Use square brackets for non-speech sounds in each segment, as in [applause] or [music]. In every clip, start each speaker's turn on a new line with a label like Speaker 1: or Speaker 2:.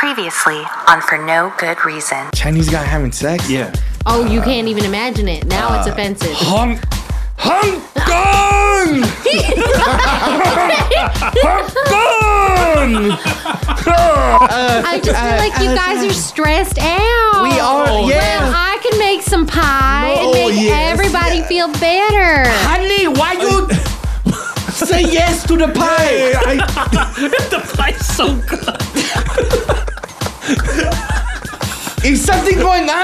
Speaker 1: Previously on For No Good Reason.
Speaker 2: Chinese guy having sex?
Speaker 3: Yeah.
Speaker 4: Oh, you can't even imagine it. Now it's offensive.
Speaker 2: Hong Hong Kong! Hong Kong!
Speaker 4: I just feel like you guys are stressed out.
Speaker 2: We are,
Speaker 3: Oh,
Speaker 4: Well,
Speaker 2: yeah.
Speaker 4: I can make some pie and
Speaker 2: Oh,
Speaker 4: make
Speaker 2: yes,
Speaker 4: everybody feel better.
Speaker 2: Honey, why you
Speaker 3: [laughs]
Speaker 2: say yes to the pie? I, [laughs]
Speaker 3: The pie's so [laughs] good.
Speaker 2: is something going
Speaker 3: [laughs]
Speaker 2: on?
Speaker 3: I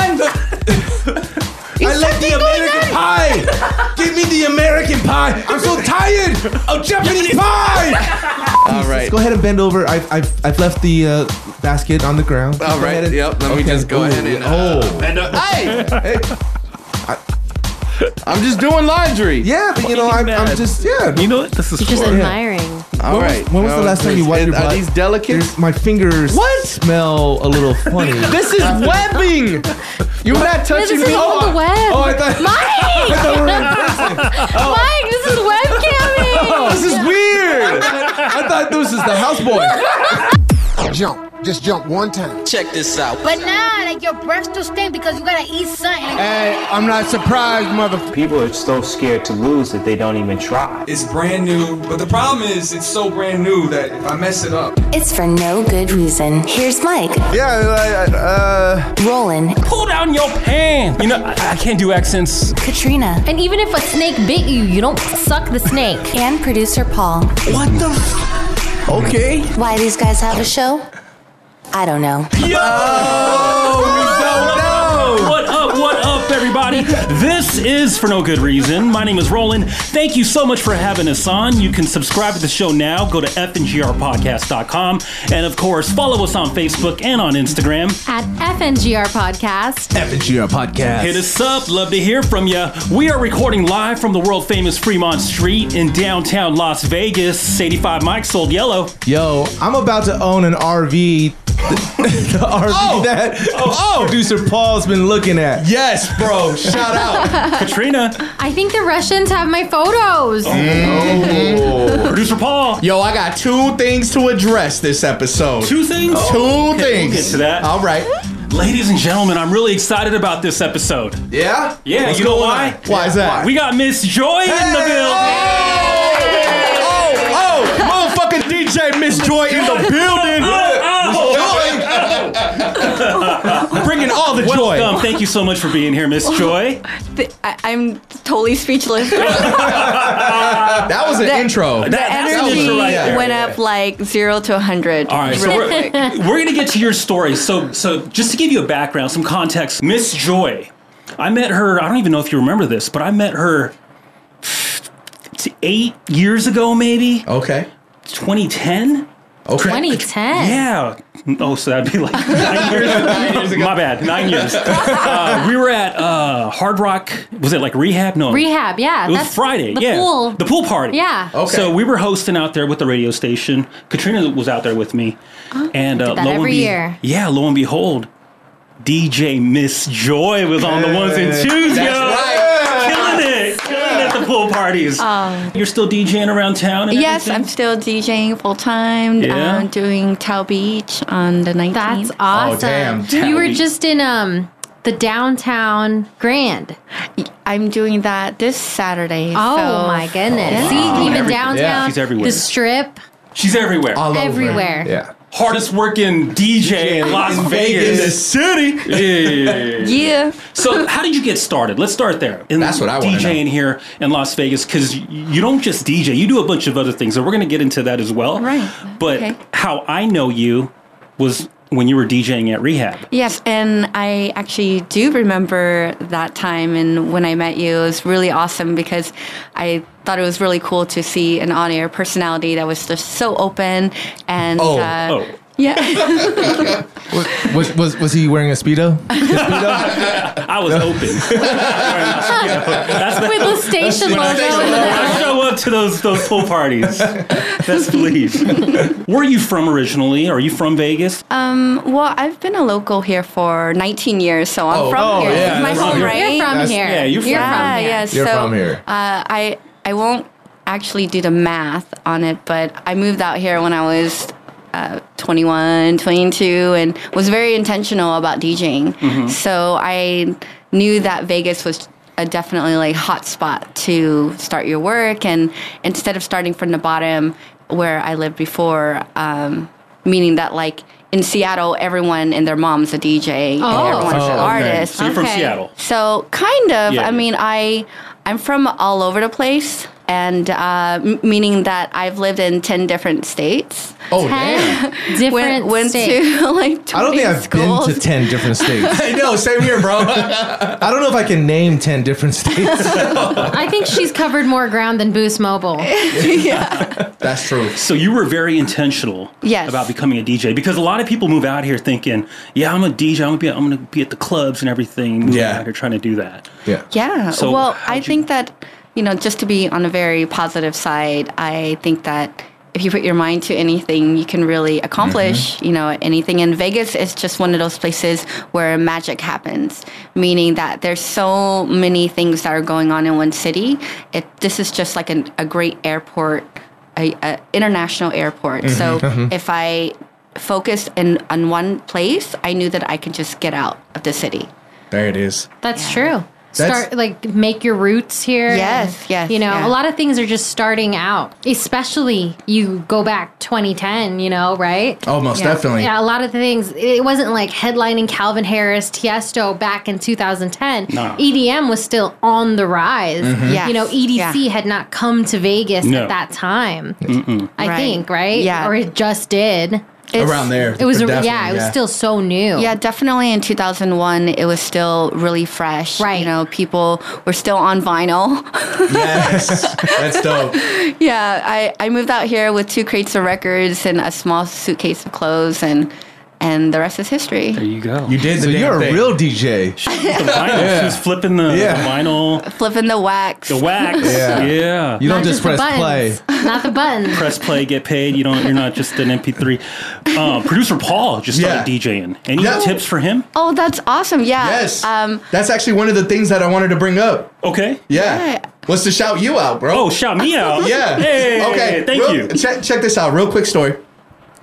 Speaker 3: like the American pie. Give me the American pie. I'm so tired of Japanese
Speaker 2: [laughs]
Speaker 3: pie.
Speaker 2: All right.
Speaker 3: Go ahead and bend over. I've, I've, I've left the uh, basket on the ground.
Speaker 2: All right. Yep. Let me just go ahead and.
Speaker 3: Oh.
Speaker 2: And, uh, hey! hey. I, am just doing laundry.
Speaker 3: Yeah, but you know, I'm, I'm just, yeah.
Speaker 5: You know what? This is
Speaker 4: You're just
Speaker 5: for.
Speaker 4: admiring.
Speaker 2: All
Speaker 3: was-
Speaker 2: right.
Speaker 3: when was the
Speaker 2: No,
Speaker 3: last time you
Speaker 2: is-
Speaker 3: wiped
Speaker 2: is-
Speaker 3: your
Speaker 2: Are
Speaker 3: butt?
Speaker 2: these delicate?
Speaker 3: There's- My fingers
Speaker 2: What?
Speaker 3: smell a little funny.
Speaker 2: This is [laughs] webbing. You're not
Speaker 4: This
Speaker 2: touching
Speaker 4: is
Speaker 2: me.
Speaker 4: all the web.
Speaker 3: oh, [laughs] I thought.
Speaker 4: Mike! Mike, this is
Speaker 2: [laughs] this is
Speaker 4: webcamming.
Speaker 2: weird.
Speaker 3: I thought this is the houseboy.
Speaker 6: jump. Just jump one time.
Speaker 7: Check this out.
Speaker 8: But nah, like your breath still stink because you gotta eat something.
Speaker 6: Hey, I'm not surprised, mother.
Speaker 9: People are so scared to lose that they don't even try.
Speaker 10: It's brand new, but the problem is it's so brand new that if I mess it up,
Speaker 1: It's For No Good Reason. Here's Mike,
Speaker 3: Yeah, I, I, uh,
Speaker 1: Roland,
Speaker 5: Pull down your pants. You know, I, I can't do accents.
Speaker 1: Katrina,
Speaker 4: And even if a snake bit you, you don't suck the snake.
Speaker 1: and producer Paul.
Speaker 2: What the? F- okay.
Speaker 1: Why these guys have a show? I don't know.
Speaker 5: Oh, What up? What up, everybody? This is for no good reason. My name is Roland. Thank you so much for having us on. You can subscribe to the show now. Go to fngrpodcast.com. And of course, follow us on Facebook and on Instagram.
Speaker 4: At FNGR Podcast,
Speaker 3: FNGR podcast.
Speaker 5: Hit us up. Love to hear from you. We are recording live from the world famous Fremont Street in downtown Las Vegas. 85 Mike sold yellow.
Speaker 3: Yo, I'm about to own an RV. [laughs] the RV that producer Paul's been looking at.
Speaker 2: Yes, bro. Shout out.
Speaker 5: [laughs] Katrina,
Speaker 4: I think the Russians have my photos.
Speaker 5: producer Paul.
Speaker 2: Yo, I got two things to address this episode.
Speaker 5: Two things.
Speaker 2: Two
Speaker 5: Okay, we'll
Speaker 2: things.
Speaker 5: get to that.
Speaker 2: All right.
Speaker 5: Ladies and gentlemen, I'm really excited about this episode.
Speaker 2: Yeah.
Speaker 5: Yeah, you know why?
Speaker 2: Why is that?
Speaker 5: We got Miss Joy in the building.
Speaker 2: Oh, oh, motherfucking DJ Miss Joy in the building. Joy. Bringing all the joy.
Speaker 5: Welcome. Thank you so much for being here, Miss Joy.
Speaker 11: I, I'm
Speaker 5: [laughs]
Speaker 11: totally speechless.
Speaker 2: That was an intro.
Speaker 11: Energy
Speaker 5: right there.
Speaker 11: went up like zero to 100.
Speaker 5: All right, so
Speaker 11: real
Speaker 5: we're,
Speaker 11: [laughs] quick.
Speaker 5: we're gonna get to your story. So, so just to give you a background, some context, Miss Joy, I met her. I don't even know if you remember this, but I met her [sighs] t- eight years ago, maybe
Speaker 2: Okay.
Speaker 5: 2010.
Speaker 2: Okay.
Speaker 4: 2010.
Speaker 5: Yeah. Oh, so
Speaker 4: [laughs]
Speaker 5: that'd be like nine years. My bad. Nine years. Uh, we were at uh, Hard Rock. Was it like rehab? No.
Speaker 4: Rehab, yeah.
Speaker 5: It was
Speaker 4: that's
Speaker 5: Friday.
Speaker 4: The
Speaker 5: yeah.
Speaker 4: pool.
Speaker 5: The pool party.
Speaker 4: Yeah.
Speaker 2: Okay.
Speaker 5: So we were hosting out there with the radio station. Katrina was out there with me. and uh,
Speaker 4: Oh, that
Speaker 5: lo
Speaker 4: every
Speaker 5: and be-
Speaker 4: year.
Speaker 5: Yeah, lo and behold, DJ Miss Joy was on the ones and twos, yo. Killing it. Killing it at the pool parties.
Speaker 4: Um,
Speaker 5: You're still DJing around town and
Speaker 11: yes, I'm
Speaker 5: everything?
Speaker 11: still DJing full time.
Speaker 5: Yeah.
Speaker 11: Um, doing Tao Beach on the 19th.
Speaker 4: That's awesome.
Speaker 2: damn.
Speaker 4: Oh, [laughs] You were
Speaker 5: Tally.
Speaker 4: just in um the downtown Grand.
Speaker 11: I'm doing that this Saturday.
Speaker 4: Oh
Speaker 11: so-
Speaker 4: my goodness.
Speaker 11: Yeah.
Speaker 4: See, even
Speaker 5: Everything.
Speaker 4: downtown,
Speaker 5: Yeah, she's everywhere.
Speaker 4: the strip,
Speaker 5: She's everywhere.
Speaker 2: All over.
Speaker 4: everywhere. [laughs]
Speaker 2: Yeah.
Speaker 5: Hardest working DJ in Las
Speaker 2: In the
Speaker 5: Vegas.
Speaker 2: city. [laughs]
Speaker 5: Yeah, yeah, yeah, yeah.
Speaker 11: Yeah.
Speaker 5: So, how did you get started? Let's start there. In
Speaker 2: That's what I wanna
Speaker 5: DJing here in Las Vegas because you don't just DJ; you do a bunch of other things, and we're going to get into that as well.
Speaker 11: Right.
Speaker 5: But
Speaker 11: Okay.
Speaker 5: how I know you was when you were DJing at rehab.
Speaker 11: Yes, and I actually do remember that time and when I met you, it was really awesome because I thought it was really cool to see an on-air personality that was just so open and
Speaker 2: Oh,
Speaker 11: uh,
Speaker 5: Oh,
Speaker 11: yeah, [laughs]
Speaker 3: Was, was, was he wearing a Speedo?
Speaker 5: I was open. [laughs] That's the,
Speaker 4: With the station
Speaker 5: when
Speaker 4: logo.
Speaker 5: I show,
Speaker 4: in the
Speaker 5: when I
Speaker 4: back.
Speaker 5: show up to those those pool parties. Best believe. Where are you from originally? Are you from Vegas?
Speaker 11: Well, I've been a local here for 19 years, so I'm
Speaker 2: Oh,
Speaker 11: from
Speaker 2: oh,
Speaker 11: here.
Speaker 2: yeah,
Speaker 11: This is my
Speaker 5: that's right.
Speaker 11: home,
Speaker 4: [laughs]
Speaker 11: right?
Speaker 4: You're from
Speaker 2: That's-
Speaker 4: here.
Speaker 5: yeah, you're
Speaker 4: You're
Speaker 5: from-
Speaker 11: yeah,
Speaker 4: here.
Speaker 11: yeah. So,
Speaker 2: You're from here.
Speaker 11: Uh, I I won't actually do the math on it, but I moved out here when I was uh, 21, 22, and was very intentional about DJing.
Speaker 3: Mhm.
Speaker 11: So I knew that Vegas was a definitely like hot spot to start your work. And instead of starting from the bottom where I lived before, um, meaning that like in Seattle, everyone and their mom's a DJ
Speaker 3: Oh.
Speaker 11: and everyone's
Speaker 3: Oh,
Speaker 11: an
Speaker 3: okay.
Speaker 11: artist.
Speaker 3: So you're from Okay. Seattle.
Speaker 11: So kind of.
Speaker 3: Yeah, yeah.
Speaker 11: I mean, I I'm from all over the place, and uh, m- meaning that I've lived in ten different states.
Speaker 2: Oh,
Speaker 11: damn.
Speaker 4: Different
Speaker 11: went,
Speaker 4: [laughs]
Speaker 11: went
Speaker 4: states.
Speaker 11: to [laughs] like 20
Speaker 2: I don't think I've
Speaker 11: schools.
Speaker 2: been to 10 different states.
Speaker 7: I know, same here, bro.
Speaker 10: [laughs]
Speaker 2: I don't know if I can name 10 different states.
Speaker 4: I think she's covered more ground than Boost [laughs] Mobile.
Speaker 2: That's true.
Speaker 5: So you were very intentional
Speaker 4: Yes.
Speaker 5: about becoming a DJ because a lot of people move out here thinking, "Yeah, I'm a DJ. I'm gonna be, I'm gonna be at the clubs and everything." Moving yeah, out here trying to do that.
Speaker 2: Yeah.
Speaker 11: Yeah.
Speaker 5: So
Speaker 11: well, I think that, you know, just to be on a very positive side, I think that if you put your mind to anything, you can really accomplish, you know, anything. And Vegas is just one of those places where magic happens, meaning that there's so many things that are going on in one city. It, this is just like an, a great airport, a, a international airport. So
Speaker 3: Mhm, mhm.
Speaker 11: if I focused in on one place, I knew that I could just get out of the city.
Speaker 2: There it is.
Speaker 4: That's true.
Speaker 11: That's-
Speaker 4: Start like make your roots here.
Speaker 11: Yes, yes,
Speaker 4: You know,
Speaker 11: yeah.
Speaker 4: a lot of things are just starting out. Especially you go back 2010. You know, right?
Speaker 2: Oh, most
Speaker 4: Yeah.
Speaker 2: definitely.
Speaker 4: Yeah, a lot of the things. It wasn't like headlining Calvin Harris, Tiesto back in 2010.
Speaker 3: No.
Speaker 4: EDM E was still on the rise.
Speaker 3: Mhm. Yes,
Speaker 4: You know, EDC had not come to Vegas
Speaker 3: No.
Speaker 4: at that time.
Speaker 3: Mm-mm.
Speaker 4: I
Speaker 11: Right.
Speaker 4: think, right?
Speaker 11: Yeah.
Speaker 4: Or it just did.
Speaker 11: It's- Around there,
Speaker 4: It was,
Speaker 11: definitely,
Speaker 4: yeah, it was
Speaker 11: yeah.
Speaker 4: still so new.
Speaker 11: Yeah, definitely in 2001, it was still really fresh. Right. You know, people were still on vinyl. [laughs]
Speaker 2: Yes. That's dope.
Speaker 11: yeah, I, I moved out here with two crates of records and a small suitcase of clothes, and and the rest is history.
Speaker 5: There you go.
Speaker 2: You did
Speaker 5: So
Speaker 2: the damn
Speaker 5: you're a
Speaker 2: thing. real DJ.
Speaker 5: [laughs] The vinyl. She was flipping the,
Speaker 2: Yeah.
Speaker 5: the vinyl,
Speaker 11: Flipping the wax.
Speaker 5: the wax.
Speaker 2: Yeah. You don't Not just just the press buttons. play.
Speaker 4: Not the
Speaker 5: [laughs]
Speaker 4: buttons.
Speaker 5: Press play, get paid. You don't. You're not just an MP3. Um, Producer Paul just started DJing. Any
Speaker 2: Yeah.
Speaker 5: tips for him?
Speaker 11: Oh, that's awesome. Yeah.
Speaker 2: Yes.
Speaker 11: Um,
Speaker 2: That's actually one of the things that I wanted to bring up.
Speaker 5: Okay.
Speaker 2: Yeah. Was to shout you out, bro.
Speaker 5: Oh, shout me
Speaker 2: [laughs]
Speaker 5: out.
Speaker 2: yeah.
Speaker 5: Hey,
Speaker 2: okay.
Speaker 5: thank
Speaker 2: real-
Speaker 5: you.
Speaker 2: Check, check this out. Real quick story.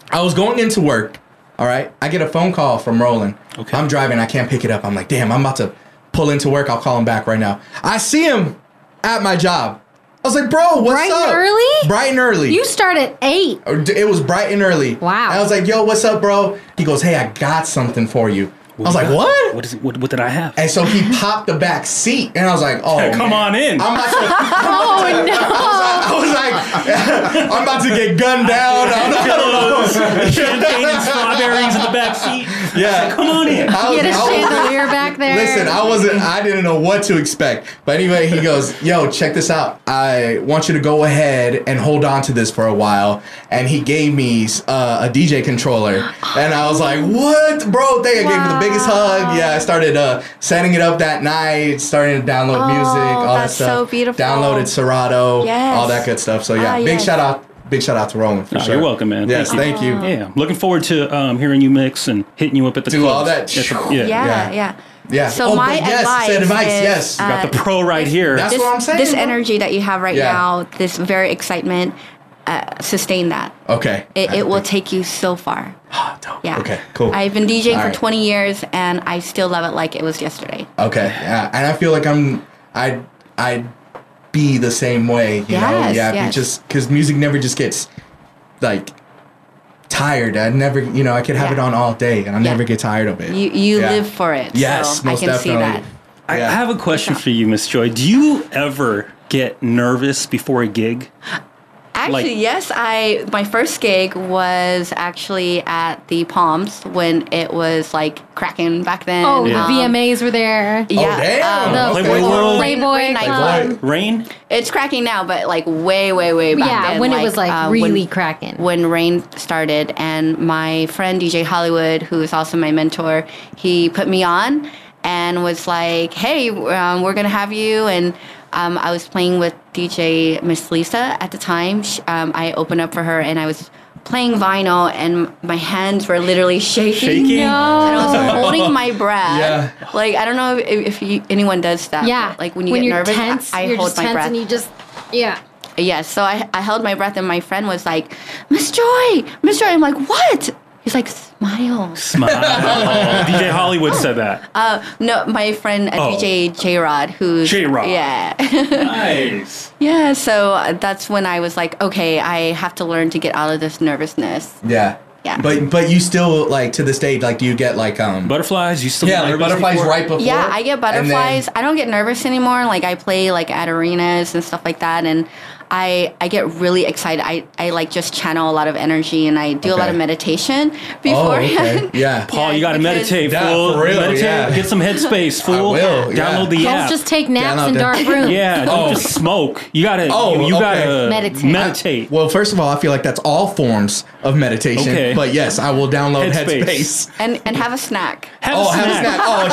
Speaker 2: I was going into work. All right. I get a phone call from Roland. Okay. I'm driving. I can't pick it up. I'm like, damn, I'm about to pull into work. I'll call him back right now. I see him at my job. I was like, bro, what's
Speaker 4: Bright
Speaker 2: up?
Speaker 4: and early?
Speaker 2: Bright and early.
Speaker 4: You start at eight.
Speaker 2: Or d- It was bright and early. Wow. I was like, yo, what's up, bro? He goes, hey, I got something for you. I was
Speaker 5: you
Speaker 2: like,
Speaker 5: got?
Speaker 2: what?
Speaker 5: What is it? What, what did I have?
Speaker 2: And so he popped the back seat, and I was like, oh.
Speaker 5: [laughs] Come
Speaker 2: man.
Speaker 5: on in.
Speaker 2: I'm about to,
Speaker 3: Oh,
Speaker 2: I was like- I was like, I'm about to get gunned down. I don't- I don't know.
Speaker 5: Pillows, champagne and strawberries in the back seat.
Speaker 2: Yeah.
Speaker 5: Come on in.
Speaker 2: I
Speaker 11: Oh,
Speaker 4: You
Speaker 2: was-
Speaker 4: had a
Speaker 2: I was-
Speaker 4: chandelier back there.
Speaker 2: Listen, I wasn't. I didn't know what to expect. But anyway, he goes, "Yo, check this out. I want you to go ahead and hold on to this for a while." And he gave me uh, a DJ controller, and I was like, "What, bro? They gave me the biggest hug." Yeah, I started uh, setting it up that night, starting to download
Speaker 11: Oh,
Speaker 2: music, all
Speaker 11: that's
Speaker 2: that
Speaker 11: so
Speaker 2: stuff.
Speaker 11: beautiful.
Speaker 2: Downloaded Serato,
Speaker 11: Yes.
Speaker 2: all that good stuff. So yeah,
Speaker 11: Ah,
Speaker 2: big
Speaker 11: yes.
Speaker 2: shout out, big shout out to Roland for
Speaker 5: Oh,
Speaker 2: sure.
Speaker 5: You're welcome, man.
Speaker 2: Yes, thank you.
Speaker 11: Oh.
Speaker 5: Yeah, I'm looking forward to um, hearing you mix and hitting you up at the
Speaker 2: Do
Speaker 5: clubs.
Speaker 2: all that.
Speaker 5: At the-
Speaker 11: yeah. Yeah.
Speaker 2: Yeah.
Speaker 11: So
Speaker 2: Oh,
Speaker 11: my
Speaker 2: but yes,
Speaker 11: advice,
Speaker 2: said advice,
Speaker 11: is, uh,
Speaker 2: yes.
Speaker 5: You got the pro right here.
Speaker 11: this, This energy that you have right
Speaker 5: Yeah.
Speaker 11: now, this very excitement, uh, sustain that.
Speaker 2: Okay.
Speaker 11: It, it will take you so far. Yeah.
Speaker 2: Okay, cool.
Speaker 11: I've been DJing
Speaker 2: All
Speaker 11: for
Speaker 2: right.
Speaker 11: 20 years and I still love it like it was yesterday.
Speaker 2: Okay, yeah, and I feel like I'm I I be the same way, you know.
Speaker 11: Yes,
Speaker 2: Yeah, be
Speaker 11: yes.
Speaker 2: just because music never just gets like tired. I never, you know, I could have it
Speaker 11: Yeah.
Speaker 2: on all day, and I
Speaker 11: Yeah.
Speaker 2: never get tired of it.
Speaker 11: You you
Speaker 2: Yeah.
Speaker 11: live for it.
Speaker 2: Yes,
Speaker 11: so
Speaker 2: most
Speaker 11: I can see
Speaker 2: definitely.
Speaker 11: that.
Speaker 5: I I have a question for you, Miss Joy. Do you ever get nervous before a gig?
Speaker 11: Actually,
Speaker 5: Like-
Speaker 11: yes, I my first gig was actually at the Palms when it was like cracking back then.
Speaker 4: Oh,
Speaker 11: Um,
Speaker 4: VMAs were there.
Speaker 2: Oh,
Speaker 11: Yeah. um,
Speaker 4: The
Speaker 5: Playboy World.
Speaker 4: Playboy
Speaker 11: nightclub.
Speaker 5: Rain?
Speaker 11: It's cracking now, but like way, way, way back
Speaker 4: Yeah,
Speaker 11: then. uh,
Speaker 4: when it was, like, really cracking.
Speaker 11: When rain started, and my friend DJ Hollywood, who is also my mentor, he put me on and was like, "Hey, um, we're gonna have you." And um, I was playing with DJ Miss Lisa at the time. Sh um, I opened up for her, and I was playing vinyl, and my hands were literally shaking.
Speaker 5: Shaking?
Speaker 4: Oh.
Speaker 5: No.
Speaker 11: And I was holding
Speaker 5: [laughs]
Speaker 11: my breath.
Speaker 5: Oh. Yeah.
Speaker 11: Like I don't know if, if you, anyone does that.
Speaker 4: Yeah.
Speaker 11: but, Like when you
Speaker 4: When
Speaker 11: get
Speaker 4: you're
Speaker 11: nervous,
Speaker 4: tense,
Speaker 11: I, I
Speaker 4: you're
Speaker 11: hold
Speaker 4: just
Speaker 11: my
Speaker 4: tense
Speaker 11: breath.
Speaker 4: and you just yeah.
Speaker 11: Yes. So I, I held my breath, and my friend was like, Miss Joy, Miss Joy. I'm like, what? He's like, smile. Uh,
Speaker 5: Smile.
Speaker 7: [laughs]
Speaker 5: DJ Hollywood said that.
Speaker 11: No, my friend uh,
Speaker 5: Oh.
Speaker 11: DJ J Rod, who's
Speaker 5: J-Rod.
Speaker 11: Yeah. [laughs]
Speaker 5: Nice.
Speaker 11: yeah. So uh, that's when I was like, okay, I have to learn to get out of this nervousness.
Speaker 7: Yeah.
Speaker 11: Yeah.
Speaker 7: But but you still like to this day like do you get like um
Speaker 5: Butterflies, you still get
Speaker 7: yeah like
Speaker 5: nervous
Speaker 7: butterflies
Speaker 5: before?
Speaker 7: right before
Speaker 11: Yeah, I get
Speaker 7: and then-
Speaker 11: butterflies. I don't get nervous anymore. Like I play like at arenas and stuff like that, and I I get really excited. I I like just channel a lot of energy, and I do a lot
Speaker 7: Okay.
Speaker 11: of meditation [laughs]
Speaker 7: Oh,
Speaker 11: beforehand.
Speaker 7: okay.
Speaker 11: [laughs]
Speaker 7: Yeah.
Speaker 5: Paul, you got to
Speaker 11: because-
Speaker 5: meditate,
Speaker 7: Yeah,
Speaker 5: fool.
Speaker 7: for real,
Speaker 5: meditate,
Speaker 7: yeah.
Speaker 5: get some headspace,
Speaker 7: [laughs]
Speaker 5: fool.
Speaker 7: will, yeah.
Speaker 5: Download the
Speaker 4: Don't
Speaker 5: app.
Speaker 4: just take naps
Speaker 7: Download
Speaker 4: in
Speaker 7: the- [laughs]
Speaker 4: dark rooms.
Speaker 5: yeah, don't
Speaker 7: Oh.
Speaker 5: just smoke. You gotta.
Speaker 7: Oh,
Speaker 5: you, you
Speaker 7: okay.
Speaker 5: gotta
Speaker 4: Meditate.
Speaker 5: Meditate.
Speaker 7: Well, first of all, I feel like that's all forms of meditation.
Speaker 5: Okay.
Speaker 7: But yes, I will download
Speaker 5: Headspace.
Speaker 7: Headspace.
Speaker 11: And and have a
Speaker 5: [laughs]
Speaker 11: snack.
Speaker 5: Have
Speaker 7: Oh,
Speaker 5: a
Speaker 7: have a
Speaker 5: snack.
Speaker 7: snack. Oh,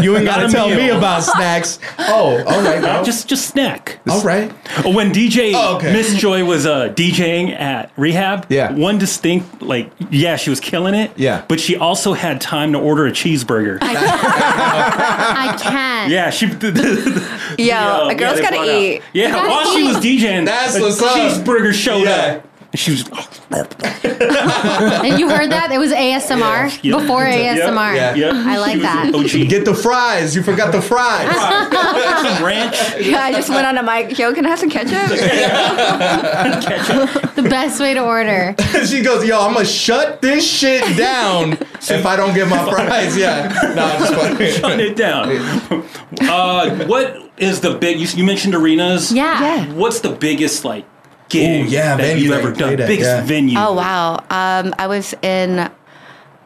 Speaker 7: sh- you
Speaker 5: [laughs]
Speaker 7: ain't
Speaker 5: Not
Speaker 7: gotta
Speaker 5: a
Speaker 7: tell me
Speaker 5: meal.
Speaker 7: about snacks. Oh,
Speaker 5: [laughs]
Speaker 7: all right, bro.
Speaker 5: Just, just snack.
Speaker 7: all right.
Speaker 5: When DJ
Speaker 7: Oh, okay.
Speaker 5: Miss Joy was uh, DJing at rehab,
Speaker 7: Yeah.
Speaker 5: one distinct like, yeah, she was killing it,
Speaker 7: Yeah.
Speaker 5: but she also had time to order a cheeseburger.
Speaker 4: I can.
Speaker 5: yeah, she. [laughs] The, the,
Speaker 11: Yo,
Speaker 5: uh,
Speaker 11: a girl's
Speaker 5: they
Speaker 11: gotta
Speaker 5: brought out-
Speaker 11: eat. [laughs]
Speaker 5: Yeah,
Speaker 4: gotta
Speaker 5: while she
Speaker 4: eat.
Speaker 5: was DJing,
Speaker 7: That's
Speaker 5: a
Speaker 7: what's up.
Speaker 5: cheeseburger showed
Speaker 7: Yeah.
Speaker 5: up. And she was. oh,
Speaker 4: And you heard that? It was ASMR
Speaker 5: Yeah.
Speaker 4: before ASMR.
Speaker 7: yeah.
Speaker 5: Yep.
Speaker 4: I like
Speaker 5: She was
Speaker 4: that.
Speaker 5: an OG.
Speaker 7: Get the fries. You forgot the
Speaker 10: [laughs]
Speaker 7: fries. [laughs]
Speaker 5: some ranch.
Speaker 11: Yeah, I just went on a mic. Yo, can I have some
Speaker 5: [laughs]
Speaker 11: ketchup?
Speaker 4: The best way to
Speaker 11: [laughs]
Speaker 4: order.
Speaker 7: [laughs] she goes, "Yo, I'm gonna shut this shit
Speaker 10: [laughs]
Speaker 7: down if I don't get my fries." Yeah. No, I'm just
Speaker 5: Shut
Speaker 7: funny.
Speaker 5: it down. [laughs] Uh, what is the big? You, you mentioned arenas.
Speaker 4: Yeah.
Speaker 11: Yeah.
Speaker 5: What's the biggest like gig
Speaker 7: Ooh, yeah,
Speaker 5: that
Speaker 7: venue
Speaker 5: you've
Speaker 7: that
Speaker 5: ever
Speaker 7: you
Speaker 5: done?
Speaker 7: played at,
Speaker 5: biggest
Speaker 7: yeah.
Speaker 5: venue.
Speaker 11: oh wow. Um, I was in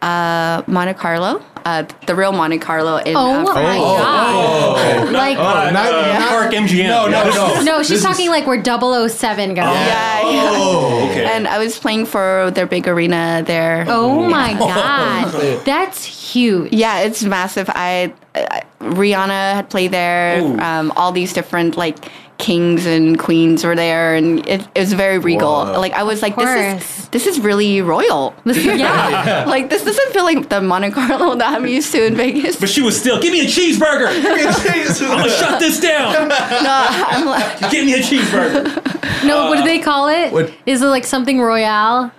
Speaker 11: uh, Monte Carlo, uh, the real Monte Carlo in
Speaker 4: Oh
Speaker 11: uh,
Speaker 4: my
Speaker 11: France.
Speaker 4: god.
Speaker 7: Oh,
Speaker 4: Like
Speaker 5: Uh,
Speaker 7: not-
Speaker 5: uh,
Speaker 7: not-
Speaker 5: Park MGM.
Speaker 7: No, no,
Speaker 5: Yeah.
Speaker 7: no.
Speaker 4: no, she's
Speaker 7: This is-
Speaker 4: talking like we're 007
Speaker 7: Oh.
Speaker 4: girl.
Speaker 11: Yeah, yeah.
Speaker 5: Oh. Okay.
Speaker 11: And I was playing for their big arena there.
Speaker 4: Oh my
Speaker 7: [laughs]
Speaker 4: god. That's huge.
Speaker 11: Yeah, it's massive. I, I Rihanna had played there.
Speaker 5: Ooh.
Speaker 11: Um, all these different like kings and queens were there, and it, it was very regal. Like I was like, this
Speaker 4: course.
Speaker 11: is this is really royal.
Speaker 4: [laughs]
Speaker 11: [laughs]
Speaker 4: yeah.
Speaker 11: like this doesn't feel like the Monte Carlo that I'm used to in Vegas.
Speaker 5: But she was still. Give me a cheeseburger. I'm gonna shut this down.
Speaker 11: I'm like,
Speaker 5: Give me a cheeseburger.
Speaker 4: No, what do they call it? Is
Speaker 7: what-
Speaker 4: it like something royale?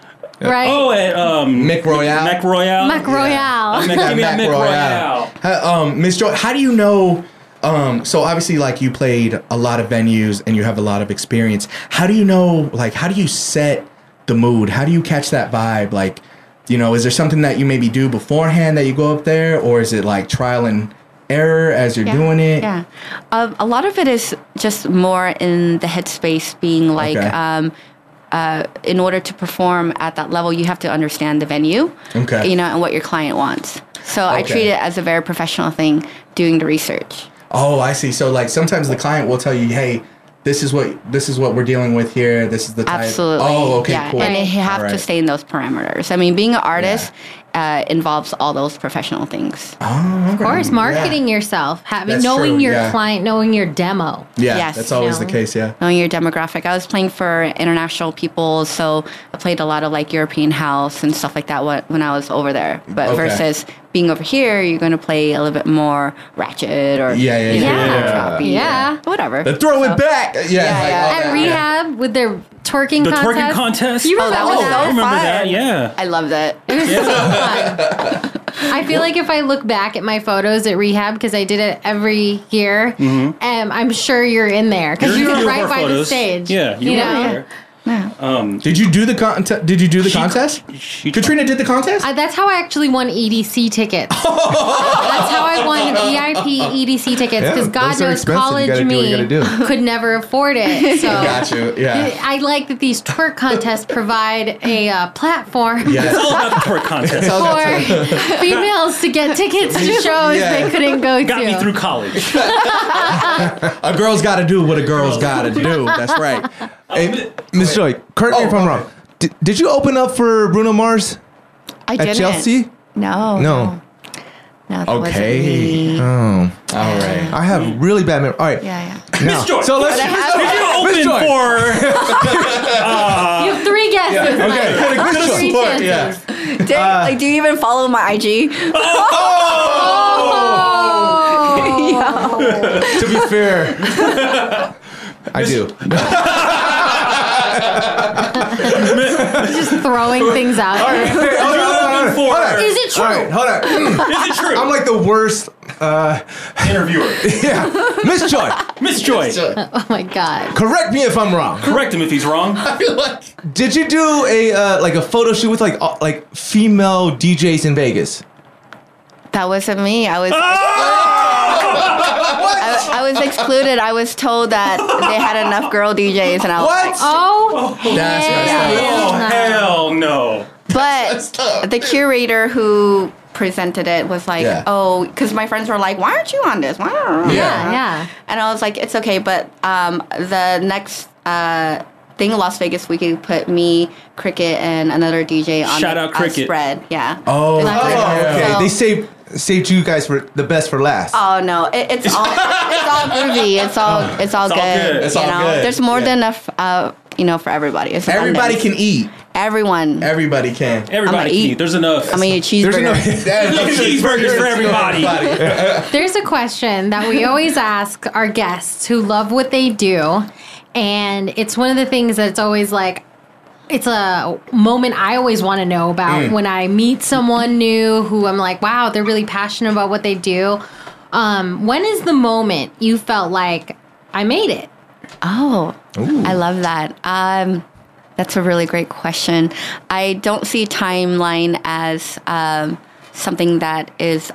Speaker 4: Right?
Speaker 5: Oh, and um,
Speaker 7: Mick Royale.
Speaker 5: Mac Royale.
Speaker 4: Mac Royale.
Speaker 5: Mac- give me a
Speaker 7: Mac
Speaker 5: Mac Royale.
Speaker 7: How- um, Miss Joy, how do you know? Um, so obviously, like you played a lot of venues and you have a lot of experience. How do you know? Like, how do you set the mood? How do you catch that vibe? Like, you know, is there something that you maybe do beforehand that you go up there, or is it like trial and error as you're doing it?
Speaker 11: Yeah, um, a lot of it is just more in the headspace, being like.
Speaker 7: Okay.
Speaker 11: Um, uh, in order to perform at that level, you have to understand the venue,
Speaker 7: Okay.
Speaker 11: you know, and what your client wants. So I
Speaker 7: Okay.
Speaker 11: treat it as a very professional thing, doing the research.
Speaker 7: Oh, I see. So like sometimes the client will tell you, "Hey, this is what this is what we're dealing with here. This is the type."
Speaker 11: Absolutely.
Speaker 7: Oh, okay,
Speaker 11: yeah.
Speaker 7: cool.
Speaker 11: And you have to
Speaker 7: Alright.
Speaker 11: stay in those parameters. I mean, being an artist uh, involves all those professional things.
Speaker 4: of course, marketing yourself, having
Speaker 7: That's
Speaker 4: knowing
Speaker 7: true,
Speaker 4: your
Speaker 7: yeah.
Speaker 4: client, knowing your demo.
Speaker 7: Yeah,
Speaker 11: Yes.
Speaker 7: that's always
Speaker 4: No.
Speaker 7: the case. Yeah.
Speaker 11: knowing your demographic. I was playing for international people, so I played a lot of like European house and stuff like that wh- when I was over there. But
Speaker 7: Okay.
Speaker 11: versus being over here, you're going to play a little bit more ratchet or
Speaker 7: Yeah, yeah,
Speaker 11: you know,
Speaker 4: yeah.
Speaker 11: more
Speaker 4: Yeah.
Speaker 11: trappy or
Speaker 4: Yeah.
Speaker 11: whatever.
Speaker 7: But throw it back. Yeah.
Speaker 11: Yeah, yeah.
Speaker 7: all
Speaker 11: At
Speaker 7: that,
Speaker 4: At
Speaker 7: yeah.
Speaker 4: rehab with their twerking
Speaker 5: The
Speaker 4: contest.
Speaker 5: twerking contest.
Speaker 4: You remember
Speaker 11: that was
Speaker 4: that?
Speaker 11: so
Speaker 5: I remember
Speaker 11: fun.
Speaker 5: that. Yeah.
Speaker 11: I love [laughs] that.
Speaker 4: I feel like if I look back at my photos at rehab because I did it every year,
Speaker 3: Mm-hmm.
Speaker 4: um, I'm sure you're in there because you
Speaker 5: You're-
Speaker 4: were
Speaker 5: you
Speaker 4: right
Speaker 5: were
Speaker 4: by the
Speaker 5: photos.
Speaker 4: stage.
Speaker 5: Yeah,
Speaker 4: you,
Speaker 5: you were
Speaker 4: know.
Speaker 5: there.
Speaker 7: Did you do the con- Did you do the contest?
Speaker 5: She-
Speaker 7: Katrina did the contest.
Speaker 4: I, Uh, that's how I actually won
Speaker 3: [laughs]
Speaker 4: EDC tickets. that's how I won VIP EDC tickets
Speaker 3: Yeah,
Speaker 4: because God
Speaker 3: those are
Speaker 4: knows
Speaker 3: expensive. You
Speaker 4: college
Speaker 3: gotta do what
Speaker 4: me
Speaker 3: you gotta do. [laughs]
Speaker 4: could never afford it. So
Speaker 7: Got you. Yeah.
Speaker 4: I like that these twerk contests provide a uh, platform
Speaker 5: It's
Speaker 7: Yeah.
Speaker 5: all about the twerk contest.
Speaker 4: for [laughs] females to get tickets to shows
Speaker 7: Yeah.
Speaker 4: they couldn't go
Speaker 5: Got
Speaker 4: to.
Speaker 5: me through college.
Speaker 7: a girl's got to do what a girl's got to do. That's right.
Speaker 3: Hey, Miss Joy, correct me
Speaker 7: Oh,
Speaker 3: if I'm wrong. Did, did you open up for Bruno Mars
Speaker 11: I
Speaker 3: at
Speaker 11: didn't.
Speaker 3: Chelsea?
Speaker 11: No.
Speaker 3: No.
Speaker 11: No, that
Speaker 7: Okay.
Speaker 11: wasn't me.
Speaker 3: Oh,
Speaker 7: All right.
Speaker 3: I have really bad memory. All right.
Speaker 11: Yeah, yeah.
Speaker 5: Miss Joy.
Speaker 3: So let's.
Speaker 5: Did you
Speaker 3: Miss
Speaker 5: open
Speaker 3: Joy.
Speaker 5: for
Speaker 4: You have three guesses.
Speaker 7: Yeah,
Speaker 4: Mike.
Speaker 7: okay. Good
Speaker 4: Three
Speaker 7: sport,
Speaker 4: chances.
Speaker 7: yeah.
Speaker 11: Did, like, do you even follow my IG?
Speaker 4: [laughs]
Speaker 3: To be fair, I do.
Speaker 4: Just throwing things out there.
Speaker 2: Hold on, hold on, hold on.
Speaker 4: Is it true?
Speaker 2: All right, hold on.
Speaker 5: Is it true?
Speaker 2: I'm like the worst. Uh,
Speaker 5: interviewer.
Speaker 2: yeah, Miss Joy,
Speaker 5: Miss Joy,
Speaker 4: Oh my god.
Speaker 2: correct me if I'm wrong.
Speaker 5: correct him if he's wrong.
Speaker 2: Did you do a uh, like a photo shoot with like all,
Speaker 3: uh,
Speaker 2: like female DJs in Vegas?
Speaker 11: That wasn't me.
Speaker 7: [laughs]
Speaker 11: I was. I, I was excluded. I was told that they had enough girl DJs, and I was
Speaker 2: What?
Speaker 4: Oh,
Speaker 3: That's
Speaker 4: yeah.
Speaker 3: messed
Speaker 5: Oh hell no!
Speaker 11: But
Speaker 3: up,
Speaker 11: the curator who presented it was like,
Speaker 3: Yeah.
Speaker 11: oh, because my friends were like, why aren't you on this? Why aren't you
Speaker 3: Yeah.
Speaker 11: on this?"
Speaker 4: Yeah.
Speaker 11: And I was like, it's okay, but um, the next uh, thing in Las Vegas, we could put me, Cricket, and another DJ on
Speaker 5: Shout
Speaker 11: the
Speaker 5: out
Speaker 11: uh,
Speaker 5: Cricket.
Speaker 11: spread. Yeah.
Speaker 2: Oh,
Speaker 11: They left it out.
Speaker 2: okay.
Speaker 11: So-
Speaker 2: They saved saved you guys for the best for last.
Speaker 11: Oh no! It, it's all it's all groovy.
Speaker 3: [laughs]
Speaker 11: It's all it's
Speaker 5: It's all
Speaker 11: all good.
Speaker 5: good.
Speaker 3: It's
Speaker 11: you
Speaker 3: all
Speaker 11: know,
Speaker 3: good.
Speaker 11: there's more
Speaker 3: Yeah.
Speaker 11: than enough. Uh, you know, for everybody. It's
Speaker 3: Everybody
Speaker 11: abundance.
Speaker 3: can eat.
Speaker 11: Everyone.
Speaker 3: Everybody
Speaker 2: [laughs]
Speaker 3: can.
Speaker 5: Everybody can
Speaker 11: eat.
Speaker 5: eat. There's enough.
Speaker 11: I mean, a
Speaker 2: There's enough.
Speaker 11: cheeseburger.
Speaker 5: Cheeseburgers for everybody.
Speaker 4: There's a question that we always ask our guests who love what they do. And it's one of the things that's always like, it's a moment I always want to know about
Speaker 3: Mm.
Speaker 4: when I meet someone new who I'm like, wow, they're really passionate about what they do. Um, when is the moment you felt like I made it?
Speaker 11: Oh, I love that. Um, that's a really great question. I don't see timeline as um, something that is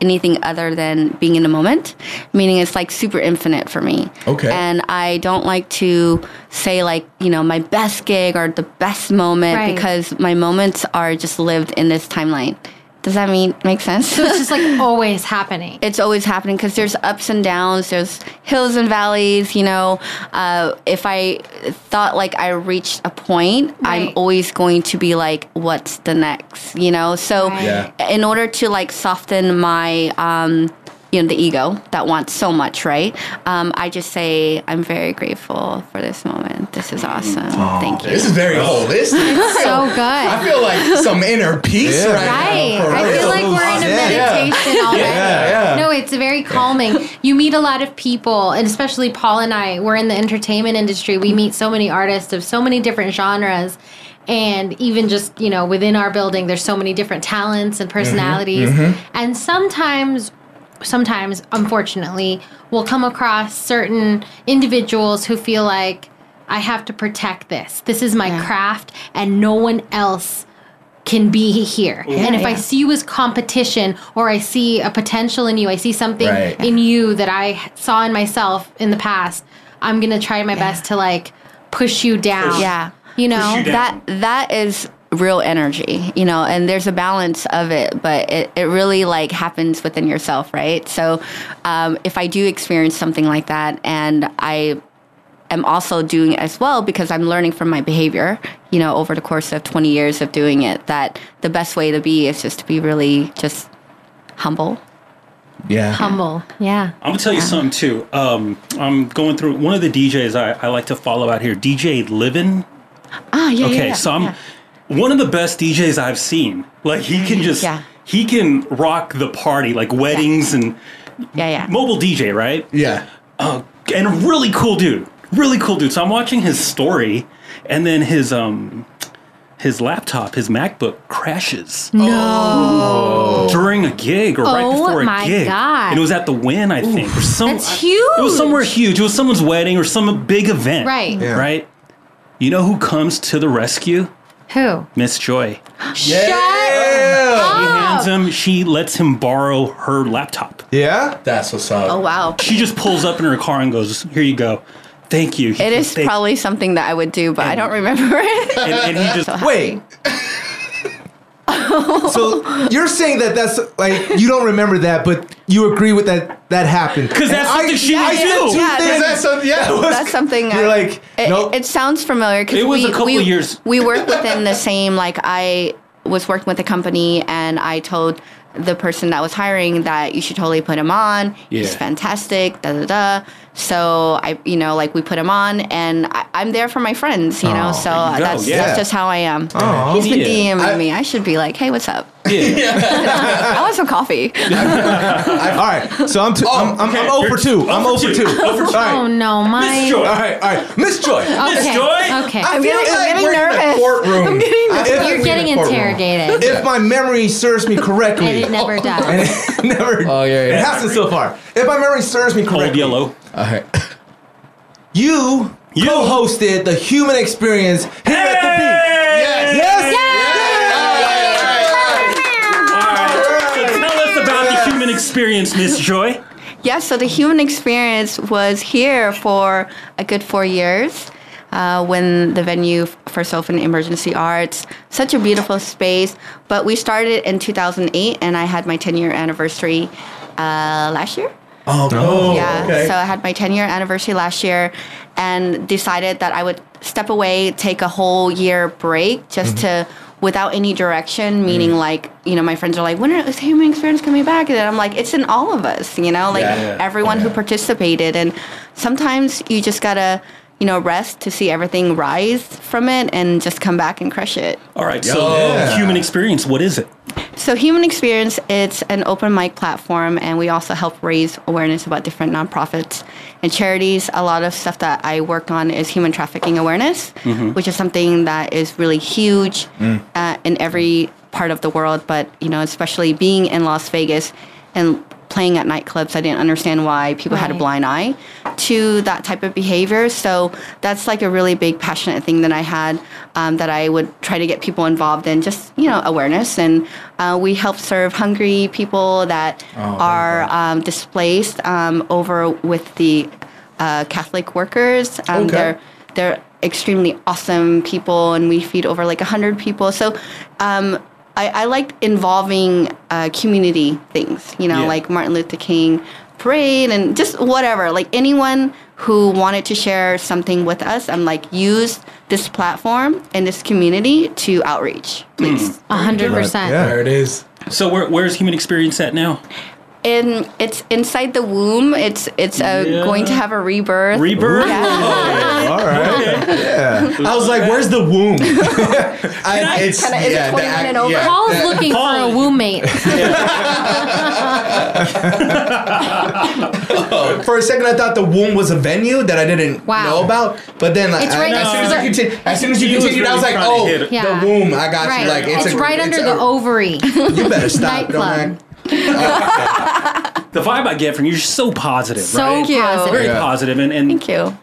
Speaker 11: anything other than being in the moment, meaning it's like super infinite for me.
Speaker 3: Okay.
Speaker 11: And I don't like to say, like, you know, my best gig or the best moment
Speaker 4: Right.
Speaker 11: because my moments are just lived in this timeline. Does that mean make sense?
Speaker 4: So it's just like always happening.
Speaker 11: it's always happening because there's ups and downs there's hills and valleys you know uh, if i thought like i reached a point
Speaker 4: Right.
Speaker 11: i'm always going to be like what's the next you know so
Speaker 4: Right.
Speaker 3: Yeah.
Speaker 11: in order to like soften my um you know the ego that wants so much right um, i just say i'm very grateful for this moment this is awesome thank you
Speaker 3: This is very holistic.
Speaker 4: So
Speaker 3: [laughs]
Speaker 4: good.
Speaker 3: I feel
Speaker 11: [laughs]
Speaker 3: like some inner peace
Speaker 2: Yeah.
Speaker 3: right,
Speaker 4: Right.
Speaker 3: now. for
Speaker 4: I feel
Speaker 3: real.
Speaker 4: like we're in a
Speaker 2: Yeah, yeah.
Speaker 4: meditation already. No, it's very calming. You meet a lot of people, and especially Paul and I, we're in the entertainment industry. We meet so many artists of so many different genres. And even just, you know, within our building, there's so many different talents and personalities. And sometimes sometimes, unfortunately, will come across certain individuals who feel like I have to protect this. This is my craft, and no one else can be here. and if I
Speaker 11: yeah.
Speaker 4: see you as competition, or I see a potential in you, I see something
Speaker 3: Right.
Speaker 4: in you that I saw in myself in the past. I'm gonna try my best to like push you down.
Speaker 11: yeah
Speaker 4: you know
Speaker 5: you down.
Speaker 11: that that is real energy you know and there's a balance of it but it, it really like happens within yourself right so um, if i do experience something like that and i am also doing it as well because i'm learning from my behavior you know over the course of 20 years of doing it that the best way to be is just to be really just humble
Speaker 2: Yeah.
Speaker 4: humble. Yeah,
Speaker 5: I'm gonna tell you something too. Um, I'm going through one of the DJs I, I like to follow out here, DJ Livin.
Speaker 11: ah yeah
Speaker 5: Okay, so I'm one of the best DJs I've seen. Like he can just
Speaker 11: Yeah.
Speaker 5: he can rock the party, like weddings and
Speaker 11: yeah yeah
Speaker 5: mobile DJ, right?
Speaker 3: Yeah.
Speaker 5: Uh, and a really cool dude, really cool dude. So I'm watching his story, and then his um his laptop, his MacBook crashes. No. During a gig or right
Speaker 4: Oh
Speaker 5: before a
Speaker 4: my
Speaker 5: gig.
Speaker 4: God.
Speaker 5: And it was at the Win, I think. Or some,
Speaker 4: That's
Speaker 5: It was
Speaker 4: huge.
Speaker 5: somewhere huge. It was someone's wedding or some big event.
Speaker 4: Right. Yeah.
Speaker 5: Right? You know who comes to the rescue?
Speaker 4: who?
Speaker 5: Miss Joy.
Speaker 4: Shut up.
Speaker 5: Hands him, she lets him borrow her laptop.
Speaker 2: Yeah.
Speaker 3: That's what's up.
Speaker 11: oh wow
Speaker 5: She just pulls up in her car and goes, Here you go. Thank you. He
Speaker 11: it
Speaker 5: goes,
Speaker 11: is
Speaker 5: "Thank-"
Speaker 11: probably something that i would do but i don't remember
Speaker 5: [laughs]
Speaker 11: it
Speaker 5: And, and he
Speaker 4: [laughs]
Speaker 5: just,
Speaker 11: [laughs]
Speaker 2: Wait. so you're saying that that's like you don't remember that, but you agree with that that happened
Speaker 5: 'Cause that's something she would
Speaker 2: said
Speaker 5: do.
Speaker 2: two
Speaker 11: Yeah,
Speaker 2: things
Speaker 11: that's-
Speaker 2: that some- yeah,
Speaker 5: [laughs]
Speaker 2: was-
Speaker 11: that's something
Speaker 2: You're
Speaker 11: I-
Speaker 2: like
Speaker 11: it,
Speaker 2: nope.
Speaker 11: it sounds familiar because
Speaker 5: It was
Speaker 11: we,
Speaker 5: a couple
Speaker 11: we,
Speaker 5: years.
Speaker 11: we work within the same like i was working with a company and i told the person that was hiring that you should totally put him on he's
Speaker 5: Yeah.
Speaker 11: fantastic da da da so i you know like we put him on and I, i'm there for my friends you know so
Speaker 5: Oh, you go,
Speaker 11: that's,
Speaker 5: yeah. Oh,
Speaker 11: that's just how i am
Speaker 2: Aw.
Speaker 11: he's been
Speaker 5: Yeah.
Speaker 11: dming me i should be like hey what's up
Speaker 5: Yeah.
Speaker 11: [laughs] i was some coffee.
Speaker 2: All right, so I'm t- I'm, I'm,
Speaker 5: okay.
Speaker 2: I'm 0 for two. I'm 0
Speaker 5: Oh for
Speaker 2: for
Speaker 5: [laughs] two.
Speaker 2: two.
Speaker 5: Oh for two.
Speaker 2: All
Speaker 4: Oh
Speaker 2: right,
Speaker 4: no, my.
Speaker 5: Miss Joy.
Speaker 2: all right, all right. Miss Joy,
Speaker 5: Miss
Speaker 4: Okay.
Speaker 5: Joy?
Speaker 4: Okay.
Speaker 3: I feel
Speaker 11: getting-
Speaker 3: like
Speaker 11: I'm getting
Speaker 3: we're in a
Speaker 11: nervous.
Speaker 3: courtroom.
Speaker 11: I'm getting
Speaker 3: I
Speaker 2: nervous.
Speaker 3: feel like
Speaker 4: You're
Speaker 3: we're in
Speaker 4: getting
Speaker 3: a courtroom.
Speaker 4: interrogated.
Speaker 2: if my memory serves me correctly,
Speaker 4: And it
Speaker 3: [laughs]
Speaker 4: never
Speaker 2: and
Speaker 4: does.
Speaker 2: it never.
Speaker 3: Oh, yeah, yeah.
Speaker 2: It hasn't so far. If my memory serves me correctly,
Speaker 5: Old yellow.
Speaker 3: All right.
Speaker 2: You,
Speaker 5: You.
Speaker 2: co-hosted the Human Experience here at the Peak.
Speaker 3: Yes.
Speaker 2: Yes.
Speaker 5: All right. So tell us about the human experience, Miss Joy.
Speaker 11: Yeah, so the human experience was here for a good four years uh, when the venue f- first opened Emergency Arts. Such a beautiful space. But we started in 2008, and I had my 10 year anniversary uh, last year.
Speaker 3: Oh, cool.
Speaker 11: yeah.
Speaker 3: Okay.
Speaker 11: So I had my 10 year anniversary last year and decided that I would step away, take a whole year break just
Speaker 3: Mm-hmm.
Speaker 11: to without any direction, meaning like, you know, my friends are like, when is human experience coming back? And then I'm like, it's in all of us, you know, like
Speaker 3: Yeah, yeah,
Speaker 11: everyone who
Speaker 3: yeah.
Speaker 11: participated. And sometimes you just gotta, you know, rest to see everything rise from it and just come back and crush it.
Speaker 5: All right. So
Speaker 3: Yeah.
Speaker 5: human experience, what is it?
Speaker 11: So Human Experience, it's an open mic platform, and we also help raise awareness about different nonprofits and charities. A lot of stuff that I work on is human trafficking awareness, which is something that is really huge uh, in every part of the world. But you know, especially being in Las Vegas and playing at nightclubs, I didn't understand why people had a
Speaker 4: Right.
Speaker 11: blind blind eye to that type of behavior. So that's like a really big passionate thing that I had um, that I would try to get people involved in, just you know awareness. And uh, we help serve hungry people that are um, displaced um, over with the uh, Catholic workers. Um,
Speaker 3: Okay.
Speaker 11: They're they're extremely awesome people, and we feed over like hundred people. So. Um, I, I like involving uh, community things, you know,
Speaker 5: Yeah.
Speaker 11: like Martin Luther King parade and just whatever. Like anyone who wanted to share something with us, I'm like, use this platform and this community to outreach, please.
Speaker 4: A hundred percent.
Speaker 3: There it is.
Speaker 5: So where, where's human experience at now?
Speaker 11: And it's inside the womb. It's it's uh,
Speaker 5: Yeah.
Speaker 11: going to have a rebirth.
Speaker 5: Rebirth?
Speaker 11: Yeah.
Speaker 2: All right. Yeah.
Speaker 3: I was like, where's the
Speaker 7: [laughs]
Speaker 3: womb? I, it's,
Speaker 11: Can I- is it 21
Speaker 3: act-
Speaker 11: and over?
Speaker 3: yeah,
Speaker 4: Paul's
Speaker 3: that-
Speaker 4: looking
Speaker 5: Paul-
Speaker 4: for a woo
Speaker 3: [laughs]
Speaker 4: mate.
Speaker 3: For a second, I thought the womb was a venue that I didn't
Speaker 4: Wow.
Speaker 3: know about. But then,
Speaker 4: It's
Speaker 3: I,
Speaker 4: right
Speaker 3: as, soon as, you
Speaker 4: next to the-
Speaker 3: continue, as soon as you
Speaker 5: He was
Speaker 3: continued, I was
Speaker 5: really
Speaker 3: like,
Speaker 5: trying to
Speaker 3: oh,
Speaker 5: hit it.
Speaker 4: Yeah.
Speaker 3: the womb. I got
Speaker 4: Right.
Speaker 3: you. Like, it's,
Speaker 4: it's
Speaker 3: a-
Speaker 4: right
Speaker 3: it's
Speaker 4: under
Speaker 3: a-
Speaker 4: the
Speaker 3: [laughs]
Speaker 4: ovary.
Speaker 3: You better stop,
Speaker 4: Nightclub.
Speaker 3: Domac.
Speaker 5: The vibe I get from you, you're so positive,
Speaker 4: So
Speaker 5: right?
Speaker 11: Thank you.
Speaker 5: Very
Speaker 4: positive.
Speaker 3: Yeah.
Speaker 5: positive. And, and
Speaker 11: Thank you.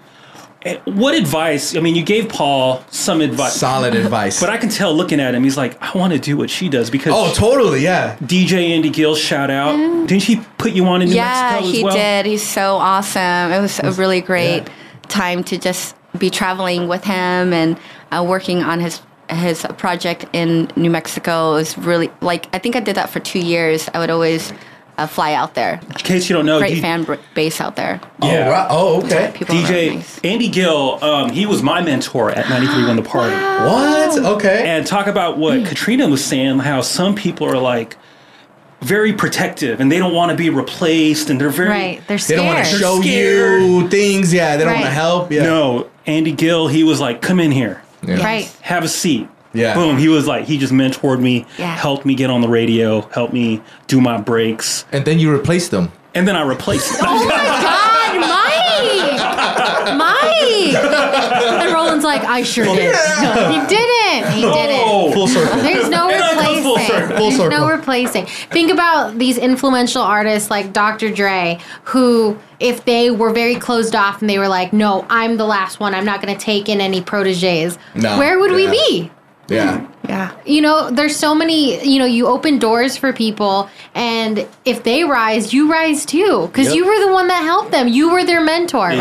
Speaker 5: what advice? I mean, you gave Paul some advice,
Speaker 3: Solid advice.
Speaker 5: but I can tell looking at him, he's like, I want to do what she does because
Speaker 3: oh, totally. Yeah.
Speaker 5: DJ Andy Gill, shout out. Didn't he put you on in New
Speaker 11: yeah,
Speaker 5: Mexico as
Speaker 11: he
Speaker 5: well?
Speaker 11: did. He's so awesome. It was a really great time to just be traveling with him and uh, working on his his project in New Mexico. It was really like I think I did that for two years. I would always uh, fly out there.
Speaker 5: In case you don't know,
Speaker 11: Great
Speaker 5: Oh, D-
Speaker 11: fan br- base out there.
Speaker 5: Yeah.
Speaker 3: Oh, right. oh, okay.
Speaker 11: People are really
Speaker 5: DJ
Speaker 11: nice.
Speaker 5: Andy Gill, um, he was my mentor at 93 the Party.
Speaker 3: What?
Speaker 4: Oh.
Speaker 3: Okay.
Speaker 5: And talk about
Speaker 4: Mm.
Speaker 5: what Katrina was saying, how some people are like very protective and they don't want to be replaced and they're very.
Speaker 4: Right. They're
Speaker 3: they
Speaker 4: scared.
Speaker 3: don't want to show
Speaker 5: scared.
Speaker 3: you things. Yeah. They don't want
Speaker 4: Right.
Speaker 3: to help. Oh, Yeah.
Speaker 5: No, Andy Gill, he was like, come in here,
Speaker 3: Yeah.
Speaker 4: Right.
Speaker 5: have a seat.
Speaker 3: Yeah.
Speaker 5: Boom. He was like, he just mentored me,
Speaker 11: Yeah.
Speaker 5: helped me get on the radio, helped me do my breaks.
Speaker 2: And then you replace them.
Speaker 5: And then I replaced
Speaker 4: [laughs] Oh my God, Mike!
Speaker 3: [laughs]
Speaker 4: Mike! And Roland's like, I sure did. [laughs] He didn't. He
Speaker 3: Oh,
Speaker 4: didn't.
Speaker 5: Full circle.
Speaker 4: There's no
Speaker 5: It all comes
Speaker 4: replacing.
Speaker 5: full circle.
Speaker 4: There's no replacing. Think about these influential artists like Dr. Dre, who, if they were very closed off and they were like, "No, I'm the last one. I'm not going to take in any proteges,"
Speaker 3: No.
Speaker 4: where would we
Speaker 3: Yeah.
Speaker 4: be?
Speaker 3: Yeah.
Speaker 11: Yeah.
Speaker 4: you know there's so many you know you open doors for people and if they rise you rise too because
Speaker 5: Yep.
Speaker 4: you were the one that helped them you were their mentor right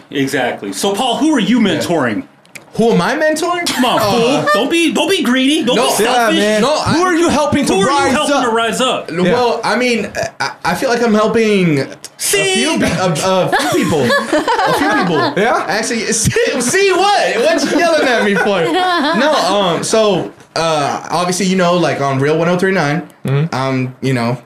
Speaker 5: Exactly. Exactly. So, Paul, who are you mentoring?
Speaker 3: Who am I mentoring?
Speaker 5: Come on, fool. Don't be don't be greedy. Don't be
Speaker 3: Uh, No, yeah,
Speaker 5: selfish.
Speaker 3: man. No,
Speaker 2: Who
Speaker 3: I-
Speaker 2: are you helping to
Speaker 5: Who are you
Speaker 2: rise
Speaker 5: helping
Speaker 2: up?
Speaker 5: to rise up?
Speaker 3: Well, I mean, I, I feel like I'm helping
Speaker 5: See?
Speaker 3: a few, pe- a, a few people. a few [laughs] people.
Speaker 2: Yeah?
Speaker 3: Actually, see, see what? What you yelling at me for? No, um, so uh, obviously, you know, like on Real 1039, um, you know,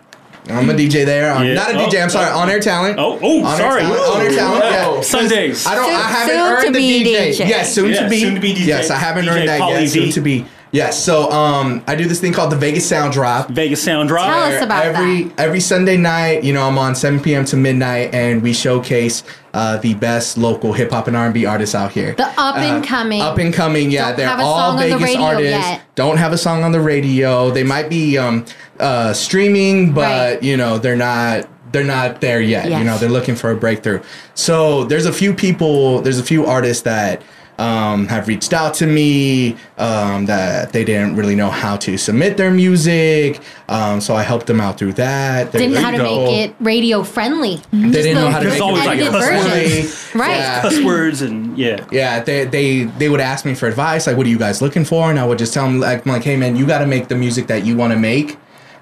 Speaker 3: I'm a DJ there. I'm
Speaker 5: Mm-hmm. Yeah.
Speaker 3: not a
Speaker 5: Oh,
Speaker 3: DJ, I'm sorry,
Speaker 5: oh.
Speaker 3: on air talent.
Speaker 5: Oh, oh,
Speaker 3: On-air
Speaker 5: sorry.
Speaker 3: talent, on-air talent, yeah.
Speaker 5: Sundays.
Speaker 3: I don't.
Speaker 11: Soon-
Speaker 3: I haven't
Speaker 11: soon to
Speaker 3: earned the
Speaker 11: be
Speaker 3: DJ.
Speaker 11: DJ.
Speaker 3: Yes, soon
Speaker 5: Yeah,
Speaker 3: to be.
Speaker 5: soon to be DJ.
Speaker 3: Yes, I haven't
Speaker 5: DJ
Speaker 3: earned that
Speaker 5: Pauly
Speaker 3: yet.
Speaker 5: D.
Speaker 3: Soon to be.
Speaker 2: Yeah, so um, I do this thing called the Vegas Sound Drop.
Speaker 5: Vegas Sound Drop.
Speaker 4: Tell us about
Speaker 2: every
Speaker 4: that.
Speaker 2: every Sunday night, you know, I'm on 7 p.m. to midnight, and we showcase uh, the best local hip hop and R&B artists out here.
Speaker 4: The up and
Speaker 2: Uh,
Speaker 4: coming.
Speaker 2: up and coming. Yeah,
Speaker 4: Don't
Speaker 2: they're
Speaker 4: have a
Speaker 2: all
Speaker 4: song on the
Speaker 2: Vegas
Speaker 4: radio
Speaker 2: artists.
Speaker 4: yet.
Speaker 2: Don't have a song on the radio. They might be um, uh, streaming, but
Speaker 4: Right.
Speaker 2: you know they're not. They're not there yet.
Speaker 11: Yes.
Speaker 2: You know they're looking for a breakthrough. So there's a few people. There's a few artists that. Um, have reached out to me um, that they didn't really know how to submit their music, um, so I helped them out through that. There
Speaker 4: Didn't know
Speaker 2: you
Speaker 4: how to
Speaker 2: go.
Speaker 4: make it radio friendly.
Speaker 2: They didn't know how to
Speaker 5: There's
Speaker 2: make
Speaker 5: always, like,
Speaker 2: it.
Speaker 5: cuss
Speaker 4: edited version.
Speaker 2: worthy.
Speaker 4: Right.
Speaker 2: Yeah
Speaker 5: Cuss words and yeah.
Speaker 2: yeah they, they they would ask me for advice like what are you guys looking for and i would just tell them like, I'm like hey man you got to make the music that you want to make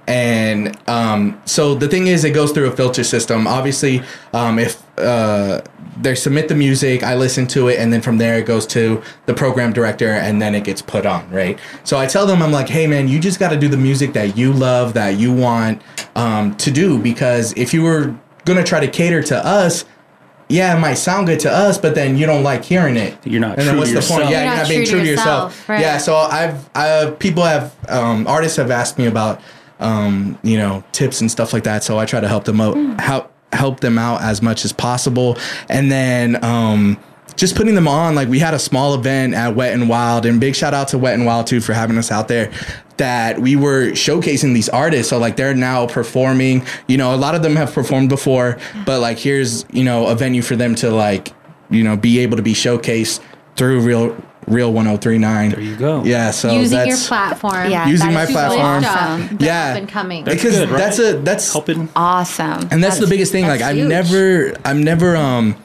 Speaker 2: and um, so the thing is it goes through a filter system obviously um, if uh, they submit the music i listen to it and then from there it goes to the program director and then it gets put on right so i tell them i'm like hey man you just got to do the music that you love that you want um, to do because if you were gonna try to cater to us yeah, it might sound good to us, but then you don't like hearing it.
Speaker 5: You're not
Speaker 2: and then
Speaker 5: true
Speaker 2: what's
Speaker 5: to
Speaker 2: the
Speaker 5: yourself.
Speaker 2: point? Yeah,
Speaker 5: You're
Speaker 2: you're
Speaker 4: not
Speaker 2: not, being true to yourself.
Speaker 4: right.
Speaker 2: Yeah, so I've I, people have um, artists have asked me about um, you know tips and stuff like that, so I try to help them out help help them out as much as possible, and then. Um, just putting them on, like we had a small event at Wet and Wild, and big shout out to Wet and Wild too for having us out there. That we were showcasing these artists, so like they're now performing. You know, a lot of them have performed before, but like here's you know a venue for them to like you know be able to be showcased through real real 1039 there
Speaker 5: you go.
Speaker 2: yeah so
Speaker 4: Using
Speaker 2: Oh, that's
Speaker 4: your platform.
Speaker 11: Yeah,
Speaker 2: Using
Speaker 11: that
Speaker 2: my
Speaker 11: is so
Speaker 2: platform.
Speaker 11: Awesome.
Speaker 4: The
Speaker 2: yeah
Speaker 4: up and coming.
Speaker 5: That's
Speaker 2: because
Speaker 5: good, right?
Speaker 2: that's a that's
Speaker 5: Helping.
Speaker 11: Awesome.
Speaker 2: and that's the biggest thing like i've never i've never um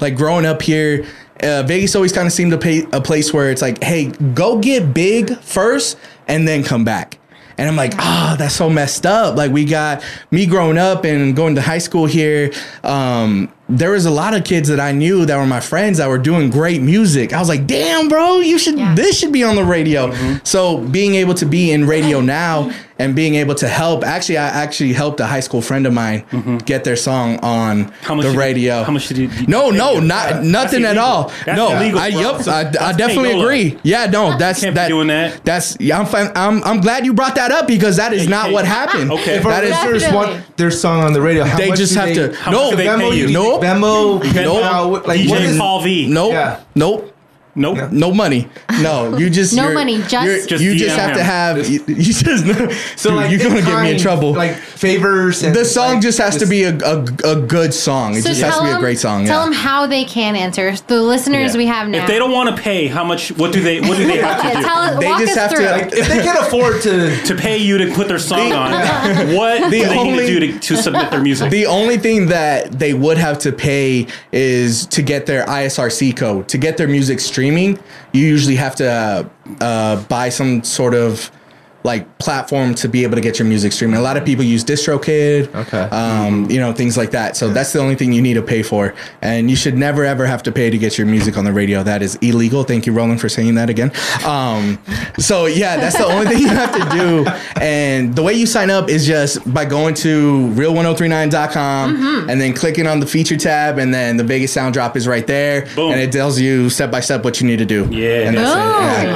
Speaker 2: like growing up here uh, vegas always kind of seemed a, pa- a place where it's like hey go get big first and then come back and I'm like, ah, that's so messed up. Like we got me growing up and going to high school here. Um, there was a lot of kids that I knew that were my friends that were doing great music. I was like, damn, bro, you should this should be on the radio.
Speaker 5: Mm-hmm.
Speaker 2: So being able to be in radio now and being able to help, actually, I actually helped a high school friend of mine get their song on
Speaker 5: Mm-hmm. How much
Speaker 2: the
Speaker 5: did you-
Speaker 2: radio.
Speaker 5: how much did you- did
Speaker 2: No,
Speaker 5: you-
Speaker 2: no, not
Speaker 5: That's
Speaker 2: nothing at
Speaker 5: illegal.
Speaker 2: all.
Speaker 5: That's
Speaker 2: no,
Speaker 5: illegal,
Speaker 2: I
Speaker 5: bro.
Speaker 2: yep, I, I
Speaker 5: That's
Speaker 2: definitely
Speaker 5: payola.
Speaker 2: agree. Yeah, no, that's
Speaker 5: can't be
Speaker 2: that
Speaker 5: doing that.
Speaker 2: That's yeah, I'm fine. I'm I'm glad you brought that up because that is
Speaker 5: you
Speaker 2: not
Speaker 5: can't-
Speaker 2: what happened.
Speaker 5: Okay.
Speaker 2: If
Speaker 5: If
Speaker 3: If
Speaker 2: that
Speaker 3: our
Speaker 2: is
Speaker 3: listeners want their song on the radio, how
Speaker 2: They
Speaker 3: much
Speaker 2: just
Speaker 3: do
Speaker 2: have
Speaker 3: they,
Speaker 2: to-
Speaker 3: How
Speaker 2: no,
Speaker 3: much do
Speaker 5: they
Speaker 3: Venmo,
Speaker 5: pay you.
Speaker 3: do
Speaker 2: Nope.
Speaker 3: Venmo,
Speaker 5: Venmo,
Speaker 3: PayPal, like
Speaker 5: DJ
Speaker 3: what is?
Speaker 5: Paul V.
Speaker 2: nope,
Speaker 3: Yeah.
Speaker 2: nope.
Speaker 5: Nope.
Speaker 2: No money. No, you just
Speaker 4: No
Speaker 2: you're-
Speaker 4: money, just-
Speaker 2: you're-
Speaker 5: Just
Speaker 2: you just
Speaker 5: DM
Speaker 2: have to
Speaker 5: him.
Speaker 2: have you, [laughs] you just so like you're gonna get me in
Speaker 3: kind,
Speaker 2: trouble.
Speaker 3: Like favors. And
Speaker 2: the song
Speaker 3: like,
Speaker 2: just has to be a, a, a good song. It just has to be a
Speaker 4: them-
Speaker 2: great song.
Speaker 4: Tell
Speaker 2: yeah.
Speaker 4: them how they can answer. The listeners we have now.
Speaker 5: If they don't want to pay, how much? What do they? What do
Speaker 4: [laughs]
Speaker 5: they have to do?
Speaker 4: tell us,
Speaker 2: They
Speaker 4: walk
Speaker 2: just
Speaker 4: us
Speaker 2: have to,
Speaker 4: through.
Speaker 2: like,
Speaker 3: If they can afford to,
Speaker 5: to pay you to put their song on,
Speaker 4: [laughs]
Speaker 5: what do they
Speaker 2: only-
Speaker 5: need to do to, to submit their
Speaker 2: [laughs]
Speaker 5: music?
Speaker 2: The only thing that they would have to pay is to get their ISRC code. To get their music streaming, you usually have to uh, uh, buy some sort of like platform to be able to get your music streaming. A lot of people use DistroKid,
Speaker 3: Okay.
Speaker 2: um, you know things like that. So that's the only thing you need to pay for, and you should never ever have to pay to get your music on the radio. That is illegal. Thank you, Roland, for saying that again. Um, so yeah, that's the only thing you have to do. And the way you sign up is just by going to real1039.com
Speaker 5: Mm-hmm.
Speaker 2: and then clicking on the feature tab, and then the Vegas sound drop is right there,
Speaker 5: Boom.
Speaker 2: and it tells you step by step what you need to do.
Speaker 5: Yeah. Oh.
Speaker 2: and that's it.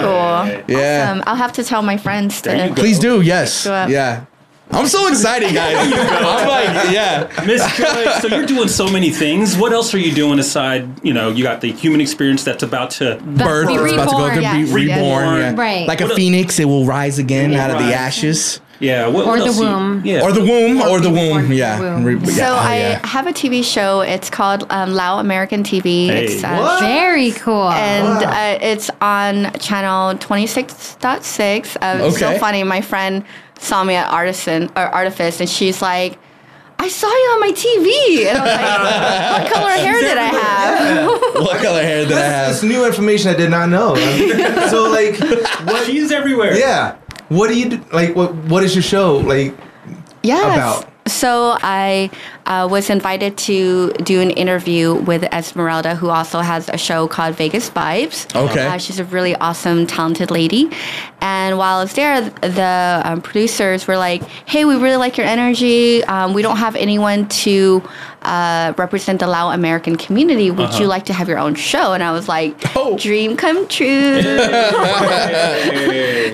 Speaker 11: Cool.
Speaker 2: Yeah. Yeah.
Speaker 11: Awesome. I'll have to tell my friends to.
Speaker 2: Please do. Yes.
Speaker 11: up.
Speaker 2: Yeah. I'm so excited, guys. I'm like, yeah.
Speaker 5: Miss Joy, so you're doing so many things. What else are you doing aside? You know, you got the human experience that's about to.
Speaker 2: Bird
Speaker 4: Be
Speaker 2: is about to go
Speaker 4: reborn,
Speaker 2: through,
Speaker 11: yes,
Speaker 2: be
Speaker 11: yes.
Speaker 2: reborn. yeah.
Speaker 4: Right.
Speaker 2: Like a
Speaker 5: What a-
Speaker 2: phoenix, it will rise again out of
Speaker 5: rise.
Speaker 2: the ashes.
Speaker 5: Yeah. What,
Speaker 4: Or
Speaker 5: what
Speaker 4: the
Speaker 5: else you-
Speaker 4: womb.
Speaker 5: yeah.
Speaker 2: Or the womb, or, the
Speaker 4: the
Speaker 2: womb.
Speaker 4: womb.
Speaker 2: Yeah.
Speaker 4: Womb.
Speaker 2: Re- yeah.
Speaker 11: So
Speaker 2: Oh,
Speaker 11: I
Speaker 2: yeah.
Speaker 11: have a TV show. It's called um, Lao American TV.
Speaker 5: Hey.
Speaker 11: It's uh,
Speaker 2: [laughs]
Speaker 3: What?
Speaker 4: Very cool.
Speaker 11: [laughs] and uh, it's on channel 26.6 um, it's so
Speaker 2: Okay.
Speaker 11: funny my friend saw me at artisan or artifice and she's like i saw you on my tv and i was like what color hair did i have
Speaker 2: [laughs] What color hair did I
Speaker 3: That's
Speaker 2: have?
Speaker 3: new information I did
Speaker 2: [laughs]
Speaker 3: not [laughs] know. I mean, so like, what?
Speaker 5: She's everywhere.
Speaker 3: Yeah. What do you do, like? What What is your show like?
Speaker 11: Yes.
Speaker 3: about?
Speaker 11: So I uh, was invited to do an interview with Esmeralda, who also has a show called Vegas Vibes.
Speaker 2: Okay.
Speaker 11: Uh, she's a really awesome, talented lady. And while I was there, the um, producers were like, "Hey, we really like your energy. Um, we don't have anyone to." uh, represent the Lao American community. Would you like to have your own show? And I was like,
Speaker 3: Oh.
Speaker 11: dream come true.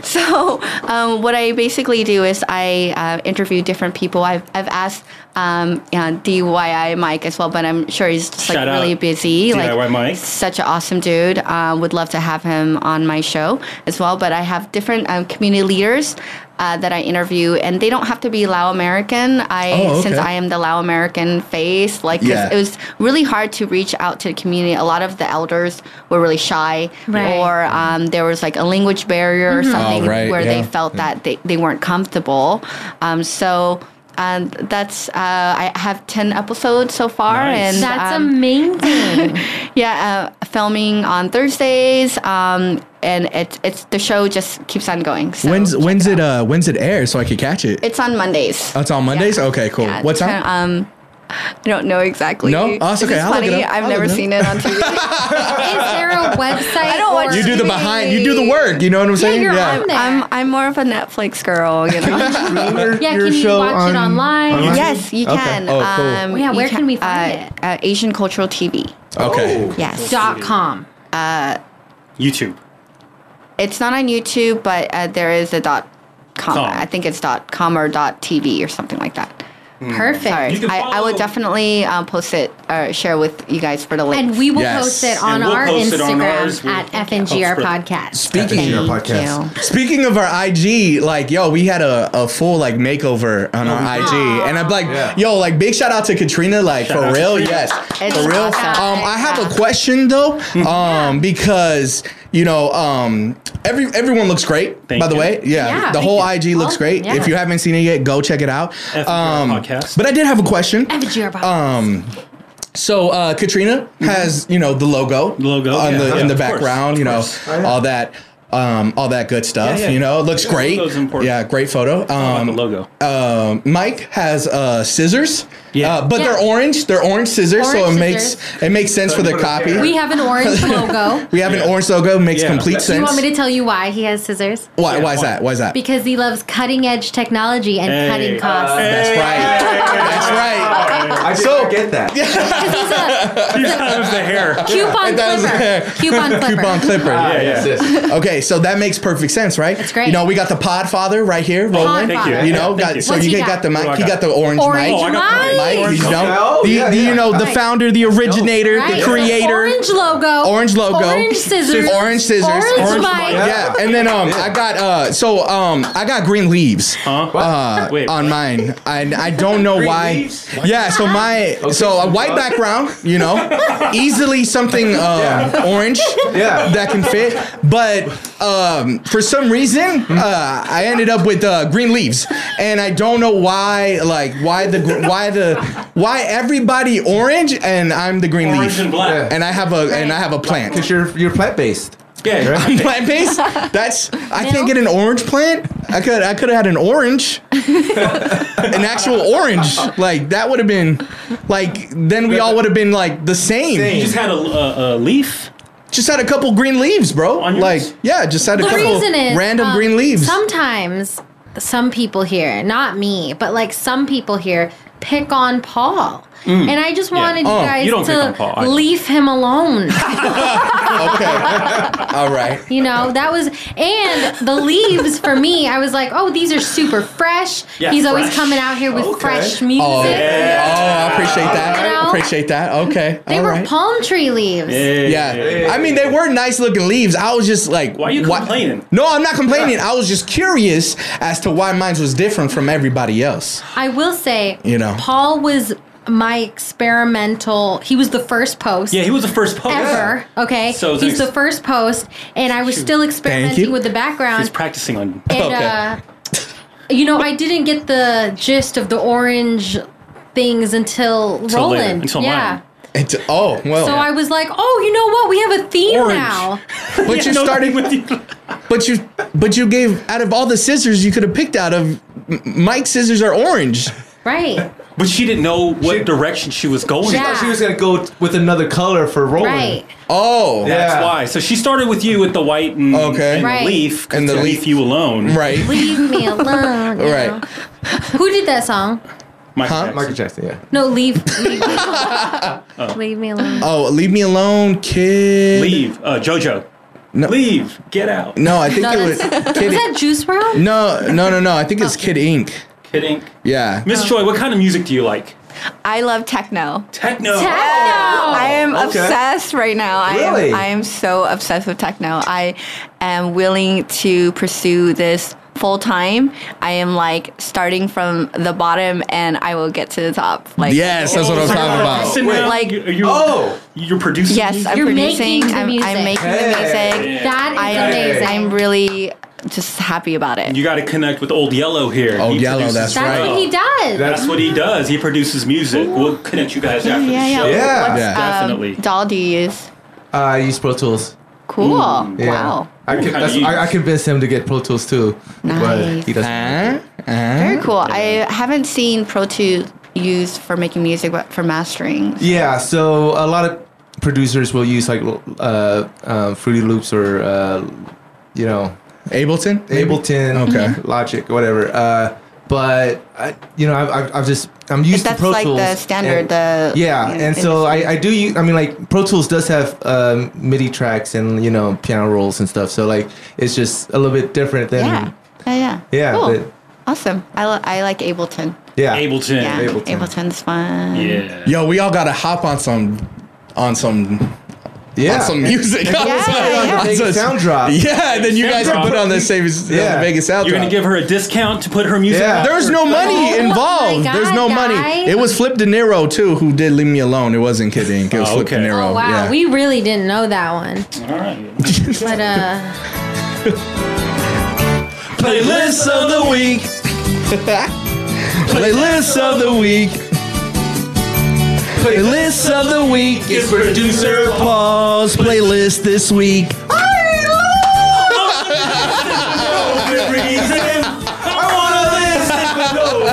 Speaker 11: So, um, what I basically do is I uh, interview different people. I've, I've asked um, yeah, DIY Mike as well, but I'm sure he's just
Speaker 5: Shout
Speaker 11: like
Speaker 5: out
Speaker 11: really busy.
Speaker 5: DIY
Speaker 11: like,
Speaker 5: Mike.
Speaker 11: Such an awesome dude. Uh, would love to have him on my show as well. But I have different um, community leaders. Uh, that I interview, and they don't have to be Lao American. I
Speaker 3: Oh,
Speaker 11: since
Speaker 3: okay.
Speaker 11: I am the Lao American face, like 'cause
Speaker 3: Yeah.
Speaker 11: it was really hard to reach out to the community. A lot of the elders were really shy,
Speaker 4: Right. Mm-hmm.
Speaker 11: or um, there was like a language barrier or something
Speaker 3: Oh, right,
Speaker 11: where they
Speaker 3: yeah.
Speaker 11: felt that they, they weren't comfortable. Um, so um, that's uh, I have ten episodes so far,
Speaker 5: Nice.
Speaker 11: and
Speaker 4: That's
Speaker 11: um,
Speaker 4: amazing.
Speaker 11: [laughs] yeah, uh, filming on Thursdays, um, and it's it's the show just keeps on going. So
Speaker 3: When's
Speaker 11: check
Speaker 3: when's
Speaker 11: it
Speaker 3: it
Speaker 11: out.
Speaker 3: uh when's it air so I could catch it?
Speaker 11: It's on Mondays.
Speaker 3: Oh, it's on Mondays. Okay, cool.
Speaker 11: Yeah,
Speaker 3: What time?
Speaker 11: kinda, Um, I don't know exactly.
Speaker 3: No? Oh, it's
Speaker 11: This
Speaker 3: okay.
Speaker 11: is
Speaker 3: I'll look it
Speaker 11: funny.
Speaker 3: up.
Speaker 11: I've
Speaker 3: I'll look
Speaker 11: never
Speaker 3: it up.
Speaker 11: seen it on
Speaker 3: [laughs]
Speaker 11: TV.
Speaker 4: Is
Speaker 11: [laughs]
Speaker 4: there a website? I
Speaker 11: don't watch
Speaker 3: you do the
Speaker 11: TV.
Speaker 3: behind. You do the work. You know what I'm saying?
Speaker 4: you're on there.
Speaker 11: I'm I'm more of a Netflix girl,
Speaker 3: [laughs]
Speaker 11: you know.
Speaker 4: Yeah, can you watch it online?
Speaker 11: Yes, you can.
Speaker 3: Oh, cool.
Speaker 11: Um,
Speaker 4: Yeah,
Speaker 11: you
Speaker 4: where can we find
Speaker 11: uh, it? Uh, Asian Cultural TV.
Speaker 2: Oh,
Speaker 3: Okay.
Speaker 11: Yes.
Speaker 4: Dot com.
Speaker 5: YouTube.
Speaker 11: It's not on YouTube, but uh, there is a dot com.
Speaker 5: Com.
Speaker 11: I think it's dot com or dot TV or something like that.
Speaker 2: Hmm.
Speaker 4: Perfect.
Speaker 11: Sorry.
Speaker 5: can
Speaker 11: I, I
Speaker 5: follow-
Speaker 11: will definitely um, post it or share with you guys for the link.
Speaker 4: And we will
Speaker 3: Yes.
Speaker 4: post it on
Speaker 5: And we'll
Speaker 4: our
Speaker 5: post it
Speaker 4: Instagram
Speaker 5: on ours. We'll-
Speaker 4: at FNGR Podcast.
Speaker 3: Speaking
Speaker 11: Thank
Speaker 6: podcast.
Speaker 11: you.
Speaker 3: Speaking of our IG, like yo, we had a, a full like makeover on
Speaker 5: Oh,
Speaker 3: our IG, and I'm like, yo, like big shout out to Katrina, like
Speaker 5: Shout out
Speaker 3: for
Speaker 5: to
Speaker 3: real,
Speaker 5: Katrina.
Speaker 3: yes,
Speaker 11: It's
Speaker 3: for real.
Speaker 11: awesome.
Speaker 3: Um, I have a question
Speaker 5: [laughs]
Speaker 3: though, um, because you know, um, every everyone looks great.
Speaker 5: Thank
Speaker 3: by the
Speaker 5: you.
Speaker 3: way, yeah,
Speaker 4: Yeah,
Speaker 3: the
Speaker 4: thank
Speaker 3: whole
Speaker 4: you.
Speaker 3: IG looks
Speaker 4: Oh,
Speaker 3: great.
Speaker 4: yeah.
Speaker 3: If you haven't seen it yet, go check it out. Um,
Speaker 5: FNGR podcast.
Speaker 3: But I did have a question.
Speaker 4: FNGR
Speaker 3: Uh,
Speaker 4: Podcast.
Speaker 3: So uh, Katrina has you know the logo,
Speaker 5: Mm-hmm. Logo,
Speaker 3: on
Speaker 5: yeah.
Speaker 3: the
Speaker 5: Yeah,
Speaker 3: in the
Speaker 5: of course,
Speaker 3: background,
Speaker 5: of
Speaker 3: you know
Speaker 5: course.
Speaker 3: all that, um, all that good stuff.
Speaker 5: Yeah, yeah.
Speaker 3: You know, it looks
Speaker 5: Yeah,
Speaker 3: great.
Speaker 5: logo's important.
Speaker 3: Yeah, great photo.
Speaker 5: on the
Speaker 3: Um,
Speaker 5: logo.
Speaker 3: um, Mike has uh, scissors,
Speaker 5: Yeah.
Speaker 3: uh, but they're
Speaker 4: Yeah.
Speaker 3: orange. They're orange scissors, so it
Speaker 4: Orange
Speaker 3: makes it makes sense for the copy.
Speaker 4: We have an orange logo.
Speaker 3: [laughs] We have an orange logo, it makes
Speaker 5: Yeah.
Speaker 3: complete
Speaker 4: Do
Speaker 3: sense.
Speaker 4: you want me to tell you why he has scissors?
Speaker 3: why?
Speaker 5: Yeah,
Speaker 3: why is
Speaker 5: why?
Speaker 3: that? Why is that?
Speaker 4: Because he loves cutting edge technology and
Speaker 5: Hey.
Speaker 4: cutting costs.
Speaker 3: That's right. That's right.
Speaker 10: I did
Speaker 3: So-
Speaker 10: not get that.
Speaker 3: [laughs]
Speaker 5: He's out of the hair.
Speaker 4: Coupon
Speaker 3: That was- [laughs]
Speaker 4: clipper. Coupon clipper.
Speaker 3: Coupon clipper.
Speaker 5: Yeah, yeah.
Speaker 3: Okay, so that makes perfect sense, right? That's
Speaker 4: great.
Speaker 3: You know, we got the Podfather right here rolling.
Speaker 5: Thank you.
Speaker 3: You know,
Speaker 5: Thank
Speaker 3: got,
Speaker 5: you.
Speaker 3: so
Speaker 4: What's
Speaker 3: you
Speaker 4: he
Speaker 3: get- got
Speaker 4: got?
Speaker 3: the mic.
Speaker 5: What do
Speaker 3: He
Speaker 5: I
Speaker 3: got the orange,
Speaker 4: Orange
Speaker 5: Oh,
Speaker 3: mic.
Speaker 5: I got the
Speaker 4: mic.
Speaker 5: mic.
Speaker 3: You
Speaker 5: Orange
Speaker 3: know,
Speaker 10: Oh,
Speaker 3: the,
Speaker 10: yeah,
Speaker 3: the- you
Speaker 10: yeah.
Speaker 3: know, the
Speaker 4: Right.
Speaker 3: founder, the originator, the
Speaker 4: Right.
Speaker 3: creator.
Speaker 4: Orange logo.
Speaker 3: Orange logo.
Speaker 4: Orange scissors.
Speaker 3: Orange scissors.
Speaker 4: Orange,
Speaker 5: Orange
Speaker 4: mic.
Speaker 5: mic.
Speaker 3: Yeah, and then um, I got uh, so um, I got green leaves
Speaker 5: Huh?
Speaker 3: uh,
Speaker 5: Wait,
Speaker 3: on mine, and I don't know why.
Speaker 10: leaves?
Speaker 3: Yeah,
Speaker 4: Uh-huh.
Speaker 3: so my so a white background, you know, easily something uh, orange
Speaker 10: Yeah.
Speaker 3: that can fit, but um, for some reason uh, I ended up with uh, green leaves, and I don't know why. Like why the gr- why the why everybody orange and I'm the green
Speaker 5: Orange
Speaker 3: leaf,
Speaker 5: and black.
Speaker 3: and I have a and I have a plant.
Speaker 10: Because you're you're plant based.
Speaker 5: Yeah.
Speaker 3: [laughs] plant based. That's I can't get an orange plant. I could I could have had an [laughs] orange, an actual orange. Like that would have been, like then we all would have been like the same.
Speaker 5: You just had a, a, a leaf.
Speaker 3: Just had a couple green leaves, bro.
Speaker 5: On yours?
Speaker 3: Like yeah, just had a
Speaker 4: The
Speaker 3: couple
Speaker 4: reason is
Speaker 3: random
Speaker 4: um,
Speaker 3: green leaves.
Speaker 4: Sometimes some people here, not me, but like some people here pick on Paul. And I just wanted
Speaker 3: Oh,
Speaker 4: you guys
Speaker 5: Mm. you don't pick on
Speaker 4: to
Speaker 5: Paul, I-
Speaker 4: leave him
Speaker 5: [laughs]
Speaker 4: alone.
Speaker 3: okay, all right.
Speaker 4: You know, that was, and the leaves for me, I was like, oh, these are super fresh.
Speaker 5: Yeah,
Speaker 4: He's always
Speaker 5: fresh.
Speaker 4: coming out here with fresh music.
Speaker 3: Oh, oh, I appreciate that.
Speaker 4: You know?
Speaker 3: Appreciate that. Okay,
Speaker 4: They
Speaker 3: all
Speaker 4: were
Speaker 3: right.
Speaker 4: palm tree leaves.
Speaker 3: Yeah, I mean they were nice looking leaves. I was just like,
Speaker 5: Why you complaining?
Speaker 3: No, I'm not complaining. I was just curious as to why mine was different from everybody else.
Speaker 4: I will say,
Speaker 3: You know.
Speaker 4: Paul was my experimental, he was the first post.
Speaker 5: Yeah, he was the first poet.
Speaker 4: ever. Okay,
Speaker 5: So it's
Speaker 4: he's
Speaker 5: ex-
Speaker 4: the first post, and I was still
Speaker 3: you.
Speaker 4: experimenting with the
Speaker 5: He's
Speaker 4: background.
Speaker 5: practicing on.
Speaker 4: and,
Speaker 3: Okay.
Speaker 4: uh, you know, I didn't get the gist of the orange things until,
Speaker 5: Until later,
Speaker 4: Roland.
Speaker 5: until
Speaker 4: yeah.
Speaker 5: mine.
Speaker 3: It's, oh well,
Speaker 4: So I was like, oh, you know what? We have a theme
Speaker 5: Orange.
Speaker 4: now.
Speaker 3: but you
Speaker 5: No,
Speaker 3: started
Speaker 5: with you.
Speaker 3: but you but you gave out of all the scissors you could have picked out of. M- Mike's scissors are orange.
Speaker 4: Right.
Speaker 5: But she didn't know what direction she was going.
Speaker 4: Yeah.
Speaker 5: in.
Speaker 2: She was gonna go t- with another color for rolling.
Speaker 4: Right.
Speaker 3: Oh,
Speaker 5: That's
Speaker 10: Yeah.
Speaker 5: why. So she started with you with the white and,
Speaker 3: Okay.
Speaker 5: and
Speaker 4: Right.
Speaker 5: leaf
Speaker 3: And
Speaker 5: and
Speaker 3: the
Speaker 5: the leaf
Speaker 3: leaf.
Speaker 5: you alone.
Speaker 3: right,
Speaker 4: Leave me alone. you know?
Speaker 3: right.
Speaker 4: Who did that song?
Speaker 5: Michael
Speaker 3: Huh?
Speaker 5: Jackson.
Speaker 3: Michael Jackson, yeah.
Speaker 4: No, leave. Leave me alone. [laughs] Leave me alone.
Speaker 3: Oh, leave me alone, kid.
Speaker 5: Leave. Uh, JoJo.
Speaker 3: No.
Speaker 5: Leave. Get out.
Speaker 3: No, I think
Speaker 4: No,
Speaker 3: it was
Speaker 4: that's-
Speaker 3: Kid
Speaker 4: Was that
Speaker 3: Ink.
Speaker 4: Juice World?
Speaker 3: No, no, no, no. I think it's Kid Ink.
Speaker 5: Kidding.
Speaker 3: Yeah.
Speaker 5: Miss Choi, what kind of music do you like?
Speaker 11: I love techno.
Speaker 5: Techno.
Speaker 4: Oh.
Speaker 11: I am
Speaker 5: okay.
Speaker 11: obsessed right now. I
Speaker 2: Really?
Speaker 11: am I am so obsessed with techno. I am willing to pursue this full time. I am like starting from the bottom and I will get to the top. Like
Speaker 3: Yes, that's what I was talking about.
Speaker 5: Listen now,
Speaker 11: Like-
Speaker 5: you- you-
Speaker 2: Oh.
Speaker 5: you're producing.
Speaker 11: Yes,
Speaker 5: music?
Speaker 11: I'm
Speaker 4: You're
Speaker 11: producing.
Speaker 4: making the
Speaker 11: I'm,
Speaker 4: music.
Speaker 11: I'm making
Speaker 2: Hey.
Speaker 11: the music.
Speaker 4: That is
Speaker 11: I
Speaker 4: amazing.
Speaker 11: I'm really just happy about it.
Speaker 5: you got to connect with Old Yellow here.
Speaker 3: Old
Speaker 5: He
Speaker 3: Yellow,
Speaker 5: produces-
Speaker 3: that's
Speaker 4: That's
Speaker 3: right.
Speaker 4: what he does.
Speaker 5: That's what he does. He produces music. We'll connect you guys after
Speaker 11: yeah,
Speaker 5: the
Speaker 11: yeah.
Speaker 5: show.
Speaker 2: Yeah.
Speaker 11: What's,
Speaker 3: Yeah.
Speaker 5: Definitely.
Speaker 11: Um, doll do you use?
Speaker 2: Ah, I use Pro Tools.
Speaker 11: Cool.
Speaker 2: Yeah.
Speaker 11: Wow.
Speaker 2: I,
Speaker 5: Ooh,
Speaker 2: can,
Speaker 5: how do
Speaker 2: that's,
Speaker 5: you
Speaker 2: I, I
Speaker 5: use-
Speaker 2: convinced him to get Pro Tools too. But he doesn't.
Speaker 11: Very cool. I haven't seen Pro 2 used for making music, but for mastering.
Speaker 2: Yeah, so a lot of producers will use like l- uh, uh, Fruity Loops or, uh, you know,
Speaker 3: Ableton?
Speaker 11: Mm-hmm.
Speaker 2: Ableton,
Speaker 3: Okay.
Speaker 2: Logic, whatever. Uh, but I, you know, I've, I've, I've just I'm used
Speaker 11: that's
Speaker 2: to Pro
Speaker 11: like
Speaker 2: Tools.
Speaker 11: the standard,
Speaker 2: and-
Speaker 11: the,
Speaker 2: yeah,
Speaker 11: you know,
Speaker 2: and so I,
Speaker 11: industry.
Speaker 2: I do. Use, I mean, like Pro Tools does have um, MIDI tracks and you know piano rolls and stuff. So like it's just a little bit different than
Speaker 11: Yeah. Yeah. Yeah.
Speaker 2: Yeah,
Speaker 11: Cool.
Speaker 2: but-
Speaker 11: awesome. I, li- I like Ableton.
Speaker 2: Um, yeah.
Speaker 5: Ableton.
Speaker 11: Yeah.
Speaker 2: Ableton.
Speaker 11: Ableton's fun.
Speaker 5: Yeah.
Speaker 3: Yo, we all gotta hop on some on some
Speaker 2: Yeah,
Speaker 3: on some music.
Speaker 11: Yeah,
Speaker 2: yeah.
Speaker 3: [laughs] On some-
Speaker 2: Sound drop.
Speaker 3: Yeah, and then you guys can put on the same as
Speaker 2: Yeah.
Speaker 3: the Vegas sound
Speaker 5: You're gonna
Speaker 3: drop.
Speaker 5: give her a discount to put her music.
Speaker 2: Yeah.
Speaker 5: out?
Speaker 3: There's no money
Speaker 4: Oh
Speaker 3: involved.
Speaker 4: my
Speaker 3: There's no
Speaker 4: God,
Speaker 3: money.
Speaker 4: guys.
Speaker 3: It was Flip De Niro too who did Leave Me Alone. It wasn't Kid Ink. It was
Speaker 5: Oh,
Speaker 3: Flip De
Speaker 5: okay.
Speaker 3: Niro.
Speaker 4: Oh wow,
Speaker 3: yeah.
Speaker 4: we really didn't know that one.
Speaker 5: All right.
Speaker 4: But
Speaker 3: [laughs]
Speaker 4: uh,
Speaker 5: Playlist of the
Speaker 3: [laughs]
Speaker 5: week.
Speaker 3: Playlist of the week. Playlist of the week
Speaker 5: is producer
Speaker 3: Paul's playlist this week.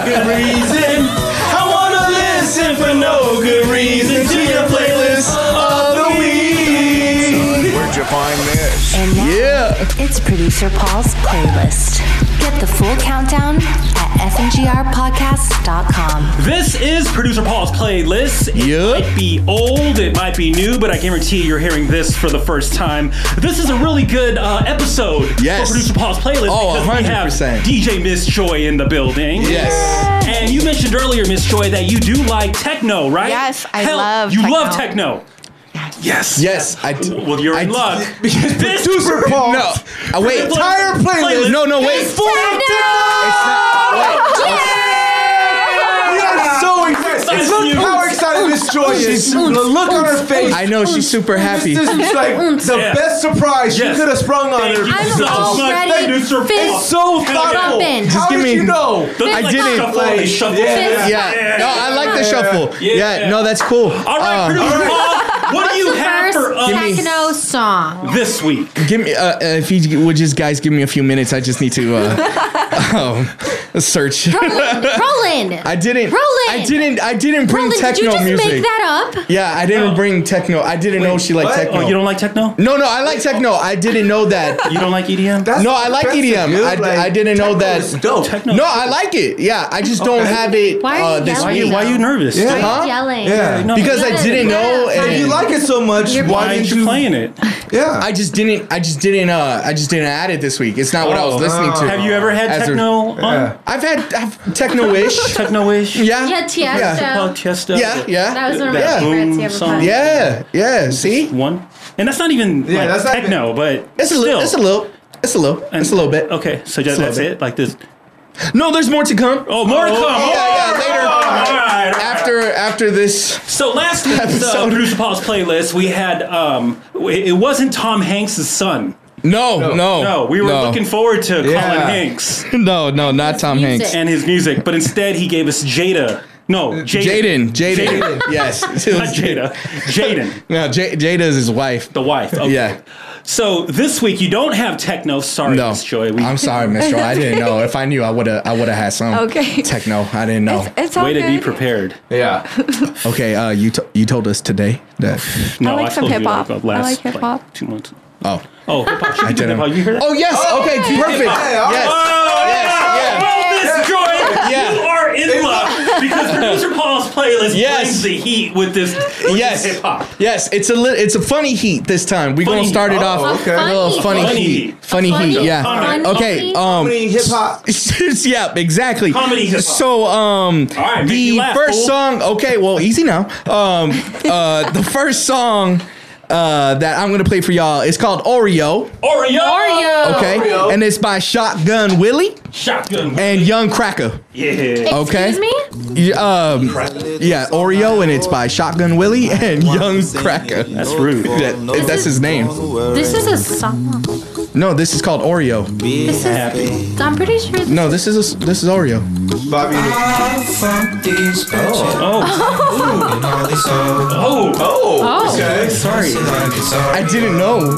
Speaker 5: good reason. I wanna listen for no good reason. I wanna listen for no good reason to your playlist of the week.
Speaker 6: Where'd you find this?
Speaker 1: And now
Speaker 3: Yeah.
Speaker 1: it's producer Paul's playlist. Get the full countdown at fngrpodcast.com.
Speaker 5: This is producer Paul's playlist. It
Speaker 3: Yup.
Speaker 5: might be old, it might be new, but I guarantee you're hearing this for the first time. This is a really good uh, episode
Speaker 3: Yes.
Speaker 5: for producer Paul's playlist
Speaker 3: Oh,
Speaker 5: because we
Speaker 3: 100%.
Speaker 5: have DJ Miss Joy in the building.
Speaker 3: Yes.
Speaker 5: And you mentioned earlier, Miss Joy, that you do like techno, right?
Speaker 11: Yes, I love
Speaker 5: You
Speaker 11: techno.
Speaker 5: love techno. Yes.
Speaker 3: Yes, I d-
Speaker 5: Well, you're in
Speaker 3: I-
Speaker 5: luck.
Speaker 2: [laughs]
Speaker 5: This
Speaker 2: Producer Paul.
Speaker 3: No. I wait.
Speaker 5: entire playlist
Speaker 3: No, no, wait.
Speaker 5: is full of
Speaker 2: We are so excited.
Speaker 5: It's
Speaker 2: Look
Speaker 5: you.
Speaker 2: how excited Miss Joy is. The look on her face.
Speaker 3: I know she's super happy.
Speaker 2: This is like the
Speaker 5: Yeah.
Speaker 2: best surprise
Speaker 5: Yes.
Speaker 2: you could have sprung on
Speaker 5: Thank
Speaker 2: her.
Speaker 5: you
Speaker 4: I'm
Speaker 5: so much,
Speaker 4: already
Speaker 5: producer Paul.
Speaker 4: fist
Speaker 2: It's so
Speaker 5: Hell yeah.
Speaker 2: thoughtful.
Speaker 4: Bumping.
Speaker 2: How
Speaker 3: Just give
Speaker 2: did
Speaker 3: me-
Speaker 2: you know?
Speaker 5: Those,
Speaker 3: I
Speaker 5: like,
Speaker 3: did it.
Speaker 5: shuffle, they
Speaker 2: Like,
Speaker 5: shuffle.
Speaker 2: yeah.
Speaker 3: Yeah. No, I like the shuffle.
Speaker 5: Yeah.
Speaker 3: Yeah. No, that's cool.
Speaker 5: All right,
Speaker 3: Uh,
Speaker 5: producer Paul, what do you have
Speaker 4: first
Speaker 5: for us
Speaker 4: techno
Speaker 3: [laughs]
Speaker 4: song.
Speaker 5: this week?
Speaker 3: Give me uh, uh, if you would just guys give me a few minutes. I just need to uh,
Speaker 4: [laughs]
Speaker 3: um, search.
Speaker 4: Roland,
Speaker 3: I didn't.
Speaker 4: Roland.
Speaker 3: I didn't. I didn't bring
Speaker 4: Roland, did you
Speaker 3: techno
Speaker 4: just
Speaker 3: music.
Speaker 4: make that up?
Speaker 3: Yeah, I didn't bring techno. I didn't know she liked
Speaker 2: what?
Speaker 3: techno.
Speaker 5: Oh, you don't like techno?
Speaker 3: no, no, I like techno. I didn't know
Speaker 5: [laughs]
Speaker 3: that.
Speaker 5: You don't like E EDM?
Speaker 2: That's-
Speaker 3: no, I like
Speaker 2: that's a
Speaker 3: EDM.
Speaker 2: good,
Speaker 3: I,
Speaker 2: like,
Speaker 3: I didn't know that.
Speaker 2: It's dope.
Speaker 3: [laughs]
Speaker 5: Techno.
Speaker 3: No, I like it. Yeah, I just don't have it
Speaker 4: Why are
Speaker 3: uh,
Speaker 4: you
Speaker 3: this
Speaker 5: Why
Speaker 4: yelling?
Speaker 5: are you,
Speaker 3: week
Speaker 5: why are you nervous?
Speaker 2: Yeah.
Speaker 3: Huh?
Speaker 4: You're yelling.
Speaker 2: Yeah.
Speaker 5: No.
Speaker 3: because I didn't know.
Speaker 4: Yeah.
Speaker 2: If
Speaker 3: And
Speaker 2: you like it so much,
Speaker 4: You're
Speaker 2: why
Speaker 5: Why aren't
Speaker 2: did
Speaker 5: you
Speaker 2: you?
Speaker 5: playing it?
Speaker 2: Yeah.
Speaker 3: I just didn't. I just didn't. Uh, I just didn't add it this week. It's not what I
Speaker 5: Oh.
Speaker 3: was listening to.
Speaker 5: Have you ever had
Speaker 3: As a-
Speaker 5: techno
Speaker 2: Yeah.
Speaker 5: on?
Speaker 3: I've had I've
Speaker 4: [laughs]
Speaker 3: techno-ish.
Speaker 5: Techno-ish?
Speaker 3: yeah.
Speaker 4: Yeah, Tiesto.
Speaker 5: Plug Chesto.
Speaker 3: Yeah.
Speaker 4: That
Speaker 3: Yeah.
Speaker 4: was one of my
Speaker 3: Yeah.
Speaker 4: favorites.
Speaker 5: Boom
Speaker 4: he ever
Speaker 5: song.
Speaker 4: played.
Speaker 3: Yeah. Yeah. See,
Speaker 5: One. And that's not even
Speaker 2: Yeah,
Speaker 5: like,
Speaker 2: that's not
Speaker 5: techno, but
Speaker 3: it's a
Speaker 5: still.
Speaker 3: little. It's a little. It's a little. It's a little bit.
Speaker 5: Okay, so just,
Speaker 3: a
Speaker 5: that's
Speaker 3: little bit.
Speaker 5: it? Like this.
Speaker 3: No, there's more to come.
Speaker 5: Oh, more to come.
Speaker 3: Yeah, yeah, later.
Speaker 5: All right. all right.
Speaker 3: After after this,
Speaker 5: So last week's uh,
Speaker 3: Episode.
Speaker 5: producer Paul's playlist, we had um, it, it wasn't Tom Hanks' son.
Speaker 3: no, no,
Speaker 11: Oh.
Speaker 3: no,
Speaker 5: No, we were looking forward to Colin
Speaker 2: Yeah.
Speaker 5: Hanks
Speaker 3: No, no, not Tom
Speaker 4: music.
Speaker 3: Hanks.
Speaker 5: and his music, but instead he gave us Jada. No,
Speaker 11: Uh,
Speaker 3: Jaden,
Speaker 5: Jaden.
Speaker 3: Jaden, yes, [laughs] it
Speaker 5: Not
Speaker 3: was
Speaker 5: Jada. Jaden,
Speaker 3: No, J- Jada is his wife.
Speaker 5: the wife. Okay.
Speaker 3: Yeah,
Speaker 5: So this week you don't have techno. Sorry,
Speaker 3: no,
Speaker 5: Miss Joy. We
Speaker 3: I'm sorry, Miss Joy. I didn't know. If I knew, I would have. I would have had some.
Speaker 11: Okay.
Speaker 3: Techno. I didn't know.
Speaker 11: It's all
Speaker 5: way to
Speaker 11: good.
Speaker 5: be prepared.
Speaker 2: yeah.
Speaker 3: okay. Uh, you to- you told us today that.
Speaker 5: No,
Speaker 11: like some
Speaker 5: told you,
Speaker 11: hip-hop.
Speaker 5: uh, last,
Speaker 11: I like hip-hop.
Speaker 5: two months.
Speaker 3: Oh.
Speaker 5: Oh, hip hop. She did
Speaker 3: didn't-
Speaker 5: hip hop. You hear that?
Speaker 3: Oh yes. okay. Perfect.
Speaker 2: Hey, all
Speaker 3: Yes.
Speaker 5: Oh,
Speaker 3: Yes,
Speaker 5: yeah.
Speaker 3: yeah.
Speaker 5: Well, Miss Joy,
Speaker 3: Yeah.
Speaker 5: you are in luck because playlist
Speaker 3: Yes.
Speaker 5: brings the heat with this. With
Speaker 3: Yes.
Speaker 5: hip hop.
Speaker 3: Yes, it's a li- it's a funny heat this time. We're
Speaker 5: Funny
Speaker 3: gonna
Speaker 5: heat.
Speaker 3: start it
Speaker 5: Oh,
Speaker 3: off
Speaker 2: okay.
Speaker 3: a little funny,
Speaker 4: Funny
Speaker 5: heat.
Speaker 3: heat. Funny,
Speaker 4: funny
Speaker 3: heat.
Speaker 4: heat.
Speaker 3: Yeah.
Speaker 4: Funny
Speaker 3: okay.
Speaker 4: heat.
Speaker 3: Um.
Speaker 2: Comedy hip hop.
Speaker 3: [laughs] yeah, exactly.
Speaker 5: Comedy hip hop.
Speaker 3: So, um,
Speaker 5: All right, make
Speaker 3: the
Speaker 5: me laugh,
Speaker 3: first
Speaker 5: fool.
Speaker 3: song. Okay, well, easy now.
Speaker 5: [laughs]
Speaker 3: Um, uh, the first song uh, that I'm gonna play for y'all is called Oreo.
Speaker 5: Oreo.
Speaker 4: Oreo.
Speaker 3: Okay,
Speaker 2: Oreo.
Speaker 3: and it's by Shotgun Willie
Speaker 5: Shotgun.
Speaker 3: and Young Cracker.
Speaker 5: yeah.
Speaker 3: Okay.
Speaker 4: Excuse me?
Speaker 3: Y- Um, yeah, Oreo, and it's by Shotgun Willie and Young Cracker.
Speaker 5: That's rude.
Speaker 3: That- that's his name.
Speaker 4: This is a song.
Speaker 3: No, this is called Oreo.
Speaker 4: This is. I'm pretty sure. This
Speaker 3: No, this is a, this is Oreo.
Speaker 2: Bobby.
Speaker 5: Oh. oh. Oh.
Speaker 4: Oh.
Speaker 2: Okay.
Speaker 5: Sorry.
Speaker 3: I didn't know.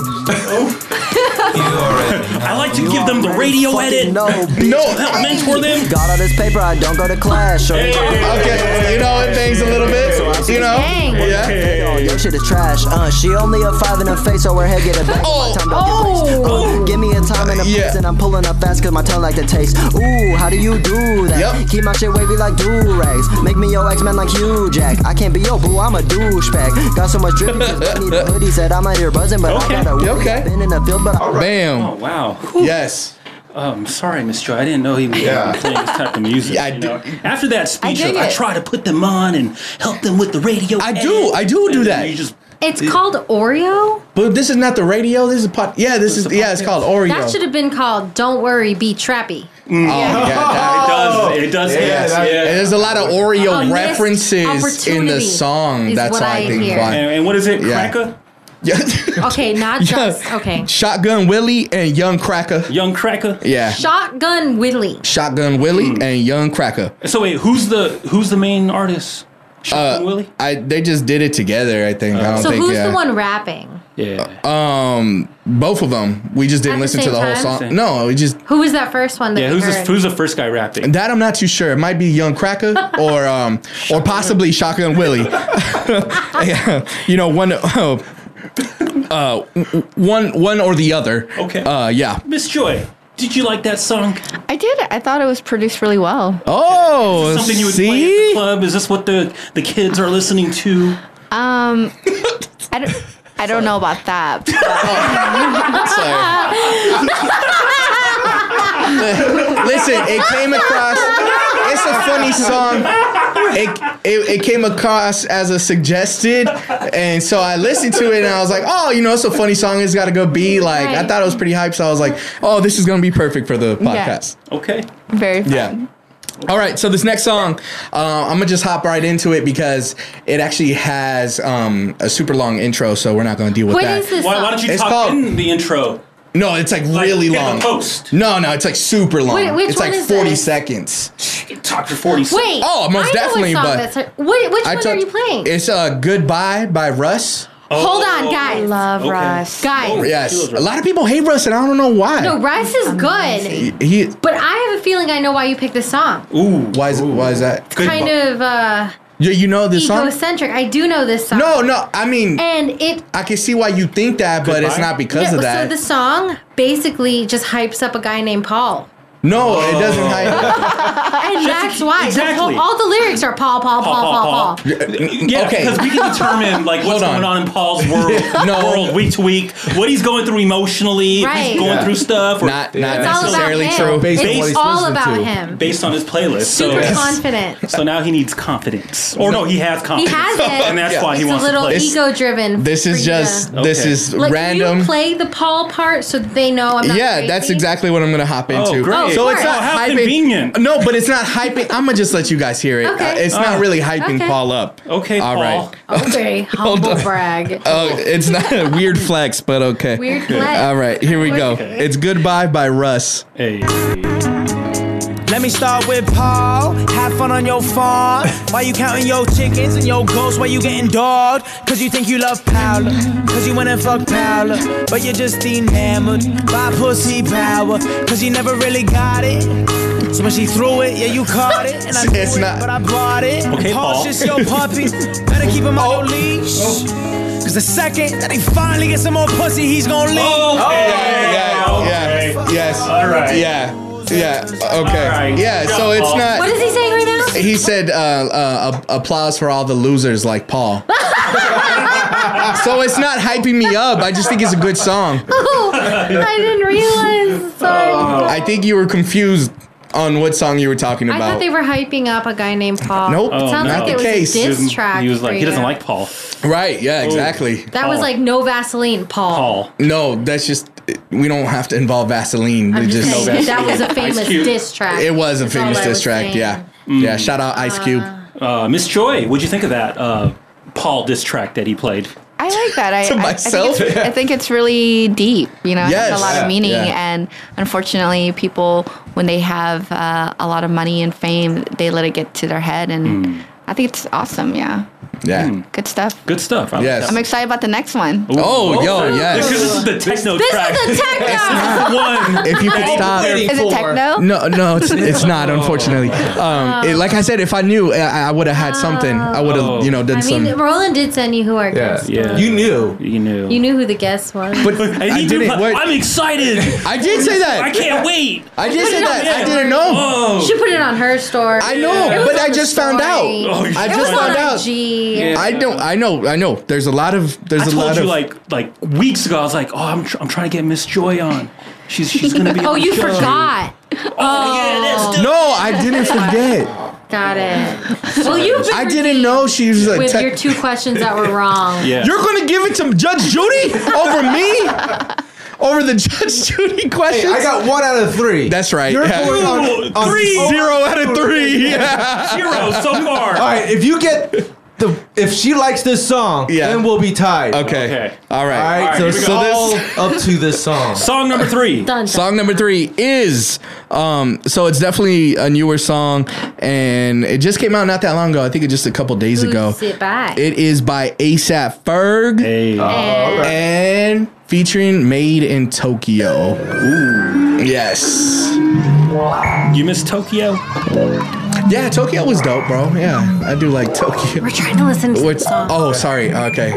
Speaker 5: I like to give them the radio edit.
Speaker 3: No.
Speaker 5: Help mentor them.
Speaker 7: Got all this paper, I don't go to class. Shorty,
Speaker 3: Okay, you know, it things a little bit. You know.
Speaker 4: Dang.
Speaker 3: Yeah.
Speaker 7: yo, oh, your shit is trash. Uh, she only a five in the face, so her head get a back.
Speaker 3: Oh.
Speaker 7: My time don't get laced. Uh, give me a time and a place,
Speaker 3: Yeah.
Speaker 7: and I'm pulling up fast cause my tongue like the taste. Ooh, how do you do that?
Speaker 3: Yep.
Speaker 7: Keep my shit wavy like do-rags. Make me your X-Man like Hugh Jack. I can't be your boo, I'm a douchebag. Got so much drip, because
Speaker 3: [laughs]
Speaker 7: I need a hoodie. Said I'm out here buzzing, but
Speaker 5: Okay.
Speaker 7: I got a
Speaker 3: Yeah,
Speaker 7: wheelie.
Speaker 3: okay.
Speaker 7: I've Been in the field, but I
Speaker 5: Oh
Speaker 3: Bam.
Speaker 5: wow.
Speaker 3: Yes.
Speaker 5: Um, sorry, Miss Joy. I didn't know he was
Speaker 2: Yeah.
Speaker 5: playing this type of music.
Speaker 3: Yeah, I
Speaker 5: you
Speaker 3: do-
Speaker 5: know? After that speech,
Speaker 11: dig
Speaker 5: I, I
Speaker 11: it.
Speaker 5: try to put them on and help them with the radio.
Speaker 3: I do-
Speaker 5: edit.
Speaker 3: I do do
Speaker 5: And
Speaker 3: that.
Speaker 5: You just
Speaker 4: It's called Oreo.
Speaker 3: But this is not the radio. This is a pot. Yeah, this is yeah. It's called Oreo.
Speaker 4: That should have been called "Don't Worry, Be Trappy."
Speaker 3: Yeah, that-
Speaker 5: it
Speaker 3: Oh.
Speaker 5: does. It does. yes,
Speaker 2: that-
Speaker 5: yeah.
Speaker 3: and there's a lot of
Speaker 4: A
Speaker 3: Oreo
Speaker 4: Oh, missed
Speaker 3: references in the
Speaker 4: opportunity
Speaker 3: song.
Speaker 4: is
Speaker 3: That's
Speaker 4: what
Speaker 3: why I
Speaker 4: I
Speaker 3: think
Speaker 4: hear.
Speaker 5: And,
Speaker 3: why.
Speaker 5: and what is it?
Speaker 3: Yeah.
Speaker 5: Cracker.
Speaker 3: [laughs] Yeah.
Speaker 4: [laughs] Okay, not just okay.
Speaker 3: Shotgun Willie and Young Cracker.
Speaker 5: Young Cracker.
Speaker 3: Yeah.
Speaker 4: Shotgun Willie.
Speaker 3: Shotgun Willie
Speaker 5: Mm.
Speaker 3: and Young Cracker.
Speaker 5: So wait, who's the who's the main artist?
Speaker 3: Uh,
Speaker 5: Shotgun Willie.
Speaker 3: I they just did it together. I think. I don't
Speaker 4: So
Speaker 3: think.
Speaker 4: who's
Speaker 3: yeah.
Speaker 4: the one rapping?
Speaker 5: Yeah.
Speaker 3: Um, both of them. We just didn't
Speaker 4: At the
Speaker 3: listen to
Speaker 4: same
Speaker 3: the whole
Speaker 4: time?
Speaker 3: song. No, we just
Speaker 4: Who was that first one? That
Speaker 5: yeah.
Speaker 4: we
Speaker 5: Who's the,
Speaker 4: heard?
Speaker 5: who's the first guy rapping?
Speaker 3: that I'm not too sure. It might be Young
Speaker 4: [laughs]
Speaker 3: Cracker or um or possibly Shotgun Willie. [laughs] you know one. Uh, uh, one, one or the other.
Speaker 5: Okay.
Speaker 3: Uh, yeah.
Speaker 5: Miss Joy. Did you like that song?
Speaker 11: I did. I thought it was produced really well.
Speaker 3: Oh,
Speaker 5: Something you would play at the
Speaker 3: see.
Speaker 5: club? Is this what the the kids are listening to?
Speaker 11: Um, I don't. I
Speaker 2: [laughs]
Speaker 11: don't know about that. [laughs] but-
Speaker 3: Sorry. [laughs] Listen, it came across. It's a funny song. It, it it came across as a suggested, and so I listened to it and I was like, oh, you know, it's a funny song. It's got a good beat. Like I
Speaker 4: Right.
Speaker 3: thought it was pretty hype, so I was like, oh, this is gonna be perfect for the
Speaker 11: Yeah.
Speaker 3: podcast.
Speaker 5: Okay.
Speaker 11: Very fun.
Speaker 3: Yeah. All right, so this next song, uh, I'm gonna just hop right into it because it actually has um, a super long intro, so we're not gonna deal with
Speaker 4: What
Speaker 3: that.
Speaker 4: is this?
Speaker 5: Why,
Speaker 4: song?
Speaker 5: why don't you
Speaker 3: It's
Speaker 5: talk
Speaker 3: called-
Speaker 5: in the intro?
Speaker 3: No, it's like
Speaker 5: Like,
Speaker 3: really
Speaker 5: in the
Speaker 3: long.
Speaker 5: post.
Speaker 3: No, no, it's like super long.
Speaker 4: Wait, which
Speaker 3: it's
Speaker 4: one
Speaker 3: like
Speaker 4: is
Speaker 3: 40
Speaker 4: this?
Speaker 3: seconds.
Speaker 5: Talk for forty. seconds.
Speaker 4: Wait.
Speaker 3: Oh, most
Speaker 4: I know
Speaker 3: definitely,
Speaker 4: What song
Speaker 3: but-
Speaker 4: that's her- Wait, which
Speaker 3: I
Speaker 4: one
Speaker 3: took-
Speaker 4: are you playing?
Speaker 3: It's uh, Goodbye by Russ.
Speaker 4: Hold
Speaker 5: Oh.
Speaker 4: on, guys.
Speaker 11: Love
Speaker 5: Okay.
Speaker 11: Russ.
Speaker 4: Guys.
Speaker 5: Oh.
Speaker 3: Yes.
Speaker 5: Feels
Speaker 3: A
Speaker 5: right.
Speaker 3: lot of people hate Russ, and I don't know why.
Speaker 4: No, Rice is
Speaker 3: He,
Speaker 4: good,
Speaker 3: he-
Speaker 4: but I have a feeling I know why you picked this song.
Speaker 5: Ooh.
Speaker 3: why, is, why is that?
Speaker 4: Kind of uh,
Speaker 3: You, you know this song?
Speaker 4: egocentric. I do know this song.
Speaker 3: No, no. I mean,
Speaker 4: And it
Speaker 3: I can see why you think that, but it's
Speaker 5: Goodbye?
Speaker 3: not because of
Speaker 4: Yeah,
Speaker 3: that.
Speaker 4: So the song basically just hypes up a guy named Paul.
Speaker 3: no, it doesn't. Hide.
Speaker 4: And that's why. That's
Speaker 5: exactly.
Speaker 4: whole- all the lyrics are Paul, Paul, Paul, Paul, Paul.
Speaker 5: Yeah,
Speaker 3: Okay.
Speaker 5: because we can determine like what's
Speaker 3: [laughs] Hold on.
Speaker 5: going on in Paul's world,
Speaker 3: [laughs] No.
Speaker 5: world week to week, what he's going through emotionally, if he's
Speaker 4: Right.
Speaker 5: going
Speaker 2: Yeah.
Speaker 5: through stuff, or
Speaker 3: not not
Speaker 2: It's
Speaker 4: It's all about
Speaker 3: necessarily
Speaker 4: him.
Speaker 3: true.
Speaker 2: Based on what
Speaker 4: it's
Speaker 2: he's
Speaker 4: all
Speaker 2: listening
Speaker 4: about
Speaker 2: to.
Speaker 4: him.
Speaker 5: based on his playlist. So,
Speaker 4: Super confident.
Speaker 5: so now he needs confidence, or no, he has confidence,
Speaker 4: has it.
Speaker 5: and that's
Speaker 4: Yeah.
Speaker 5: why he
Speaker 4: It's a
Speaker 5: wants
Speaker 4: little
Speaker 5: to play.
Speaker 4: ego-driven.
Speaker 3: This
Speaker 4: for
Speaker 3: is
Speaker 4: you to-
Speaker 3: just this
Speaker 5: Okay.
Speaker 3: is
Speaker 4: like,
Speaker 3: random.
Speaker 4: You play the Paul part so that they know I'm not
Speaker 3: Yeah,
Speaker 4: crazy?
Speaker 3: that's exactly what I'm gonna hop into.
Speaker 5: great. Oh,
Speaker 3: so
Speaker 4: of
Speaker 3: it's
Speaker 4: course.
Speaker 3: not
Speaker 5: Oh, how
Speaker 3: hyping.
Speaker 5: convenient.
Speaker 3: No, but it's not hyping. I'm gonna just let you guys hear it. Uh,
Speaker 4: Okay.
Speaker 3: it's not
Speaker 5: Oh.
Speaker 3: really hyping
Speaker 4: Okay.
Speaker 3: Paul up.
Speaker 5: Okay,
Speaker 3: All
Speaker 5: Paul.
Speaker 3: right.
Speaker 4: Okay, humble brag.
Speaker 3: Oh, it's not [laughs] a weird flex, but okay.
Speaker 4: Weird flex.
Speaker 3: All right, here we go.
Speaker 4: Okay.
Speaker 3: It's Goodbye by Russ.
Speaker 5: Hey.
Speaker 7: Let me start with Paul. Have fun on your farm. Why you counting your chickens and your goats? Why you getting dogged? Cause you think you love Paola. Cause you went and fucked Paola. But you're just enamored by pussy power. Cause you never really got it. So when she threw it, yeah, you caught
Speaker 3: [laughs]
Speaker 7: it. And I knew
Speaker 3: It's
Speaker 7: it,
Speaker 3: not-
Speaker 7: but I bought it.
Speaker 5: Okay, Paul.
Speaker 7: Paul's just your puppy. Better keep him on
Speaker 3: Oh.
Speaker 7: your leash. Cause the second that he finally gets some more pussy, he's gonna leave.
Speaker 3: Oh.
Speaker 5: Okay. okay.
Speaker 3: Yes.
Speaker 5: All right.
Speaker 3: Yeah. Yeah. Okay.
Speaker 5: All right.
Speaker 3: Yeah. So it's
Speaker 5: Paul.
Speaker 3: not.
Speaker 4: what is he saying right
Speaker 3: [laughs]
Speaker 4: now? [laughs]
Speaker 3: he said uh, uh, a- applause for all the losers like
Speaker 4: [laughs]
Speaker 3: Paul. so it's not hyping me up. I just think it's a good song.
Speaker 4: Oh, I didn't realize. Sorry.
Speaker 3: I think you were confused on what song you were talking
Speaker 4: I
Speaker 3: about.
Speaker 4: thought they were hyping up a guy named Paul.
Speaker 3: Nope.
Speaker 4: it sounds
Speaker 3: Not
Speaker 4: like
Speaker 3: the
Speaker 4: it was
Speaker 3: case.
Speaker 4: a
Speaker 3: He
Speaker 4: diss
Speaker 3: was-
Speaker 4: track.
Speaker 5: he was
Speaker 4: for
Speaker 5: like, he doesn't
Speaker 4: you.
Speaker 5: like Paul.
Speaker 3: Right?
Speaker 5: Oh.
Speaker 3: Yeah, exactly.
Speaker 4: That was like no Vaseline, Paul.
Speaker 3: No, that's just we don't have to involve Vaseline.
Speaker 4: I'm
Speaker 3: We
Speaker 4: just
Speaker 3: just
Speaker 4: saying, that was a famous
Speaker 5: Cube.
Speaker 4: diss [laughs] track.
Speaker 3: It was a
Speaker 4: That's all
Speaker 3: famous
Speaker 4: I
Speaker 3: diss
Speaker 4: was
Speaker 3: track.
Speaker 4: saying.
Speaker 3: Yeah,
Speaker 5: Mm.
Speaker 3: yeah. Shout out Ice Cube.
Speaker 5: Uh, Miss Choi, what'd you think of that uh, Paul diss track that he played?
Speaker 11: I like
Speaker 2: [laughs]
Speaker 11: that. I,
Speaker 5: To
Speaker 11: I- I,
Speaker 5: myself.
Speaker 11: think it's, I think it's really deep. You know, it
Speaker 5: Yes.
Speaker 11: has a lot
Speaker 5: Yeah,
Speaker 11: of meaning.
Speaker 5: yeah.
Speaker 11: And unfortunately, people when they have uh, a lot of money and fame, they let it get to their head. And
Speaker 2: Hmm.
Speaker 11: I think it's awesome. Yeah,
Speaker 3: Yeah.
Speaker 5: Mm.
Speaker 11: good stuff.
Speaker 5: Good stuff. I like that.
Speaker 11: I'm excited about the next one.
Speaker 3: Oh, yo, yes.
Speaker 5: Because this is the techno
Speaker 11: This is
Speaker 5: track.
Speaker 11: the techno!
Speaker 5: [laughs] This is the one.
Speaker 3: If you
Speaker 5: that
Speaker 3: could
Speaker 5: we're
Speaker 3: stop,
Speaker 5: waiting
Speaker 11: Is it
Speaker 5: for.
Speaker 11: techno?
Speaker 3: No, no, it's, it's not.
Speaker 5: Oh.
Speaker 3: Unfortunately, um, it- like I said, if I knew, I, I would have had something. I would have, you know, did
Speaker 4: I
Speaker 3: some.
Speaker 4: mean, Roland did send you who our guest was.
Speaker 3: You knew.
Speaker 5: You knew.
Speaker 4: You knew who the guest was.
Speaker 3: But
Speaker 5: And he
Speaker 3: I
Speaker 5: did
Speaker 3: didn't.
Speaker 5: pla-
Speaker 3: Wait,
Speaker 5: I'm excited. [laughs]
Speaker 3: I did say that.
Speaker 5: I Oh. can't wait.
Speaker 3: I
Speaker 4: Put
Speaker 3: did say
Speaker 4: it on
Speaker 3: that. I
Speaker 4: there.
Speaker 3: didn't know.
Speaker 4: She put it on her story.
Speaker 3: I know,
Speaker 4: It was
Speaker 3: but
Speaker 4: on
Speaker 3: I
Speaker 4: the
Speaker 3: just found out.
Speaker 4: story.
Speaker 3: Oh, you
Speaker 4: it
Speaker 3: just
Speaker 4: was
Speaker 3: found
Speaker 4: on
Speaker 3: out.
Speaker 4: IG.
Speaker 3: I don't. I know. I know. There's a lot of. There's
Speaker 5: I
Speaker 3: a
Speaker 5: told
Speaker 3: lot
Speaker 5: you
Speaker 3: of.
Speaker 5: like like weeks ago. I was like, oh, I'm tr- I'm trying to get Miss Joy on. She's she's gonna be.
Speaker 4: [laughs] Oh,
Speaker 5: on
Speaker 4: you
Speaker 5: the show.
Speaker 4: forgot. Oh,
Speaker 3: no, I didn't forget.
Speaker 4: Got
Speaker 5: [laughs]
Speaker 4: it. Well, you've been
Speaker 3: I didn't
Speaker 2: Oh,
Speaker 3: know she was a.
Speaker 4: with
Speaker 3: tech-
Speaker 4: your two questions
Speaker 3: [laughs]
Speaker 4: that were wrong.
Speaker 3: You're gonna give it to Judge Judy over
Speaker 5: [laughs]
Speaker 3: me? Over the Judge Judy questions?
Speaker 2: I got one out of three.
Speaker 3: That's right.
Speaker 2: You're
Speaker 3: yeah.
Speaker 2: going on, on
Speaker 5: Three.
Speaker 3: Zero out of three. Yeah.
Speaker 5: Zero so far.
Speaker 2: All right, if you get the if she likes this song,
Speaker 3: Yeah.
Speaker 2: then we'll be tied.
Speaker 3: Okay.
Speaker 5: Okay.
Speaker 3: All right.
Speaker 2: All right,
Speaker 5: right,
Speaker 2: so
Speaker 5: here we
Speaker 2: it's
Speaker 5: go.
Speaker 2: all
Speaker 3: So
Speaker 2: up to this song.
Speaker 5: Song number three.
Speaker 4: Dun, dun.
Speaker 3: Song number three is um, so it's definitely a newer song, and it just came out not that long ago. I think it just a couple days
Speaker 4: Ooh,
Speaker 3: ago.
Speaker 4: Sit back.
Speaker 3: It is by ASAP Ferg
Speaker 5: Oh,
Speaker 4: And
Speaker 3: and featuring Made in Tokyo. Ooh. Yes.
Speaker 5: You miss Tokyo.
Speaker 3: Yeah, Tokyo was dope, bro. Yeah, I do like Tokyo.
Speaker 4: we're trying to listen to the
Speaker 3: What's,
Speaker 4: song.
Speaker 3: oh, sorry. Okay.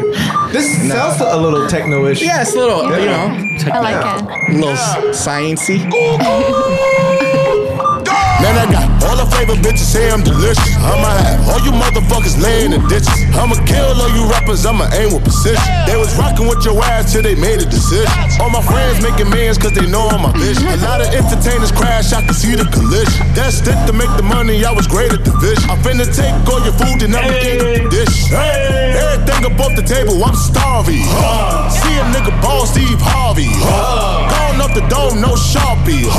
Speaker 2: This sounds a little techno-ish.
Speaker 3: Yeah, it's a little, you know,
Speaker 11: I like
Speaker 3: a little sciencey.
Speaker 12: Man, I got all the flavor bitches say I'm delicious. I'ma have all you motherfuckers laying in ditches. I'ma kill all you rappers, I'ma aim with precision. They was rocking with your ass till they made a decision. All my friends making millions cause they know I'm a bitch. A lot of entertainers crash, I can see the collision. That's it to make the money, I was great at the vision. I'm finna take all your food and I'ma eat up the dish. Everything above the table, I'm starving. See a nigga ball, Steve Harvey. Gone up the dome, no Sharpie.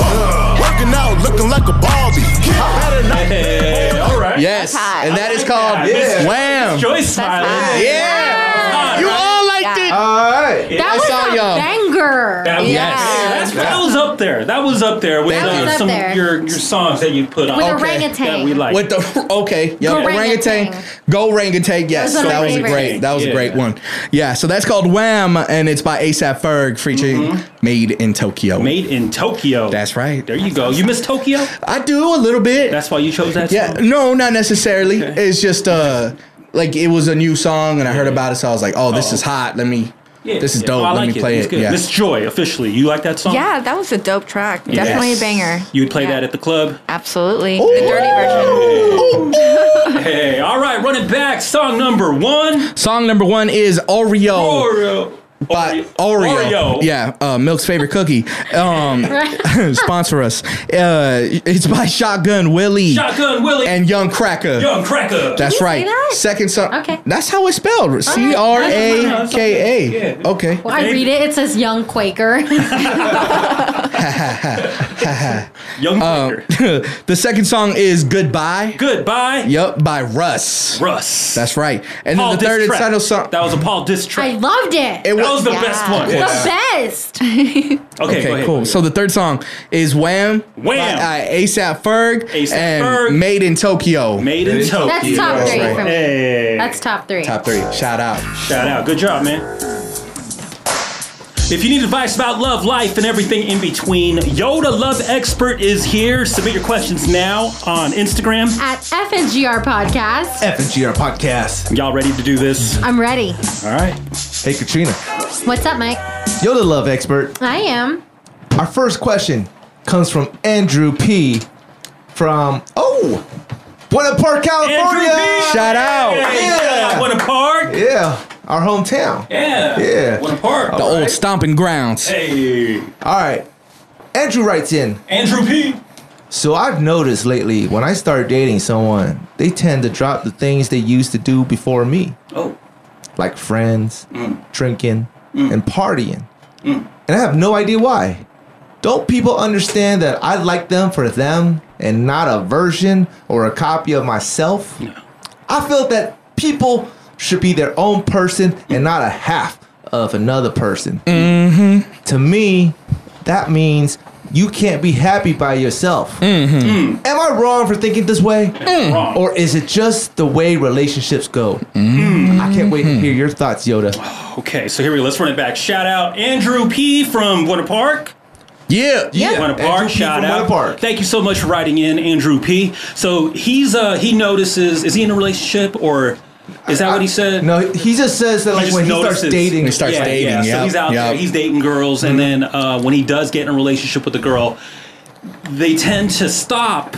Speaker 12: Working out, looking like a Barbie. Get better now.
Speaker 5: Hey, all right.
Speaker 3: Yes,
Speaker 11: That's hot.
Speaker 3: and that is called
Speaker 5: Yeah.
Speaker 3: Wham.
Speaker 5: Joy smiling.
Speaker 11: hot.
Speaker 3: Yeah,
Speaker 5: Wow.
Speaker 3: you all liked
Speaker 11: Yeah.
Speaker 3: it.
Speaker 2: All right.
Speaker 4: that
Speaker 3: I
Speaker 4: was
Speaker 3: saw
Speaker 4: a
Speaker 3: y'all.
Speaker 4: banger.
Speaker 5: That was, that's- that was up there. That was up there with
Speaker 3: That
Speaker 5: uh,
Speaker 3: was
Speaker 4: up
Speaker 5: some
Speaker 4: there.
Speaker 5: your your songs that you put on.
Speaker 4: With
Speaker 5: Okay.
Speaker 4: orangutan.
Speaker 5: That we like.
Speaker 3: With the [laughs] okay, yeah,
Speaker 4: Go
Speaker 3: orangutan,
Speaker 4: orangutan.
Speaker 3: go orangutan. Yes,
Speaker 4: Those are
Speaker 3: that
Speaker 4: my
Speaker 3: was a
Speaker 4: favorites.
Speaker 3: great, that was
Speaker 5: Yeah.
Speaker 3: a great one. Yeah, so that's called Wham, and it's by ASAP Ferg featuring Made in Tokyo.
Speaker 5: Mm-hmm. Made in Tokyo.
Speaker 3: That's right.
Speaker 5: There you go. You miss Tokyo.
Speaker 3: I do a little bit.
Speaker 5: That's why you chose that.
Speaker 3: yeah,
Speaker 5: song?
Speaker 3: no, not necessarily. It's just uh, like it was a new song, and I heard about it, so I was like, oh, this
Speaker 5: Oh.
Speaker 3: is hot. Let me, this is
Speaker 5: yeah.
Speaker 3: dope.
Speaker 5: Oh, I
Speaker 3: Let
Speaker 5: like
Speaker 3: me play
Speaker 5: It's
Speaker 3: it.
Speaker 5: good.
Speaker 3: Yeah.
Speaker 5: Miss Joy, officially. You like that song?
Speaker 11: Yeah, that was a dope track. Definitely a banger.
Speaker 5: You would play that
Speaker 11: Yeah.
Speaker 5: at the club.
Speaker 11: Absolutely. The dirty version.
Speaker 5: Hey, all right, run it back. Song number one.
Speaker 3: Song number one is Oreo.
Speaker 5: Oreo.
Speaker 3: Oh. by Oreo.
Speaker 5: Oreo.
Speaker 3: Yeah, uh, Milk's favorite cookie.
Speaker 4: [laughs]
Speaker 3: Um, [laughs] sponsor us. Uh, it's by Shotgun Willie
Speaker 5: Shotgun Willie.
Speaker 3: and Young Cracker.
Speaker 5: Young Cracker.
Speaker 3: That's
Speaker 4: you
Speaker 3: right.
Speaker 4: say that?
Speaker 3: Second song.
Speaker 4: Okay.
Speaker 3: That's how it's spelled. C R A K A. Okay.
Speaker 4: Well, I read it. It says Young Quaker. [laughs]
Speaker 5: Young
Speaker 3: uh,
Speaker 5: Cracker.
Speaker 3: [laughs] the second song is Goodbye.
Speaker 5: Goodbye,
Speaker 3: Yup, by Russ.
Speaker 5: Russ.
Speaker 3: That's right. And
Speaker 5: Paul
Speaker 3: then the third
Speaker 5: diss
Speaker 3: and
Speaker 5: track.
Speaker 3: final song.
Speaker 5: Oh, That was a Paul diss
Speaker 4: I
Speaker 5: track.
Speaker 4: loved it.
Speaker 3: It
Speaker 5: that
Speaker 3: was-
Speaker 5: was the
Speaker 11: Yeah.
Speaker 5: best one.
Speaker 4: the best.
Speaker 5: Okay,
Speaker 3: Okay,
Speaker 5: go ahead.
Speaker 3: cool. So the third song is Wham.
Speaker 5: Wham.
Speaker 3: by, uh, ASAP Ferg.
Speaker 5: A$AP
Speaker 3: and
Speaker 5: Ferg.
Speaker 3: Made in Tokyo.
Speaker 5: Made in Tokyo.
Speaker 4: That's top three
Speaker 3: right.
Speaker 4: for me.
Speaker 5: Hey.
Speaker 4: That's top three.
Speaker 3: Top three. Shout out.
Speaker 5: Shout out. Good job, man. If you need advice about love, life, and everything in between, Yoda Love Expert is here. Submit your questions now on Instagram.
Speaker 4: At FNGR Podcast,
Speaker 2: FNGR podcast.
Speaker 5: Y'all ready to do this?
Speaker 4: I'm ready.
Speaker 5: All right.
Speaker 2: Hey Katrina,
Speaker 4: What's up, Mike?
Speaker 2: you're the love expert.
Speaker 4: I am.
Speaker 2: Our first question comes from Andrew P. From oh, Buena Park, California.
Speaker 5: Shout out.
Speaker 2: Yeah.
Speaker 5: Buena Park.
Speaker 2: Yeah. Our hometown.
Speaker 5: Yeah.
Speaker 2: Yeah.
Speaker 5: Buena Park.
Speaker 2: The old
Speaker 3: stomping grounds.
Speaker 5: Hey.
Speaker 2: All right. Andrew writes in.
Speaker 5: Andrew P.
Speaker 2: So I've noticed lately when I start dating someone, they tend to drop the things they used to do before me.
Speaker 5: Oh.
Speaker 2: Like friends, drinking, and partying.
Speaker 5: Mm.
Speaker 2: And I have no idea why. Don't people understand that I like them for them and not a version or a copy of myself? I feel that people should be their own person
Speaker 5: Mm.
Speaker 2: and not a half of another person. Mm-hmm. To me, that means you can't be happy by yourself.
Speaker 5: Mm.
Speaker 2: Am I wrong for thinking this way?
Speaker 5: Wrong.
Speaker 2: Or is it just the way relationships go? I can't wait to hear your thoughts, Yoda.
Speaker 5: Okay, so here we go. Let's run it back. Shout out Andrew P from Winter Park.
Speaker 3: Yeah,
Speaker 5: yeah. Winter Park.
Speaker 2: Andrew P.
Speaker 5: shout
Speaker 2: from
Speaker 5: out.
Speaker 2: Winter Park.
Speaker 5: Thank you so much for writing in, Andrew P. So he's uh he notices. Is he in a relationship or is that what he said?
Speaker 2: No, he just says that like
Speaker 5: just
Speaker 2: when he starts
Speaker 5: notices.
Speaker 2: dating, Mm-hmm.
Speaker 5: Yeah, Yeah, so he's out there. He's dating girls, and then uh, when he does get in a relationship with a girl, they tend to stop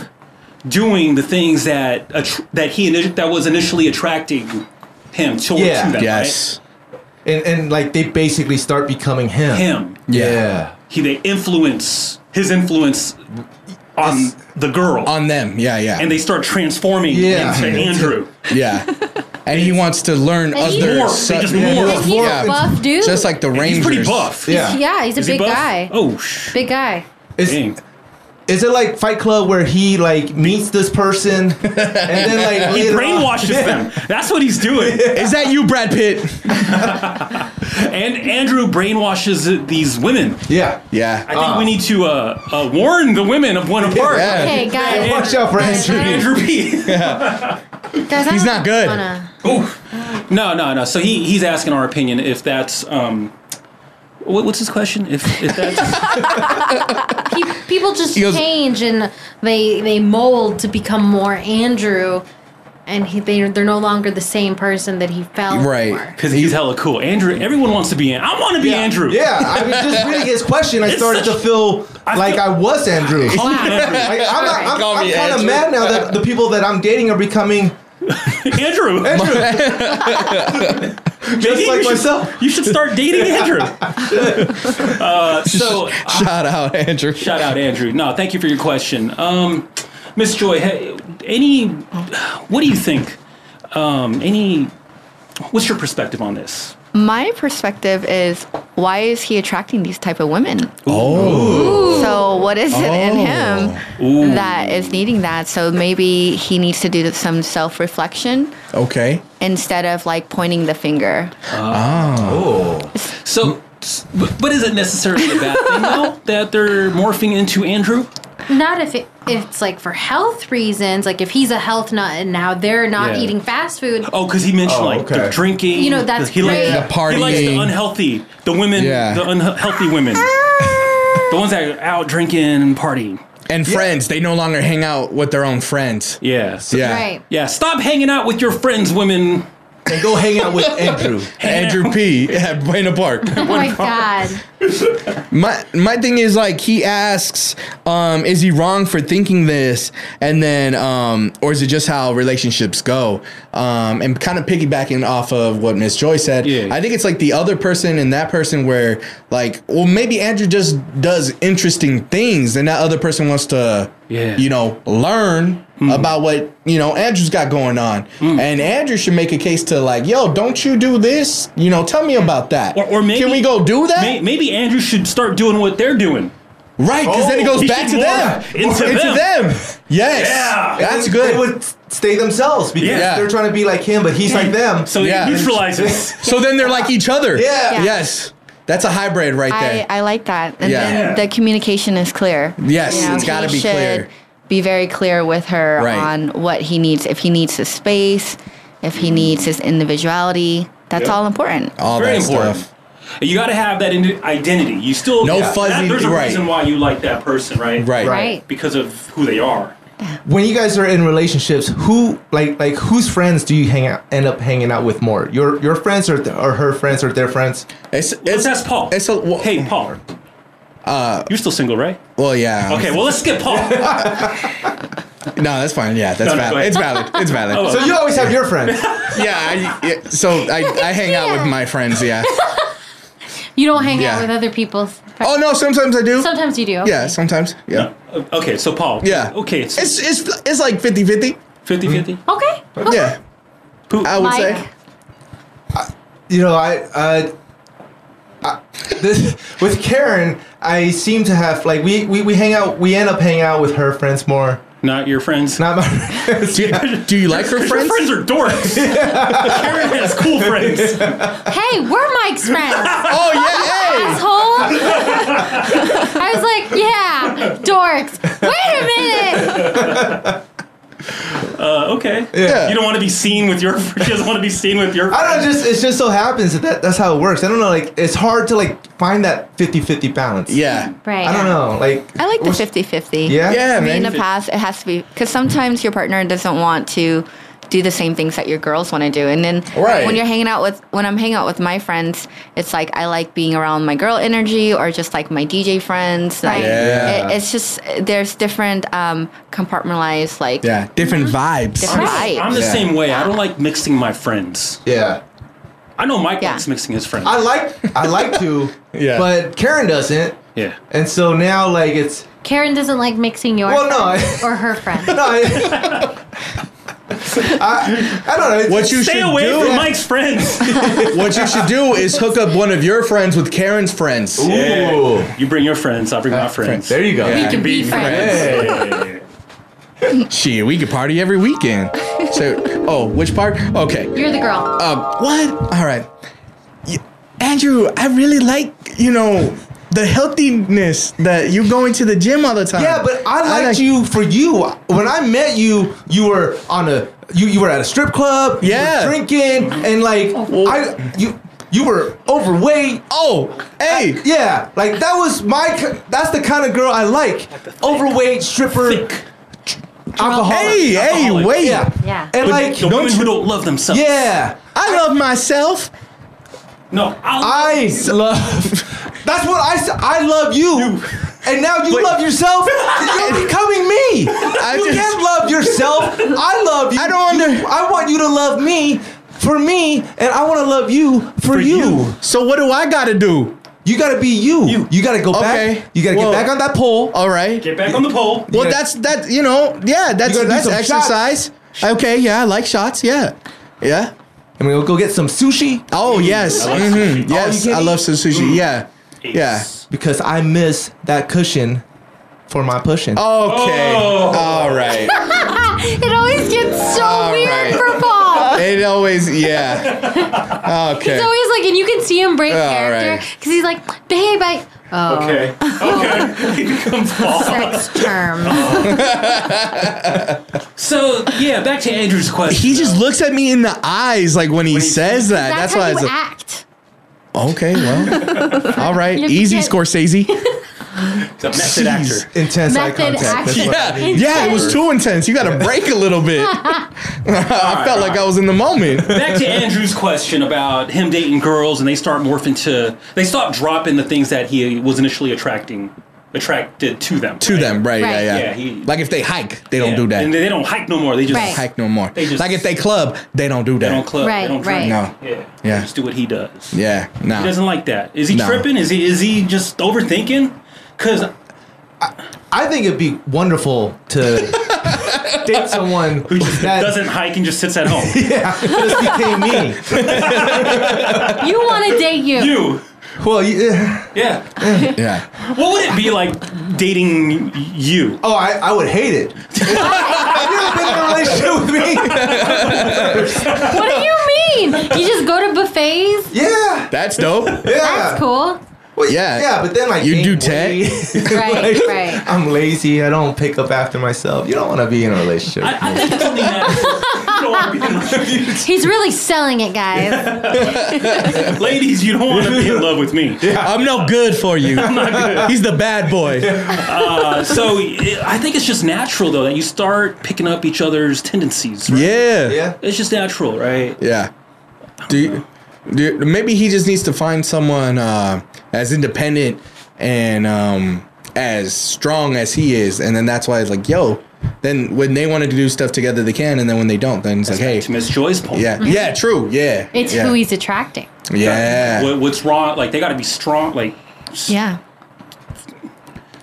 Speaker 5: doing the things that attr- that he init- that was initially attracting him towards
Speaker 2: Yeah.
Speaker 5: them. right?
Speaker 2: Yes. and and like they basically start becoming him.
Speaker 5: Him.
Speaker 2: Yeah.
Speaker 5: He they influence his influence on the girl
Speaker 3: on them. Yeah, yeah.
Speaker 5: and they start transforming
Speaker 3: Yeah.
Speaker 5: into Andrew. [laughs]
Speaker 3: Yeah. And he wants to learn
Speaker 4: And he's-
Speaker 3: other.
Speaker 4: Morph. They just morph. And he's a buff dude.
Speaker 3: Just like the
Speaker 4: And
Speaker 3: Rangers.
Speaker 4: he's pretty
Speaker 5: buff.
Speaker 4: Yeah, he's a big guy.
Speaker 5: Oh,
Speaker 4: Big guy.
Speaker 2: Is, is it like Fight Club where he like meets this person and then like
Speaker 5: he
Speaker 2: later on-
Speaker 5: brainwashes
Speaker 2: Yeah.
Speaker 5: them. That's what he's doing.
Speaker 3: Is that you, Brad Pitt?
Speaker 5: and Andrew brainwashes these women.
Speaker 2: Yeah,
Speaker 3: yeah.
Speaker 5: I think we need to uh, uh, warn the women of Winter Park.
Speaker 4: Yeah. Okay, guys.
Speaker 5: And-
Speaker 4: Watch out for Andrew.
Speaker 5: Andrew P.
Speaker 4: Guys, I
Speaker 5: He's
Speaker 4: don't
Speaker 5: not good.
Speaker 4: wanna-
Speaker 5: No, no, no. So he, he's asking our opinion if that's um, what, what's his question? If if that's
Speaker 4: Pe- people just
Speaker 5: He goes-
Speaker 4: change and they they mold to become more Andrew, and he, they they're no longer the same person that he felt.
Speaker 5: because he's hella cool. Andrew, everyone wants to be in. I want to be Andrew.
Speaker 2: Yeah, I was just reading his question. I started to feel like I was Andrew.
Speaker 5: Call me Andrew.
Speaker 2: Like, I'm,
Speaker 5: Alright.
Speaker 2: I'm,
Speaker 5: Call
Speaker 2: I'm
Speaker 5: me
Speaker 2: kind of
Speaker 5: Andrew.
Speaker 2: mad now that the people that I'm dating are becoming
Speaker 5: Andrew. [laughs]
Speaker 2: just like myself.
Speaker 5: You should start dating Andrew. uh, so shout
Speaker 3: out Andrew.
Speaker 5: Shout out Andrew. No, thank you for your question. Um, Miss Joy, ha- any what do you think? Um, any what's your perspective on this?
Speaker 11: [laughs] My perspective is why is he attracting these type of women?
Speaker 5: Oh.
Speaker 11: So what is it in him
Speaker 3: Ooh.
Speaker 11: that is needing that? So maybe he needs to do some self-reflection
Speaker 3: Okay.
Speaker 11: instead of like pointing the finger.
Speaker 3: Oh.
Speaker 5: So s- but, but is it necessarily a bad thing though that they're morphing into Andrew?
Speaker 4: Not if, it, if it's like for health reasons, like if he's a health nut and now they're not
Speaker 5: Yeah.
Speaker 4: eating fast food.
Speaker 5: Oh, because he mentioned like the drinking.
Speaker 4: You know, that's
Speaker 5: he likes
Speaker 4: great. The
Speaker 5: He likes the
Speaker 4: partying.
Speaker 5: unhealthy, the women,
Speaker 3: Yeah.
Speaker 5: the unhealthy
Speaker 4: [laughs]
Speaker 5: women, the ones that are out drinking and partying.
Speaker 3: And friends, they no longer hang out with their own friends.
Speaker 5: Yeah.
Speaker 3: yeah.
Speaker 5: Yeah. Stop hanging out with your friends, women.
Speaker 2: And go hang out
Speaker 5: [laughs]
Speaker 2: with Andrew.
Speaker 3: Andrew P. [laughs] at Buena Park.
Speaker 4: Oh my god.
Speaker 3: My my thing is like he asks, um, is he wrong for thinking this? And then, um, or is it just how relationships go? Um, and kind of piggybacking off of what Miss Joy said, I think it's like the other person and that person where like, well, maybe Andrew just does interesting things, and that other person wants to,
Speaker 5: Yeah. Hmm.
Speaker 3: you know, learn about what you know Andrew's got going on. And Andrew should make a case to like, yo, don't you do this? You know, tell me about that. Or,
Speaker 5: maybe-
Speaker 3: can we go do that?
Speaker 5: May, maybe Andrew should start doing what they're doing.
Speaker 3: Right, because then it goes
Speaker 5: He
Speaker 3: back to
Speaker 5: should
Speaker 3: them.
Speaker 5: morph Into, them.
Speaker 3: Yes.
Speaker 5: Yeah.
Speaker 3: That's
Speaker 2: And
Speaker 3: good.
Speaker 2: They would stay themselves because
Speaker 3: Yeah.
Speaker 2: they're trying to be like him, but he's like them.
Speaker 5: So yeah.
Speaker 3: [laughs]
Speaker 5: neutralizes.
Speaker 3: so then they're like each other.
Speaker 2: Yeah.
Speaker 11: Yeah.
Speaker 3: Yes. That's a hybrid right there.
Speaker 11: I, I like that. And
Speaker 3: Yeah.
Speaker 11: then the communication is clear.
Speaker 3: Yes, it's
Speaker 11: he
Speaker 3: gotta be
Speaker 11: should
Speaker 3: clear.
Speaker 11: Be very clear with her
Speaker 3: Right.
Speaker 11: on what he needs. If he needs his space, if he needs his individuality, that's
Speaker 5: Yeah.
Speaker 11: all important.
Speaker 5: Very important. And You got to have that in- identity. You still
Speaker 3: No
Speaker 5: that-
Speaker 3: fuzzy-
Speaker 5: There's a
Speaker 3: right.
Speaker 5: reason why you like that person,
Speaker 3: [laughs]
Speaker 5: right?
Speaker 3: Right.
Speaker 2: Right.
Speaker 5: Because of who they are.
Speaker 2: When you guys are in relationships, who like like whose friends do you hang out end up hanging out with more? Your your friends or, th- or her friends or their friends?
Speaker 3: It's
Speaker 5: Let's ask Paul. hey, Paul.
Speaker 3: Uh,
Speaker 5: You're still single, right?
Speaker 3: Well, [laughs] yeah.
Speaker 5: Okay, well, let's skip Paul.
Speaker 3: No, that's fine. Yeah, that's
Speaker 2: No, no, go
Speaker 3: valid.
Speaker 2: ahead.
Speaker 3: It's valid.
Speaker 5: [laughs]
Speaker 3: It's valid.
Speaker 5: Oh.
Speaker 2: So you always have your friends.
Speaker 3: yeah, I, yeah. So I, I hang out with my friends. Yeah.
Speaker 4: You don't hang
Speaker 3: Yeah.
Speaker 4: out with other people's.
Speaker 3: [laughs] Oh no, sometimes I do.
Speaker 4: Sometimes you do.
Speaker 3: Yeah. Sometimes. Yeah.
Speaker 5: Okay, so Paul.
Speaker 3: Yeah.
Speaker 5: Okay. It's
Speaker 3: it's it's, it's like 50-50.
Speaker 5: 50-50?
Speaker 4: Okay.
Speaker 3: Yeah. I would say.
Speaker 2: you know, I, uh, I this [laughs] with Karen, I seem to have like we, we we hang out, we end up hanging out with her friends more.
Speaker 5: Not your friends. [laughs]
Speaker 2: Not my friends. Do
Speaker 3: you, do you like her
Speaker 5: friends? friends are [laughs] dorks. Karen has cool friends.
Speaker 4: Hey, we're Mike's friends.
Speaker 3: [laughs] [laughs] oh
Speaker 4: yeah, asshole! I was like, yeah, dorks. Wait a minute.
Speaker 5: Uh, okay.
Speaker 2: Yeah.
Speaker 5: You don't want to be seen with your. [laughs] She doesn't want to be seen with your.
Speaker 2: I don't know, just it just so happens that, that that's how it works. I don't know, like it's hard to like find that 50-50 balance.
Speaker 3: Yeah.
Speaker 11: Right.
Speaker 2: I don't know, like
Speaker 11: I like the 50 50.
Speaker 2: Yeah? Yeah,
Speaker 11: I mean, in
Speaker 2: man.
Speaker 11: the past, it has to be because sometimes your partner doesn't want to do the same things that your girls want to do. And then
Speaker 13: Right.
Speaker 11: when you're hanging out with, when I'm hanging out with my friends, it's like I like being around my girl energy or just like my DJ friends. Like,
Speaker 3: Right. Yeah.
Speaker 11: it- it's just, there's different um, compartmentalized, like,
Speaker 3: Yeah. Different vibes.
Speaker 11: Different vibes.
Speaker 5: I'm the
Speaker 11: Yeah.
Speaker 5: same way. I don't like mixing my friends.
Speaker 2: Yeah.
Speaker 5: I know Mike likes mixing his friends.
Speaker 2: I like I like to,
Speaker 5: [laughs] Yeah.
Speaker 2: but Karen doesn't.
Speaker 5: Yeah.
Speaker 2: And so now like it's [laughs]
Speaker 4: Karen doesn't like mixing your
Speaker 2: Well, no,
Speaker 4: friends or her
Speaker 3: [laughs]
Speaker 4: friends.
Speaker 2: no,
Speaker 5: [laughs]
Speaker 2: I, I, I don't know. it's-
Speaker 3: What you should do,
Speaker 5: friends.
Speaker 3: [laughs] what you should do is hook up one of your friends with Karen's friends.
Speaker 5: Ooh. You bring your friends. I bring my friends.
Speaker 3: There you go.
Speaker 5: Yeah.
Speaker 3: We can be friends. [laughs] Gee, we could party every weekend.
Speaker 2: [laughs]
Speaker 3: So, oh, which part? Okay.
Speaker 4: You're the girl. [laughs]
Speaker 3: Um, what? All right. Y- Andrew, I really like, you know, the healthiness that you go into the gym all the time.
Speaker 2: Yeah, but I liked
Speaker 3: [laughs]
Speaker 2: you for you. When I met you, you were on a you you were at a strip club. you were
Speaker 3: Yeah.
Speaker 2: drinking and like I you you were overweight.
Speaker 3: Oh, hey,
Speaker 2: yeah, like that was my. ki- That's the kind of girl I like. Overweight stripper. Alcoholic.
Speaker 3: Hey, hey,
Speaker 2: Alcoholic.
Speaker 3: wait.
Speaker 2: Yeah.
Speaker 4: Yeah.
Speaker 2: And
Speaker 5: But
Speaker 2: like
Speaker 5: the women who don't love themselves.
Speaker 2: Yeah.
Speaker 3: I love myself.
Speaker 5: No,
Speaker 2: I love. That's what I. s- I love you. And now you love [laughs] yourself. You're becoming me. you
Speaker 3: just-
Speaker 2: can't love yourself. I love you. I don't under- I want you to love me for me, and I want to love you for, you.
Speaker 3: So what do I gotta do?
Speaker 2: You gotta be you. You, gotta go
Speaker 3: Okay.
Speaker 2: back. You gotta
Speaker 3: Whoa.
Speaker 2: get back on that pole.
Speaker 3: All right.
Speaker 5: Get back on the pole.
Speaker 3: Well, that's that. You know, yeah, that's
Speaker 2: gotta do
Speaker 3: that's
Speaker 2: some
Speaker 3: exercise. Okay, yeah, I like shots. Yeah, yeah.
Speaker 2: And we'll go get some sushi.
Speaker 3: Oh yes,
Speaker 2: I like
Speaker 3: Mhm.
Speaker 2: sushi. All you
Speaker 3: yes,
Speaker 2: can
Speaker 3: I
Speaker 2: eat.
Speaker 3: love some sushi. Yeah, yeah.
Speaker 2: because I miss that cushion for my pushing.
Speaker 3: Okay,
Speaker 2: Oh.
Speaker 3: all right.
Speaker 4: it always gets so weird for Paul.
Speaker 3: It always, yeah. Okay.
Speaker 4: He's always like, and you can see him break
Speaker 3: All
Speaker 4: character
Speaker 3: right.
Speaker 4: because he's like, babe, I. Oh.
Speaker 5: Okay. [laughs] Okay. He becomes Paul.
Speaker 4: Sex term.
Speaker 5: So yeah, back to Andrew's question.
Speaker 3: He just looks at me in the eyes like when he says that. That's, why I was like,
Speaker 4: act.
Speaker 3: okay, well, all right,
Speaker 4: You
Speaker 3: easy,
Speaker 4: can't-
Speaker 3: Scorsese.
Speaker 5: He's a method actor.
Speaker 2: Intense
Speaker 4: Method contact, that's what
Speaker 3: Yeah,
Speaker 4: I mean.
Speaker 3: yeah, it was
Speaker 4: Intense.
Speaker 3: too intense. You got to break a little bit. I felt like I was in the moment.
Speaker 5: Back to Andrew's question about him dating girls and they start morphing to they stop dropping the things that he was initially attracting attracted to them.
Speaker 3: to them, right?
Speaker 5: Right.
Speaker 3: Yeah, yeah.
Speaker 5: Yeah, he-
Speaker 3: like if they hike, they don't
Speaker 5: Yeah.
Speaker 3: do that.
Speaker 5: And they don't hike no more. They just
Speaker 3: Don't hike no more.
Speaker 5: They just-
Speaker 3: like if they club, they don't do that.
Speaker 5: They don't club.
Speaker 4: Right,
Speaker 5: they don't
Speaker 4: right.
Speaker 5: drink.
Speaker 3: No.
Speaker 5: Yeah.
Speaker 3: Yeah.
Speaker 5: Just do what he does.
Speaker 3: Yeah, no.
Speaker 5: He doesn't like that. Is he
Speaker 3: No.
Speaker 5: tripping? Is he is he just overthinking? Cause
Speaker 2: I think it'd be wonderful [laughs] to date someone who
Speaker 3: [laughs]
Speaker 5: just doesn't hike and just sits at home.
Speaker 2: [laughs] yeah, just became me.
Speaker 4: You want to date you.
Speaker 5: You.
Speaker 2: Well, eh, yeah.
Speaker 5: Yeah.
Speaker 3: Yeah.
Speaker 5: What would it be like dating you?
Speaker 2: Oh, I, I would hate it. [laughs] Have you ever been in a relationship with me?
Speaker 4: What do you mean? You just go to buffets?
Speaker 2: yeah.
Speaker 3: That's dope. yeah.
Speaker 4: That's cool.
Speaker 3: yeah.
Speaker 2: Yeah, but then like
Speaker 3: You do
Speaker 2: tech.
Speaker 4: Right, right.
Speaker 2: [laughs] I'm lazy. I don't pick up after myself. You don't want to be in a relationship. with me.
Speaker 4: He's really selling it,
Speaker 3: [laughs]
Speaker 4: guys.
Speaker 5: Ladies, you don't want to be in love with me.
Speaker 3: I'm no good for
Speaker 5: [laughs]
Speaker 3: you. He's the bad boy.
Speaker 5: Uh, [laughs] so it, I think it's just natural though that you start picking up each other's tendencies. Right?
Speaker 3: Yeah. Yeah.
Speaker 5: It's just natural, right?
Speaker 3: Yeah. Do you, do you- maybe he just needs to find someone uh, as independent and um, as strong as he is, and then that's why it's like, yo, Then when they wanted to do stuff together, they can, and then when they don't, then it's like, hey, to
Speaker 5: Miss Joy's point.
Speaker 3: Yeah,
Speaker 4: Mhm.
Speaker 3: yeah, true, yeah.
Speaker 4: It's
Speaker 3: yeah.
Speaker 4: who he's attracting.
Speaker 3: Yeah.
Speaker 5: What, what's wrong? Like they got to be strong. Like
Speaker 11: Yeah.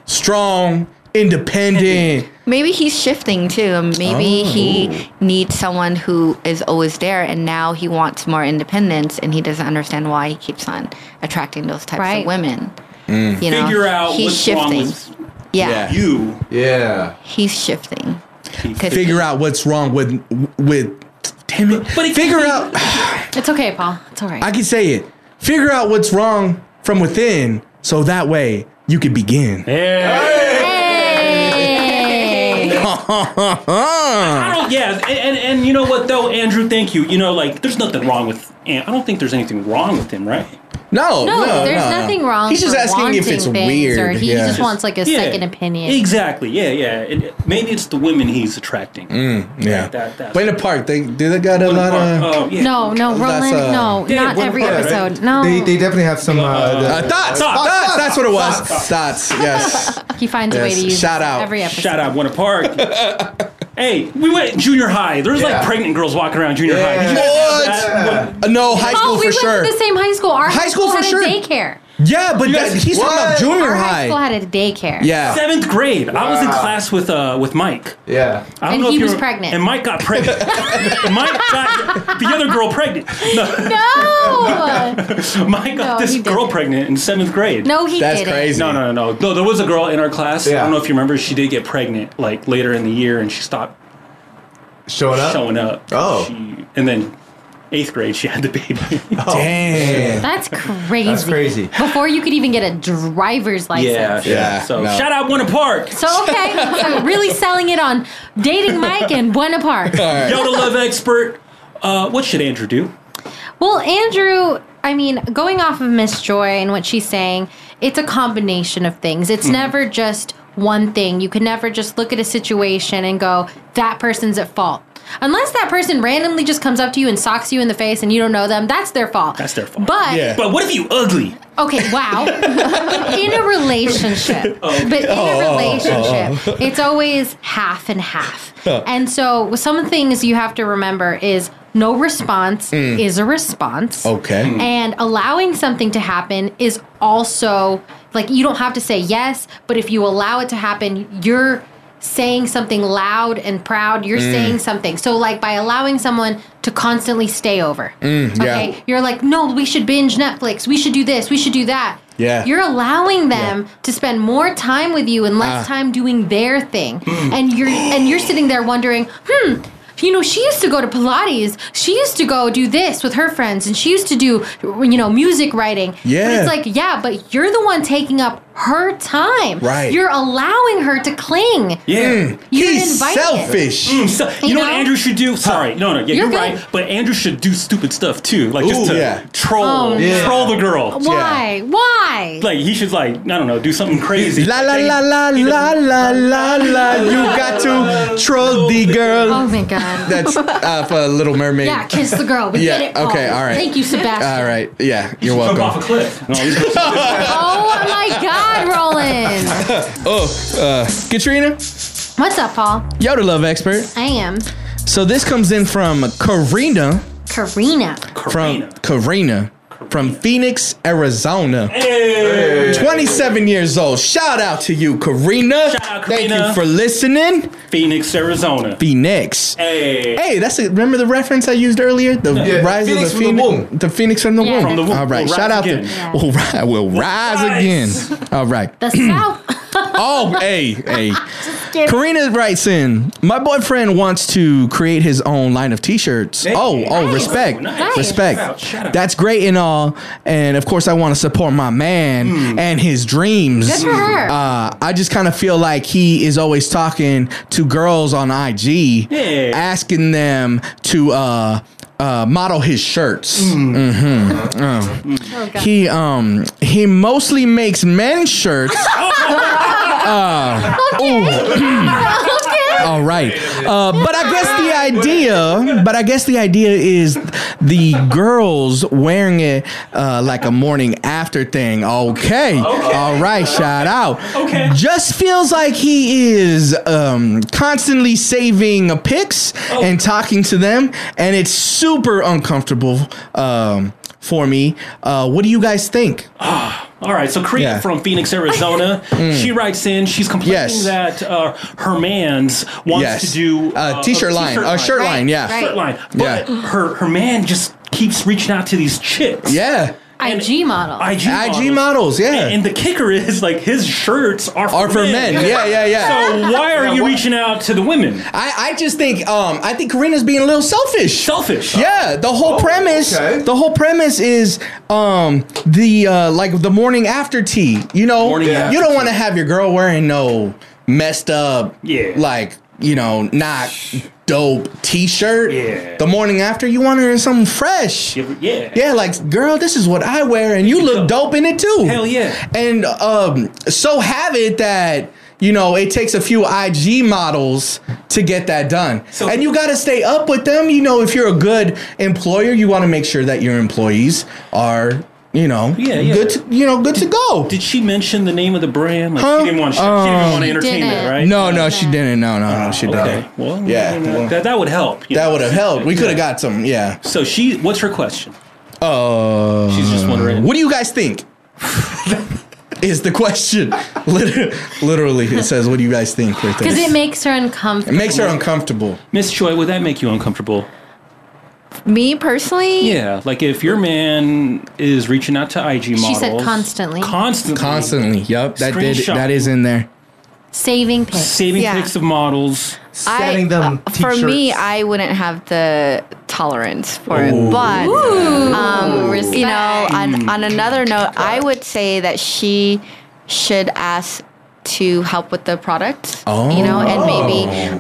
Speaker 3: strong, independent.
Speaker 11: Maybe he's shifting too. Um, Maybe
Speaker 3: Oh.
Speaker 11: he needs someone who is always there, and now he wants more independence, and he doesn't understand why he keeps on attracting those types of women. You know,
Speaker 5: figure out
Speaker 11: he's
Speaker 5: what's wrong
Speaker 11: shifting.
Speaker 5: with
Speaker 11: Yeah.
Speaker 5: you.
Speaker 2: Yeah.
Speaker 11: He's shifting.
Speaker 3: Figure out what's wrong with with. Damn it! But figure out.
Speaker 4: It's okay, Paul. It's all right.
Speaker 3: I can say it. Figure out what's wrong from within, so that way you can begin.
Speaker 5: I don't. Yeah, and, and and you know what though, Andrew, thank you. You know, like there's nothing wrong with. An- I don't think there's anything wrong with him, right?
Speaker 3: No,
Speaker 4: no, there's nothing wrong.
Speaker 3: He's just
Speaker 4: for
Speaker 3: asking if it's
Speaker 4: wanting things,
Speaker 3: weird,
Speaker 4: Or he
Speaker 5: yeah.
Speaker 4: just wants like a
Speaker 5: Yeah.
Speaker 4: second opinion.
Speaker 5: Exactly. Yeah, yeah. And maybe it's the women he's attracting.
Speaker 3: Mm, uh, yeah.
Speaker 5: That, that.
Speaker 3: Wait in the park. They do they got a lot of.
Speaker 5: Oh, yeah.
Speaker 4: No, no,
Speaker 3: That's,
Speaker 4: Roland,
Speaker 3: uh,
Speaker 4: no,
Speaker 3: Yeah,
Speaker 4: not
Speaker 3: we're
Speaker 4: every
Speaker 3: part of it.
Speaker 4: episode. No,
Speaker 2: They, they definitely have some. Uh, the-
Speaker 3: Uh, thoughts, thoughts,
Speaker 5: Thoughts,
Speaker 3: thoughts, That's what it was.
Speaker 2: thoughts.
Speaker 3: Thoughts. [laughs] yes.
Speaker 4: he finds a way
Speaker 3: Yes,
Speaker 4: to use
Speaker 3: shout
Speaker 4: this
Speaker 3: out.
Speaker 4: every episode.
Speaker 5: Shout out
Speaker 2: [laughs]
Speaker 5: Winter Park. hey, we went junior high. There was like
Speaker 3: Yeah.
Speaker 5: pregnant girls walking around junior high. Did you guys
Speaker 3: What?
Speaker 5: have that?
Speaker 3: Uh, no, high
Speaker 4: oh,
Speaker 3: school
Speaker 4: we
Speaker 3: for
Speaker 4: went
Speaker 3: sure.
Speaker 4: to the same high school. Our
Speaker 3: High
Speaker 4: high
Speaker 3: school
Speaker 4: school,
Speaker 3: for
Speaker 4: had
Speaker 3: sure.
Speaker 4: a daycare.
Speaker 3: yeah, but
Speaker 5: You
Speaker 3: that,
Speaker 5: guys-
Speaker 3: he's talking about
Speaker 5: What?
Speaker 3: junior
Speaker 4: Our high
Speaker 3: high.
Speaker 4: school had a daycare.
Speaker 3: Yeah.
Speaker 5: Seventh grade. I was in
Speaker 3: Wow.
Speaker 5: class with uh with Mike.
Speaker 2: Yeah.
Speaker 5: I don't
Speaker 4: And
Speaker 5: know
Speaker 4: he
Speaker 5: if you
Speaker 4: was
Speaker 5: were-
Speaker 4: pregnant.
Speaker 5: And Mike
Speaker 4: [laughs]
Speaker 5: got pregnant. Mike got the other girl pregnant. No. [laughs]
Speaker 4: No,
Speaker 5: Mike got
Speaker 4: No,
Speaker 5: this
Speaker 4: he
Speaker 5: girl pregnant in seventh grade.
Speaker 4: no, he didn't.
Speaker 5: No, no, no, no. No, there was a girl in our class. I don't know if you remember. She did get pregnant like later in the year, and she stopped
Speaker 2: showing up.
Speaker 5: showing up.
Speaker 2: Oh.
Speaker 5: She, and then eighth grade, she had
Speaker 2: [laughs]
Speaker 5: the baby. [laughs]
Speaker 3: Damn.
Speaker 4: That's crazy.
Speaker 2: That's crazy.
Speaker 4: Before you could even get a driver's license.
Speaker 5: Yeah,
Speaker 2: Yeah,
Speaker 5: yeah. So
Speaker 2: no.
Speaker 5: shout out Winter Park.
Speaker 4: So okay, so really selling it on dating Mike and Buena Park.
Speaker 5: Yoda love expert. Uh, what should Andrew do?
Speaker 4: Well, Andrew, I mean, going off of Miss Joy and what she's saying, it's a combination of things. It's never just one thing. You can never just look at a situation and go, that person's at fault. Unless that person randomly just comes up to you and socks you in the face and you don't know them, that's their fault.
Speaker 5: That's their fault.
Speaker 4: But
Speaker 5: but what if you ugly?
Speaker 4: Okay,
Speaker 5: [laughs]
Speaker 4: wow. but in a relationship, but in
Speaker 5: Oh,
Speaker 4: a
Speaker 5: oh,
Speaker 4: relationship,
Speaker 5: oh.
Speaker 4: it's always half and half.
Speaker 5: Huh.
Speaker 4: And so, with some things you have to remember is no response
Speaker 3: Mm.
Speaker 4: is a response.
Speaker 3: Okay. Mm.
Speaker 4: And allowing something to happen is also like you don't have to say yes, but if you allow it to happen, you're saying something loud and proud. You're
Speaker 11: Mm.
Speaker 4: saying something. So, like by allowing someone to constantly stay over.
Speaker 11: Mm, yeah.
Speaker 4: okay, you're like, no, we should binge Netflix. We should do this. We should do that.
Speaker 11: Yeah.
Speaker 4: You're allowing them to spend more time with you and less
Speaker 11: Ah.
Speaker 4: time doing their thing. And you're and you're sitting there wondering, hmm, you know, she used to go to Pilates. She used to go do this with her friends, and she used to do, you know, music writing. But
Speaker 11: Yeah.
Speaker 4: it's like, yeah, but you're the one taking up her time.
Speaker 5: Right.
Speaker 4: You're allowing her to cling.
Speaker 5: Yeah,
Speaker 4: You didn't invite it.
Speaker 5: Mm, so- you,
Speaker 4: You
Speaker 5: know, what
Speaker 4: know?
Speaker 5: Andrew should do? Sorry, no, no, yeah,
Speaker 4: You're
Speaker 5: you're,
Speaker 4: good.
Speaker 5: right. But Andrew should do stupid stuff too, like
Speaker 3: Ooh,
Speaker 5: just to
Speaker 3: yeah.
Speaker 5: troll,
Speaker 4: Oh, no.
Speaker 5: troll the girl.
Speaker 4: Why? Why?
Speaker 5: Like he should like I don't know, do something crazy.
Speaker 3: La la la la la la la la. You got to troll the girl.
Speaker 4: Oh my god.
Speaker 3: That's uh, for Little Mermaid.
Speaker 4: Yeah, kiss the girl. We
Speaker 3: yeah.
Speaker 4: did it. Paul.
Speaker 3: Okay. All right.
Speaker 4: Thank you, Sebastian.
Speaker 3: All right. Yeah. You're welcome.
Speaker 5: off a cliff. [laughs]
Speaker 4: oh my God, Roland.
Speaker 3: oh, uh, Katrina,
Speaker 4: What's up, Paul?
Speaker 3: Yoda love expert.
Speaker 4: I am
Speaker 3: So this comes in from Karina,
Speaker 4: Karina.
Speaker 3: from Karina, from Phoenix, Arizona. 27 years old. Shout out to you, Karina. Thank you for listening.
Speaker 5: Phoenix, Arizona.
Speaker 3: Phoenix.
Speaker 5: Hey.
Speaker 3: Hey, that's it. Remember the reference I used earlier? The
Speaker 5: Yeah.
Speaker 3: rise
Speaker 5: Phoenix
Speaker 3: of the
Speaker 5: from the
Speaker 3: phoenix,
Speaker 5: womb.
Speaker 3: the phoenix from the
Speaker 5: Yeah.
Speaker 3: womb.
Speaker 5: From the womb.
Speaker 3: All right,
Speaker 5: We'll
Speaker 3: shout
Speaker 5: rise
Speaker 3: out
Speaker 5: again.
Speaker 3: to we'll rise, we'll rise, again. All
Speaker 5: [laughs]
Speaker 3: right. [clears throat]
Speaker 4: The South.
Speaker 3: oh, hey, hey. Karina writes in, my boyfriend wants to create his own line of t-shirts.
Speaker 5: Hey,
Speaker 3: oh, oh,
Speaker 5: nice.
Speaker 3: respect.
Speaker 5: Oh, nice.
Speaker 3: Respect.
Speaker 5: Shout out, shout out.
Speaker 3: That's great and all. And of course I want to support my man
Speaker 5: Hmm.
Speaker 3: and his dreams.
Speaker 5: Good for her.
Speaker 3: Uh, I just kind of feel like he is always talking to girls on IG,
Speaker 5: Yeah.
Speaker 3: asking them to uh, uh, model his shirts.
Speaker 5: Hmm.
Speaker 3: Mhm.
Speaker 5: Oh,
Speaker 3: Uh. He um he mostly makes men's shirts. Uh, ooh. [laughs]
Speaker 4: [laughs]
Speaker 3: All right, uh, but I guess the idea, but I guess the idea is the girls wearing it uh, like a morning after thing. Okay. All right. Shout out. Okay. Just feels like he is um, constantly saving uh, pics and talking to them, and it's super uncomfortable um, for me. Uh, what do you guys think?
Speaker 5: All right, so Crete
Speaker 3: Yeah.
Speaker 5: from
Speaker 4: [laughs]
Speaker 5: Phoenix, Arizona,
Speaker 4: Hmm.
Speaker 3: Mm.
Speaker 5: she writes in. She's complaining
Speaker 3: Yes.
Speaker 5: that uh, her man's wants
Speaker 3: Yes.
Speaker 5: to do
Speaker 3: Uh, t-shirt line, uh, shirt Right, line, yeah. right.
Speaker 5: shirt line.
Speaker 3: Yeah.
Speaker 5: But her her man just keeps reaching out to these chicks.
Speaker 3: Yeah.
Speaker 4: IG model.
Speaker 5: IG,
Speaker 3: IG models, yeah.
Speaker 5: And, and the kicker is like his shirts are for,
Speaker 3: Are for men. Yeah, yeah, yeah.
Speaker 5: So why are
Speaker 3: Yeah,
Speaker 5: you
Speaker 3: why-
Speaker 5: reaching out to the women?
Speaker 3: I, I just think um, I think Karina's being a little selfish.
Speaker 5: Selfish.
Speaker 3: Yeah. The whole
Speaker 5: Oh,
Speaker 3: premise.
Speaker 5: okay.
Speaker 3: The whole premise is um, the uh, like the morning after tea. You know,
Speaker 5: Morning Yeah. after
Speaker 3: you don't want to have your girl wearing no messed up.
Speaker 5: Yeah.
Speaker 3: Like you know, not dope T-shirt. Yeah. The morning after, you want her in something fresh.
Speaker 5: Yeah.
Speaker 3: Yeah, like girl, this is what I wear, and you look dope in it too.
Speaker 5: Hell yeah.
Speaker 3: And um, so have it that you know it takes a few IG models to get that done, and you got to stay up with them. You know, if you're a good employer, you want to make sure that your employees are you know
Speaker 5: Yeah, yeah.
Speaker 3: good. To, you know, good to go.
Speaker 5: Did she mention the name of the brand? Like she didn't want. She, she didn't want to entertain that, right?
Speaker 3: Um, No, no, she didn't. No, no, no she didn't.
Speaker 5: okay. Well,
Speaker 3: yeah, well,
Speaker 5: That, that would help. you
Speaker 3: that
Speaker 5: know.
Speaker 3: would have helped. We could have
Speaker 5: Yeah.
Speaker 3: got some. Yeah.
Speaker 5: So she, what's her question?
Speaker 3: Uh, She's
Speaker 5: just wondering.
Speaker 3: What do you guys think? [laughs] is the question. [laughs] Literally, literally, it says, "What do you guys think?" for
Speaker 4: Because
Speaker 3: things?"
Speaker 4: it makes her uncomfortable.
Speaker 3: It makes her uncomfortable.
Speaker 5: Miss Choi, would that make you uncomfortable?
Speaker 11: Me personally,
Speaker 5: Yeah, like if your man is reaching out to IG models.
Speaker 4: She said constantly.
Speaker 5: Constantly.
Speaker 3: Constantly. Yep. That did.
Speaker 5: Screenshot.
Speaker 3: That is in there.
Speaker 4: Saving pics.
Speaker 5: Saving pics of models.
Speaker 11: I, uh, for me, I wouldn't have the tolerance for
Speaker 5: Ooh.
Speaker 11: it. But um, you know, on,
Speaker 4: respect.
Speaker 2: Mm.
Speaker 11: on another note, I would say that she should ask to help with the product. You know, and
Speaker 2: Oh.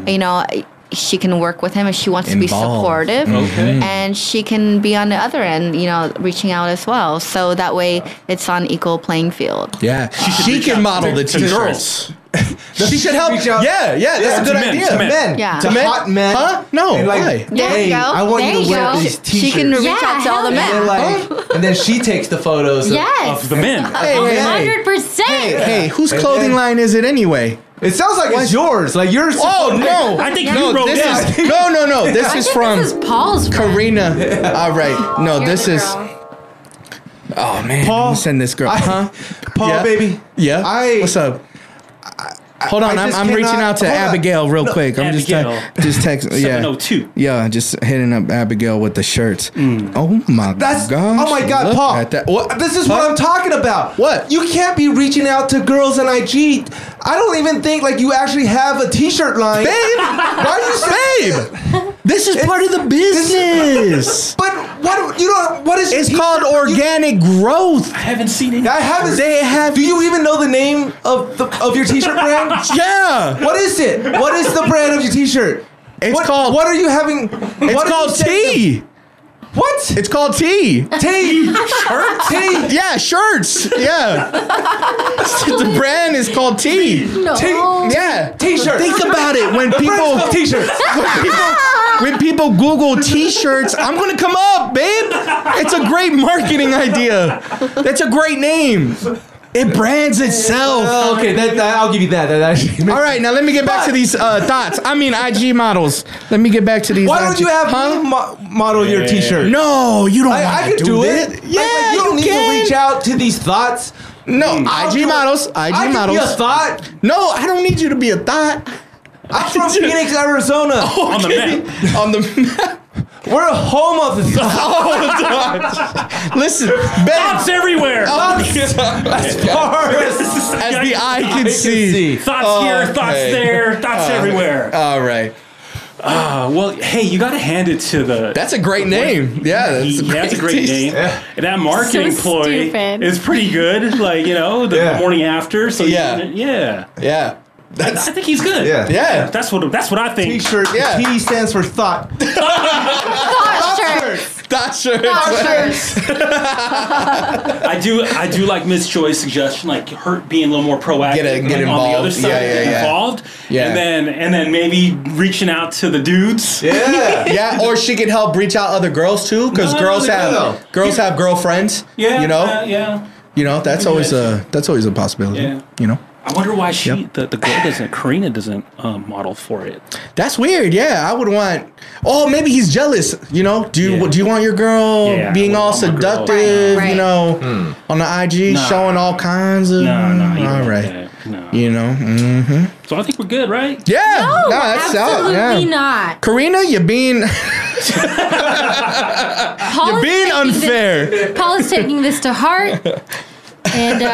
Speaker 11: maybe you know. She can work with him if she wants to be
Speaker 3: Involved.
Speaker 11: supportive,
Speaker 2: Mm-hmm.
Speaker 3: Okay.
Speaker 11: and she can be on the other end, you know, reaching out as well. So that way, it's on equal playing field.
Speaker 3: Yeah. She,
Speaker 11: reach
Speaker 3: can
Speaker 11: out
Speaker 3: model
Speaker 11: to-
Speaker 3: the
Speaker 11: to
Speaker 3: t-shirts. she should help.
Speaker 2: Reach out-
Speaker 3: Yeah, yeah, that's a
Speaker 2: to
Speaker 3: good
Speaker 2: men,
Speaker 3: idea.
Speaker 2: To men,
Speaker 11: Yeah.
Speaker 2: to,
Speaker 11: To men?
Speaker 2: hot men.
Speaker 11: Huh?
Speaker 3: No,
Speaker 2: And like,
Speaker 3: why?
Speaker 11: There
Speaker 2: hey,
Speaker 11: you go.
Speaker 2: I want
Speaker 11: There
Speaker 2: you to
Speaker 11: you
Speaker 2: wear
Speaker 11: go.
Speaker 2: these
Speaker 11: She-
Speaker 2: t-shirts.
Speaker 11: she can reach Yeah, out to all the hell
Speaker 2: And
Speaker 11: men.
Speaker 2: then, like, and then she takes the photos of-
Speaker 11: Yes.
Speaker 2: of,
Speaker 5: the men.
Speaker 2: Hey, hey, hey.
Speaker 4: percent.
Speaker 3: Hey, hey, whose clothing line is it anyway?
Speaker 2: It sounds like
Speaker 3: What?
Speaker 2: it's yours. Like yours.
Speaker 3: Oh no! no, this is- no, no, no. This is from
Speaker 4: Paul's
Speaker 3: Karina. All right. No,
Speaker 4: You're
Speaker 3: this
Speaker 4: the
Speaker 3: is. Oh man, Paul, send this girl, huh?
Speaker 2: Paul,
Speaker 3: Yeah.
Speaker 2: baby.
Speaker 3: Yeah.
Speaker 2: I-
Speaker 3: What's up? Hold
Speaker 2: I
Speaker 3: on, I'm,
Speaker 2: just
Speaker 3: I'm reaching
Speaker 2: cannot-
Speaker 3: out to
Speaker 2: hold on.
Speaker 3: Abigail real
Speaker 2: No,
Speaker 3: quick. I'm
Speaker 5: Abigail.
Speaker 3: just te- just texting. Yeah.
Speaker 5: 702.
Speaker 3: Yeah, just hitting up Abigail with the shirts. Oh my
Speaker 2: That's oh
Speaker 3: gosh.
Speaker 2: my god,
Speaker 3: look
Speaker 2: Paul.
Speaker 3: at that. What?
Speaker 2: This is what I'm talking about.
Speaker 3: What?
Speaker 2: You can't be reaching out to girls on IG. I don't even think like you actually have a t-shirt line.
Speaker 3: Babe.
Speaker 2: Why are you saying
Speaker 3: Babe. This is part of the business.
Speaker 2: But what you don't what is
Speaker 3: [laughs] It's called organic growth.
Speaker 5: I haven't seen it.
Speaker 2: I haven't
Speaker 3: They have.
Speaker 2: Do you even know the name of the of your t-shirt
Speaker 3: [laughs]
Speaker 2: brand?
Speaker 3: Yeah.
Speaker 2: What is it? What is the brand of your t-shirt?
Speaker 3: It's
Speaker 2: what,
Speaker 3: called-
Speaker 2: What are you having?
Speaker 3: It's
Speaker 2: what are you
Speaker 3: called
Speaker 2: saying-
Speaker 3: tea.
Speaker 2: What?
Speaker 3: It's called [laughs] tea.
Speaker 2: Tea. Shirt? Tea.
Speaker 3: Yeah, shirts. [laughs] Yeah. the brand is called tea.
Speaker 4: No.
Speaker 2: T-
Speaker 3: Yeah.
Speaker 2: T-shirt.
Speaker 3: Think about it. When people
Speaker 2: Brand
Speaker 3: [laughs]
Speaker 2: t-shirts.
Speaker 3: when people when people Google t-shirts, I'm gonna come up, babe. It's a great marketing idea. That's a great name. It brands itself.
Speaker 2: Oh, okay, that, that- I'll give you that. That actually.
Speaker 3: All right, now let me get back to these uh, thoughts. I mean, IG models. Let me get back to these. uh,
Speaker 2: Why don't you have me mo- model your T-shirt?
Speaker 3: No, you don't.
Speaker 2: I, I
Speaker 3: wanna
Speaker 2: could do, it.
Speaker 3: that.
Speaker 2: Like-
Speaker 3: Yeah,
Speaker 2: like, you don't need
Speaker 3: can.
Speaker 2: to reach out to these thoughts.
Speaker 3: No,
Speaker 2: I'll
Speaker 3: IG
Speaker 2: do it.
Speaker 3: models. IG
Speaker 2: I could
Speaker 3: models.
Speaker 2: Be a thought.
Speaker 3: No, I don't need you to be a thought.
Speaker 2: I'm
Speaker 3: [laughs]
Speaker 2: from Phoenix, Arizona.
Speaker 5: [laughs]
Speaker 3: Oh
Speaker 5: On the map.
Speaker 3: On the [laughs] Oh,
Speaker 2: We're a home of the thought. [laughs]
Speaker 3: listen, Ben.
Speaker 5: Thoughts everywhere.
Speaker 2: As far as
Speaker 3: Oh, As the eye
Speaker 5: I
Speaker 3: can,
Speaker 2: can
Speaker 3: see.
Speaker 2: see.
Speaker 5: Thoughts
Speaker 3: Okay. Uh,
Speaker 5: here, thoughts there, thoughts everywhere.
Speaker 3: All right,
Speaker 5: Uh, well, hey, you got to hand it to the.
Speaker 3: that's a great name. Yeah, that's a
Speaker 5: yeah,
Speaker 3: great,
Speaker 5: that's a great
Speaker 3: taste. [laughs]
Speaker 5: name. And that marketing
Speaker 4: So
Speaker 5: ploy
Speaker 4: stupid.
Speaker 5: is pretty good. Like you know, the
Speaker 2: Yeah.
Speaker 5: morning after. So
Speaker 3: Yeah.
Speaker 5: you- yeah.
Speaker 3: Yeah,
Speaker 5: I
Speaker 3: that's
Speaker 5: think he's good.
Speaker 2: Yeah.
Speaker 3: yeah.
Speaker 5: That's what that's what I think.
Speaker 2: T-shirt.
Speaker 3: Yeah. [laughs]
Speaker 2: T stands for thought.
Speaker 4: Paul's shirt.
Speaker 3: Thought Not sure.
Speaker 4: [laughs]
Speaker 3: [laughs]
Speaker 5: I do. I do like Miss Choi's suggestion, like her being a little more proactive,
Speaker 3: Get a-
Speaker 5: and,
Speaker 3: get
Speaker 5: like, on the other
Speaker 3: involved.
Speaker 5: side,
Speaker 3: Yeah, yeah,
Speaker 5: get
Speaker 3: yeah.
Speaker 5: involved,
Speaker 3: Yeah.
Speaker 5: and then and then maybe reaching out to the dudes.
Speaker 3: Yeah, yeah. Or she could help reach out other girls too, because
Speaker 5: No,
Speaker 3: girls
Speaker 5: no,
Speaker 3: have
Speaker 5: no.
Speaker 3: girls have girlfriends.
Speaker 5: Yeah,
Speaker 3: you know,
Speaker 5: uh, yeah.
Speaker 3: you know. That's
Speaker 5: Yeah.
Speaker 3: always a that's always a possibility.
Speaker 5: Yeah.
Speaker 3: You know,
Speaker 5: I wonder why she the, the girl doesn't Karina doesn't um, model for it.
Speaker 3: that's weird. Yeah, I would want. Oh, maybe he's jealous. You know, do you do you want your girl
Speaker 5: Yeah, I
Speaker 3: being
Speaker 5: wouldn't
Speaker 3: all
Speaker 5: want my girl.
Speaker 3: seductive?
Speaker 5: Right, right.
Speaker 3: You know, on the IG
Speaker 5: Nah.
Speaker 3: showing all kinds of.
Speaker 5: No, no, you don't
Speaker 3: Mm, all
Speaker 5: want
Speaker 3: right. You know. hmm
Speaker 5: So I think we're good, right?
Speaker 3: Yeah.
Speaker 4: No,
Speaker 3: that's out,
Speaker 4: absolutely
Speaker 3: yeah.
Speaker 4: not.
Speaker 3: Karina, you're
Speaker 4: [laughs]
Speaker 3: being
Speaker 4: Paul
Speaker 3: You're
Speaker 4: is
Speaker 3: being
Speaker 4: taking
Speaker 3: unfair.
Speaker 4: This, Paul is taking this to heart. And uh,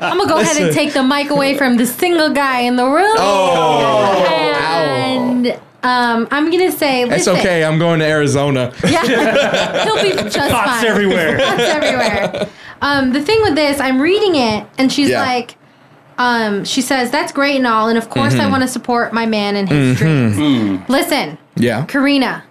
Speaker 4: I'm gonna go ahead and
Speaker 3: Listen.
Speaker 4: take the mic away from the single guy in the room.
Speaker 3: Oh.
Speaker 4: and um, I'm gonna say,
Speaker 3: It's
Speaker 4: listen,
Speaker 3: okay. I'm going to Arizona.
Speaker 4: [laughs] Yeah, he'll
Speaker 3: [laughs]
Speaker 4: be just
Speaker 3: Cops
Speaker 4: fine.
Speaker 3: everywhere. [laughs]
Speaker 4: [laughs] Cops everywhere. Um, the thing with this, I'm reading it, and she's
Speaker 3: Yeah.
Speaker 4: like, um, she says, "That's great and all, and of course I
Speaker 3: Mhm.
Speaker 4: want to support my man and his dreams." Listen,
Speaker 3: Mm-hmm. Yeah.
Speaker 4: Karina,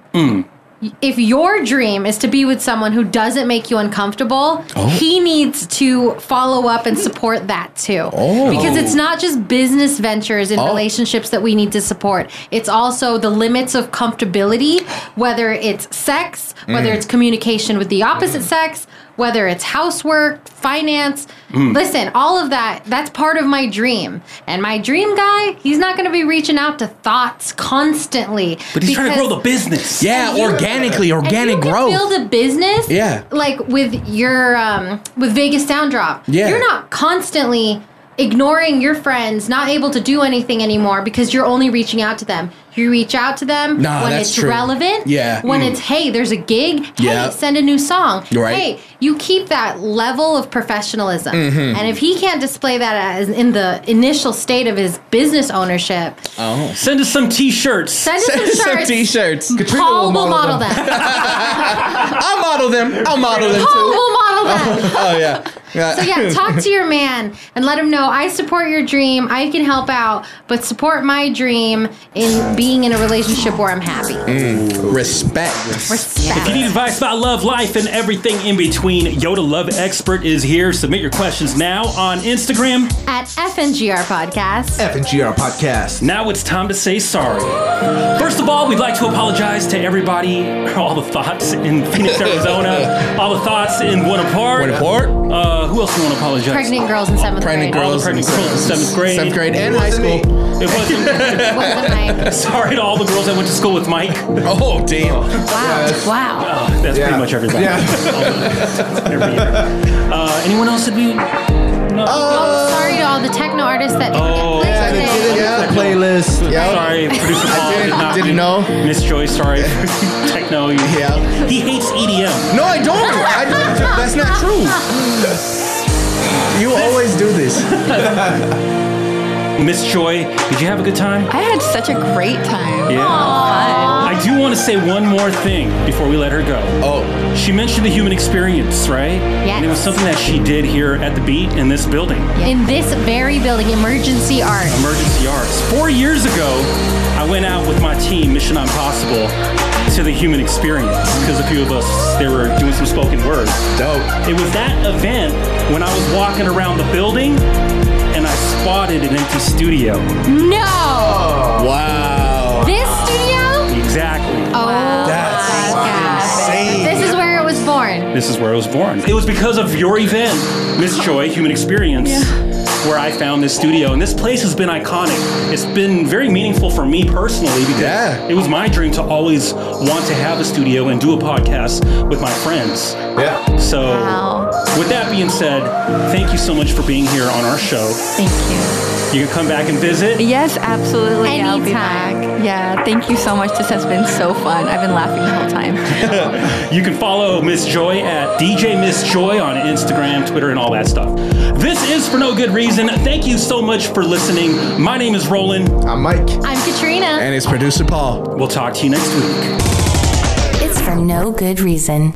Speaker 4: if your dream is to be with someone who doesn't make you uncomfortable,
Speaker 3: Oh.
Speaker 4: he needs to follow up and support that too.
Speaker 3: Oh.
Speaker 4: Because it's not just business ventures and
Speaker 3: Oh.
Speaker 4: relationships that we need to support, it's also the limits of comfortability, whether it's sex, whether
Speaker 3: Mm.
Speaker 4: it's communication with the opposite
Speaker 5: Mm.
Speaker 4: sex. Whether it's housework, finance,
Speaker 3: Mm.
Speaker 4: listen, all of that, that's part of my dream. And my dream guy, he's not gonna be reaching out to thoughts constantly.
Speaker 5: But he's trying to
Speaker 4: because-
Speaker 5: grow the business.
Speaker 3: Yeah,
Speaker 4: you-
Speaker 3: organically,
Speaker 4: and
Speaker 3: organic
Speaker 4: you can
Speaker 3: growth.
Speaker 4: Build a business.
Speaker 3: Yeah.
Speaker 4: Like with your um with Vegas Sound Drop.
Speaker 3: Yeah.
Speaker 4: You're not constantly ignoring your friends, not able to do anything anymore because you're only reaching out to them. You reach out to them
Speaker 3: Nah,
Speaker 4: when
Speaker 3: that's
Speaker 4: it's
Speaker 3: true.
Speaker 4: relevant.
Speaker 3: Yeah.
Speaker 4: When
Speaker 3: Mm.
Speaker 4: it's hey, there's a gig. Hey,
Speaker 3: Yeah.
Speaker 4: send a new song.
Speaker 3: You're right.
Speaker 4: Hey, you keep that level of professionalism.
Speaker 3: Mhm.
Speaker 4: And if he can't display that as in the initial state of his business ownership,
Speaker 3: Oh.
Speaker 5: Send us some t-shirts.
Speaker 3: [laughs]
Speaker 4: Send us Send some us some shirts.
Speaker 3: t-shirts.
Speaker 4: Paul will model, them. [laughs]
Speaker 3: I'll model them. I'll model them too.
Speaker 4: Paul will model them.
Speaker 3: [laughs] Oh, oh, yeah.
Speaker 4: So yeah, talk to your man and let him know I support your dream. I can help out, but support my dream in being in a relationship where I'm happy.
Speaker 3: Mm, respect.
Speaker 5: If you need advice about love, life, and everything in between, Yoda Love Expert is here. Submit your questions now on Instagram.
Speaker 4: At FNGR Podcast.
Speaker 5: FNGR Podcast. Now it's time to say sorry. First of all, we'd like to apologize to everybody, [laughs] all the thoughts in Phoenix, [laughs] Arizona, all the thoughts in Winter Park. Winter Park. Uh, who else do we want to apologize?
Speaker 4: Pregnant girls in seventh
Speaker 5: Pregnant
Speaker 4: grade.
Speaker 5: girls, pregnant girls in seventh grade,
Speaker 3: Seventh grade and high school.
Speaker 5: It wasn't. [laughs] Sorry to all the girls that went to school with Mike. [laughs]
Speaker 3: Oh damn!
Speaker 4: Wow.
Speaker 5: that's pretty much everybody. [laughs] Every year. Uh, anyone else that we? No.
Speaker 4: Oh, sorry to all the techno artists that didn't
Speaker 5: Oh,
Speaker 4: get played today.
Speaker 5: playlist. Sorry, producer Paul. did not didn't
Speaker 3: know.
Speaker 5: Miss Joyce, [laughs] sorry. Techno. Yeah. He hates E EDM.
Speaker 3: No, I don't. I don't. That's not true. You always do this.
Speaker 5: Miss Joy, did you have a good time?
Speaker 11: I had such a great time.
Speaker 5: Yeah. I do want to say one more thing before we let her go.
Speaker 3: Oh.
Speaker 5: She mentioned the human experience, right?
Speaker 4: Yes.
Speaker 5: And it was something that she did here at the beat in this building.
Speaker 4: In this very building, emergency art.
Speaker 5: Emergency Arts. Four years ago, I went out with my team, Mission Impossible, to the human experience because a few of us they were doing some spoken word.
Speaker 3: Dope.
Speaker 5: It was that event when I was walking around the building and I spotted an empty studio.
Speaker 4: No.
Speaker 3: Wow.
Speaker 4: This studio?
Speaker 5: Exactly.
Speaker 4: Oh my god. This is where it was born.
Speaker 5: This is where I was born. It was because of your event, Miss Joy, Human Experience, where I found this studio. And this place has been iconic. It's been very meaningful for me personally because it was my dream to always want to have a studio and do a podcast with my friends. Yeah. So, with that being said, thank you so much for being here on our show.
Speaker 11: Thank
Speaker 5: you. You can come back and visit.
Speaker 11: Yes, absolutely. I'll be back. Yeah, thank you so much. This has been so fun. I've been laughing the whole time.
Speaker 5: you can follow Miss Joy at DJ Miss Joy on Instagram, Twitter, and all that stuff. This is for no good reason. Thank you so much for listening. My name is Roland.
Speaker 3: I'm Mike.
Speaker 4: I'm Katrina.
Speaker 3: And it's producer Paul.
Speaker 5: We'll talk to you next week.
Speaker 1: It's for no good reason.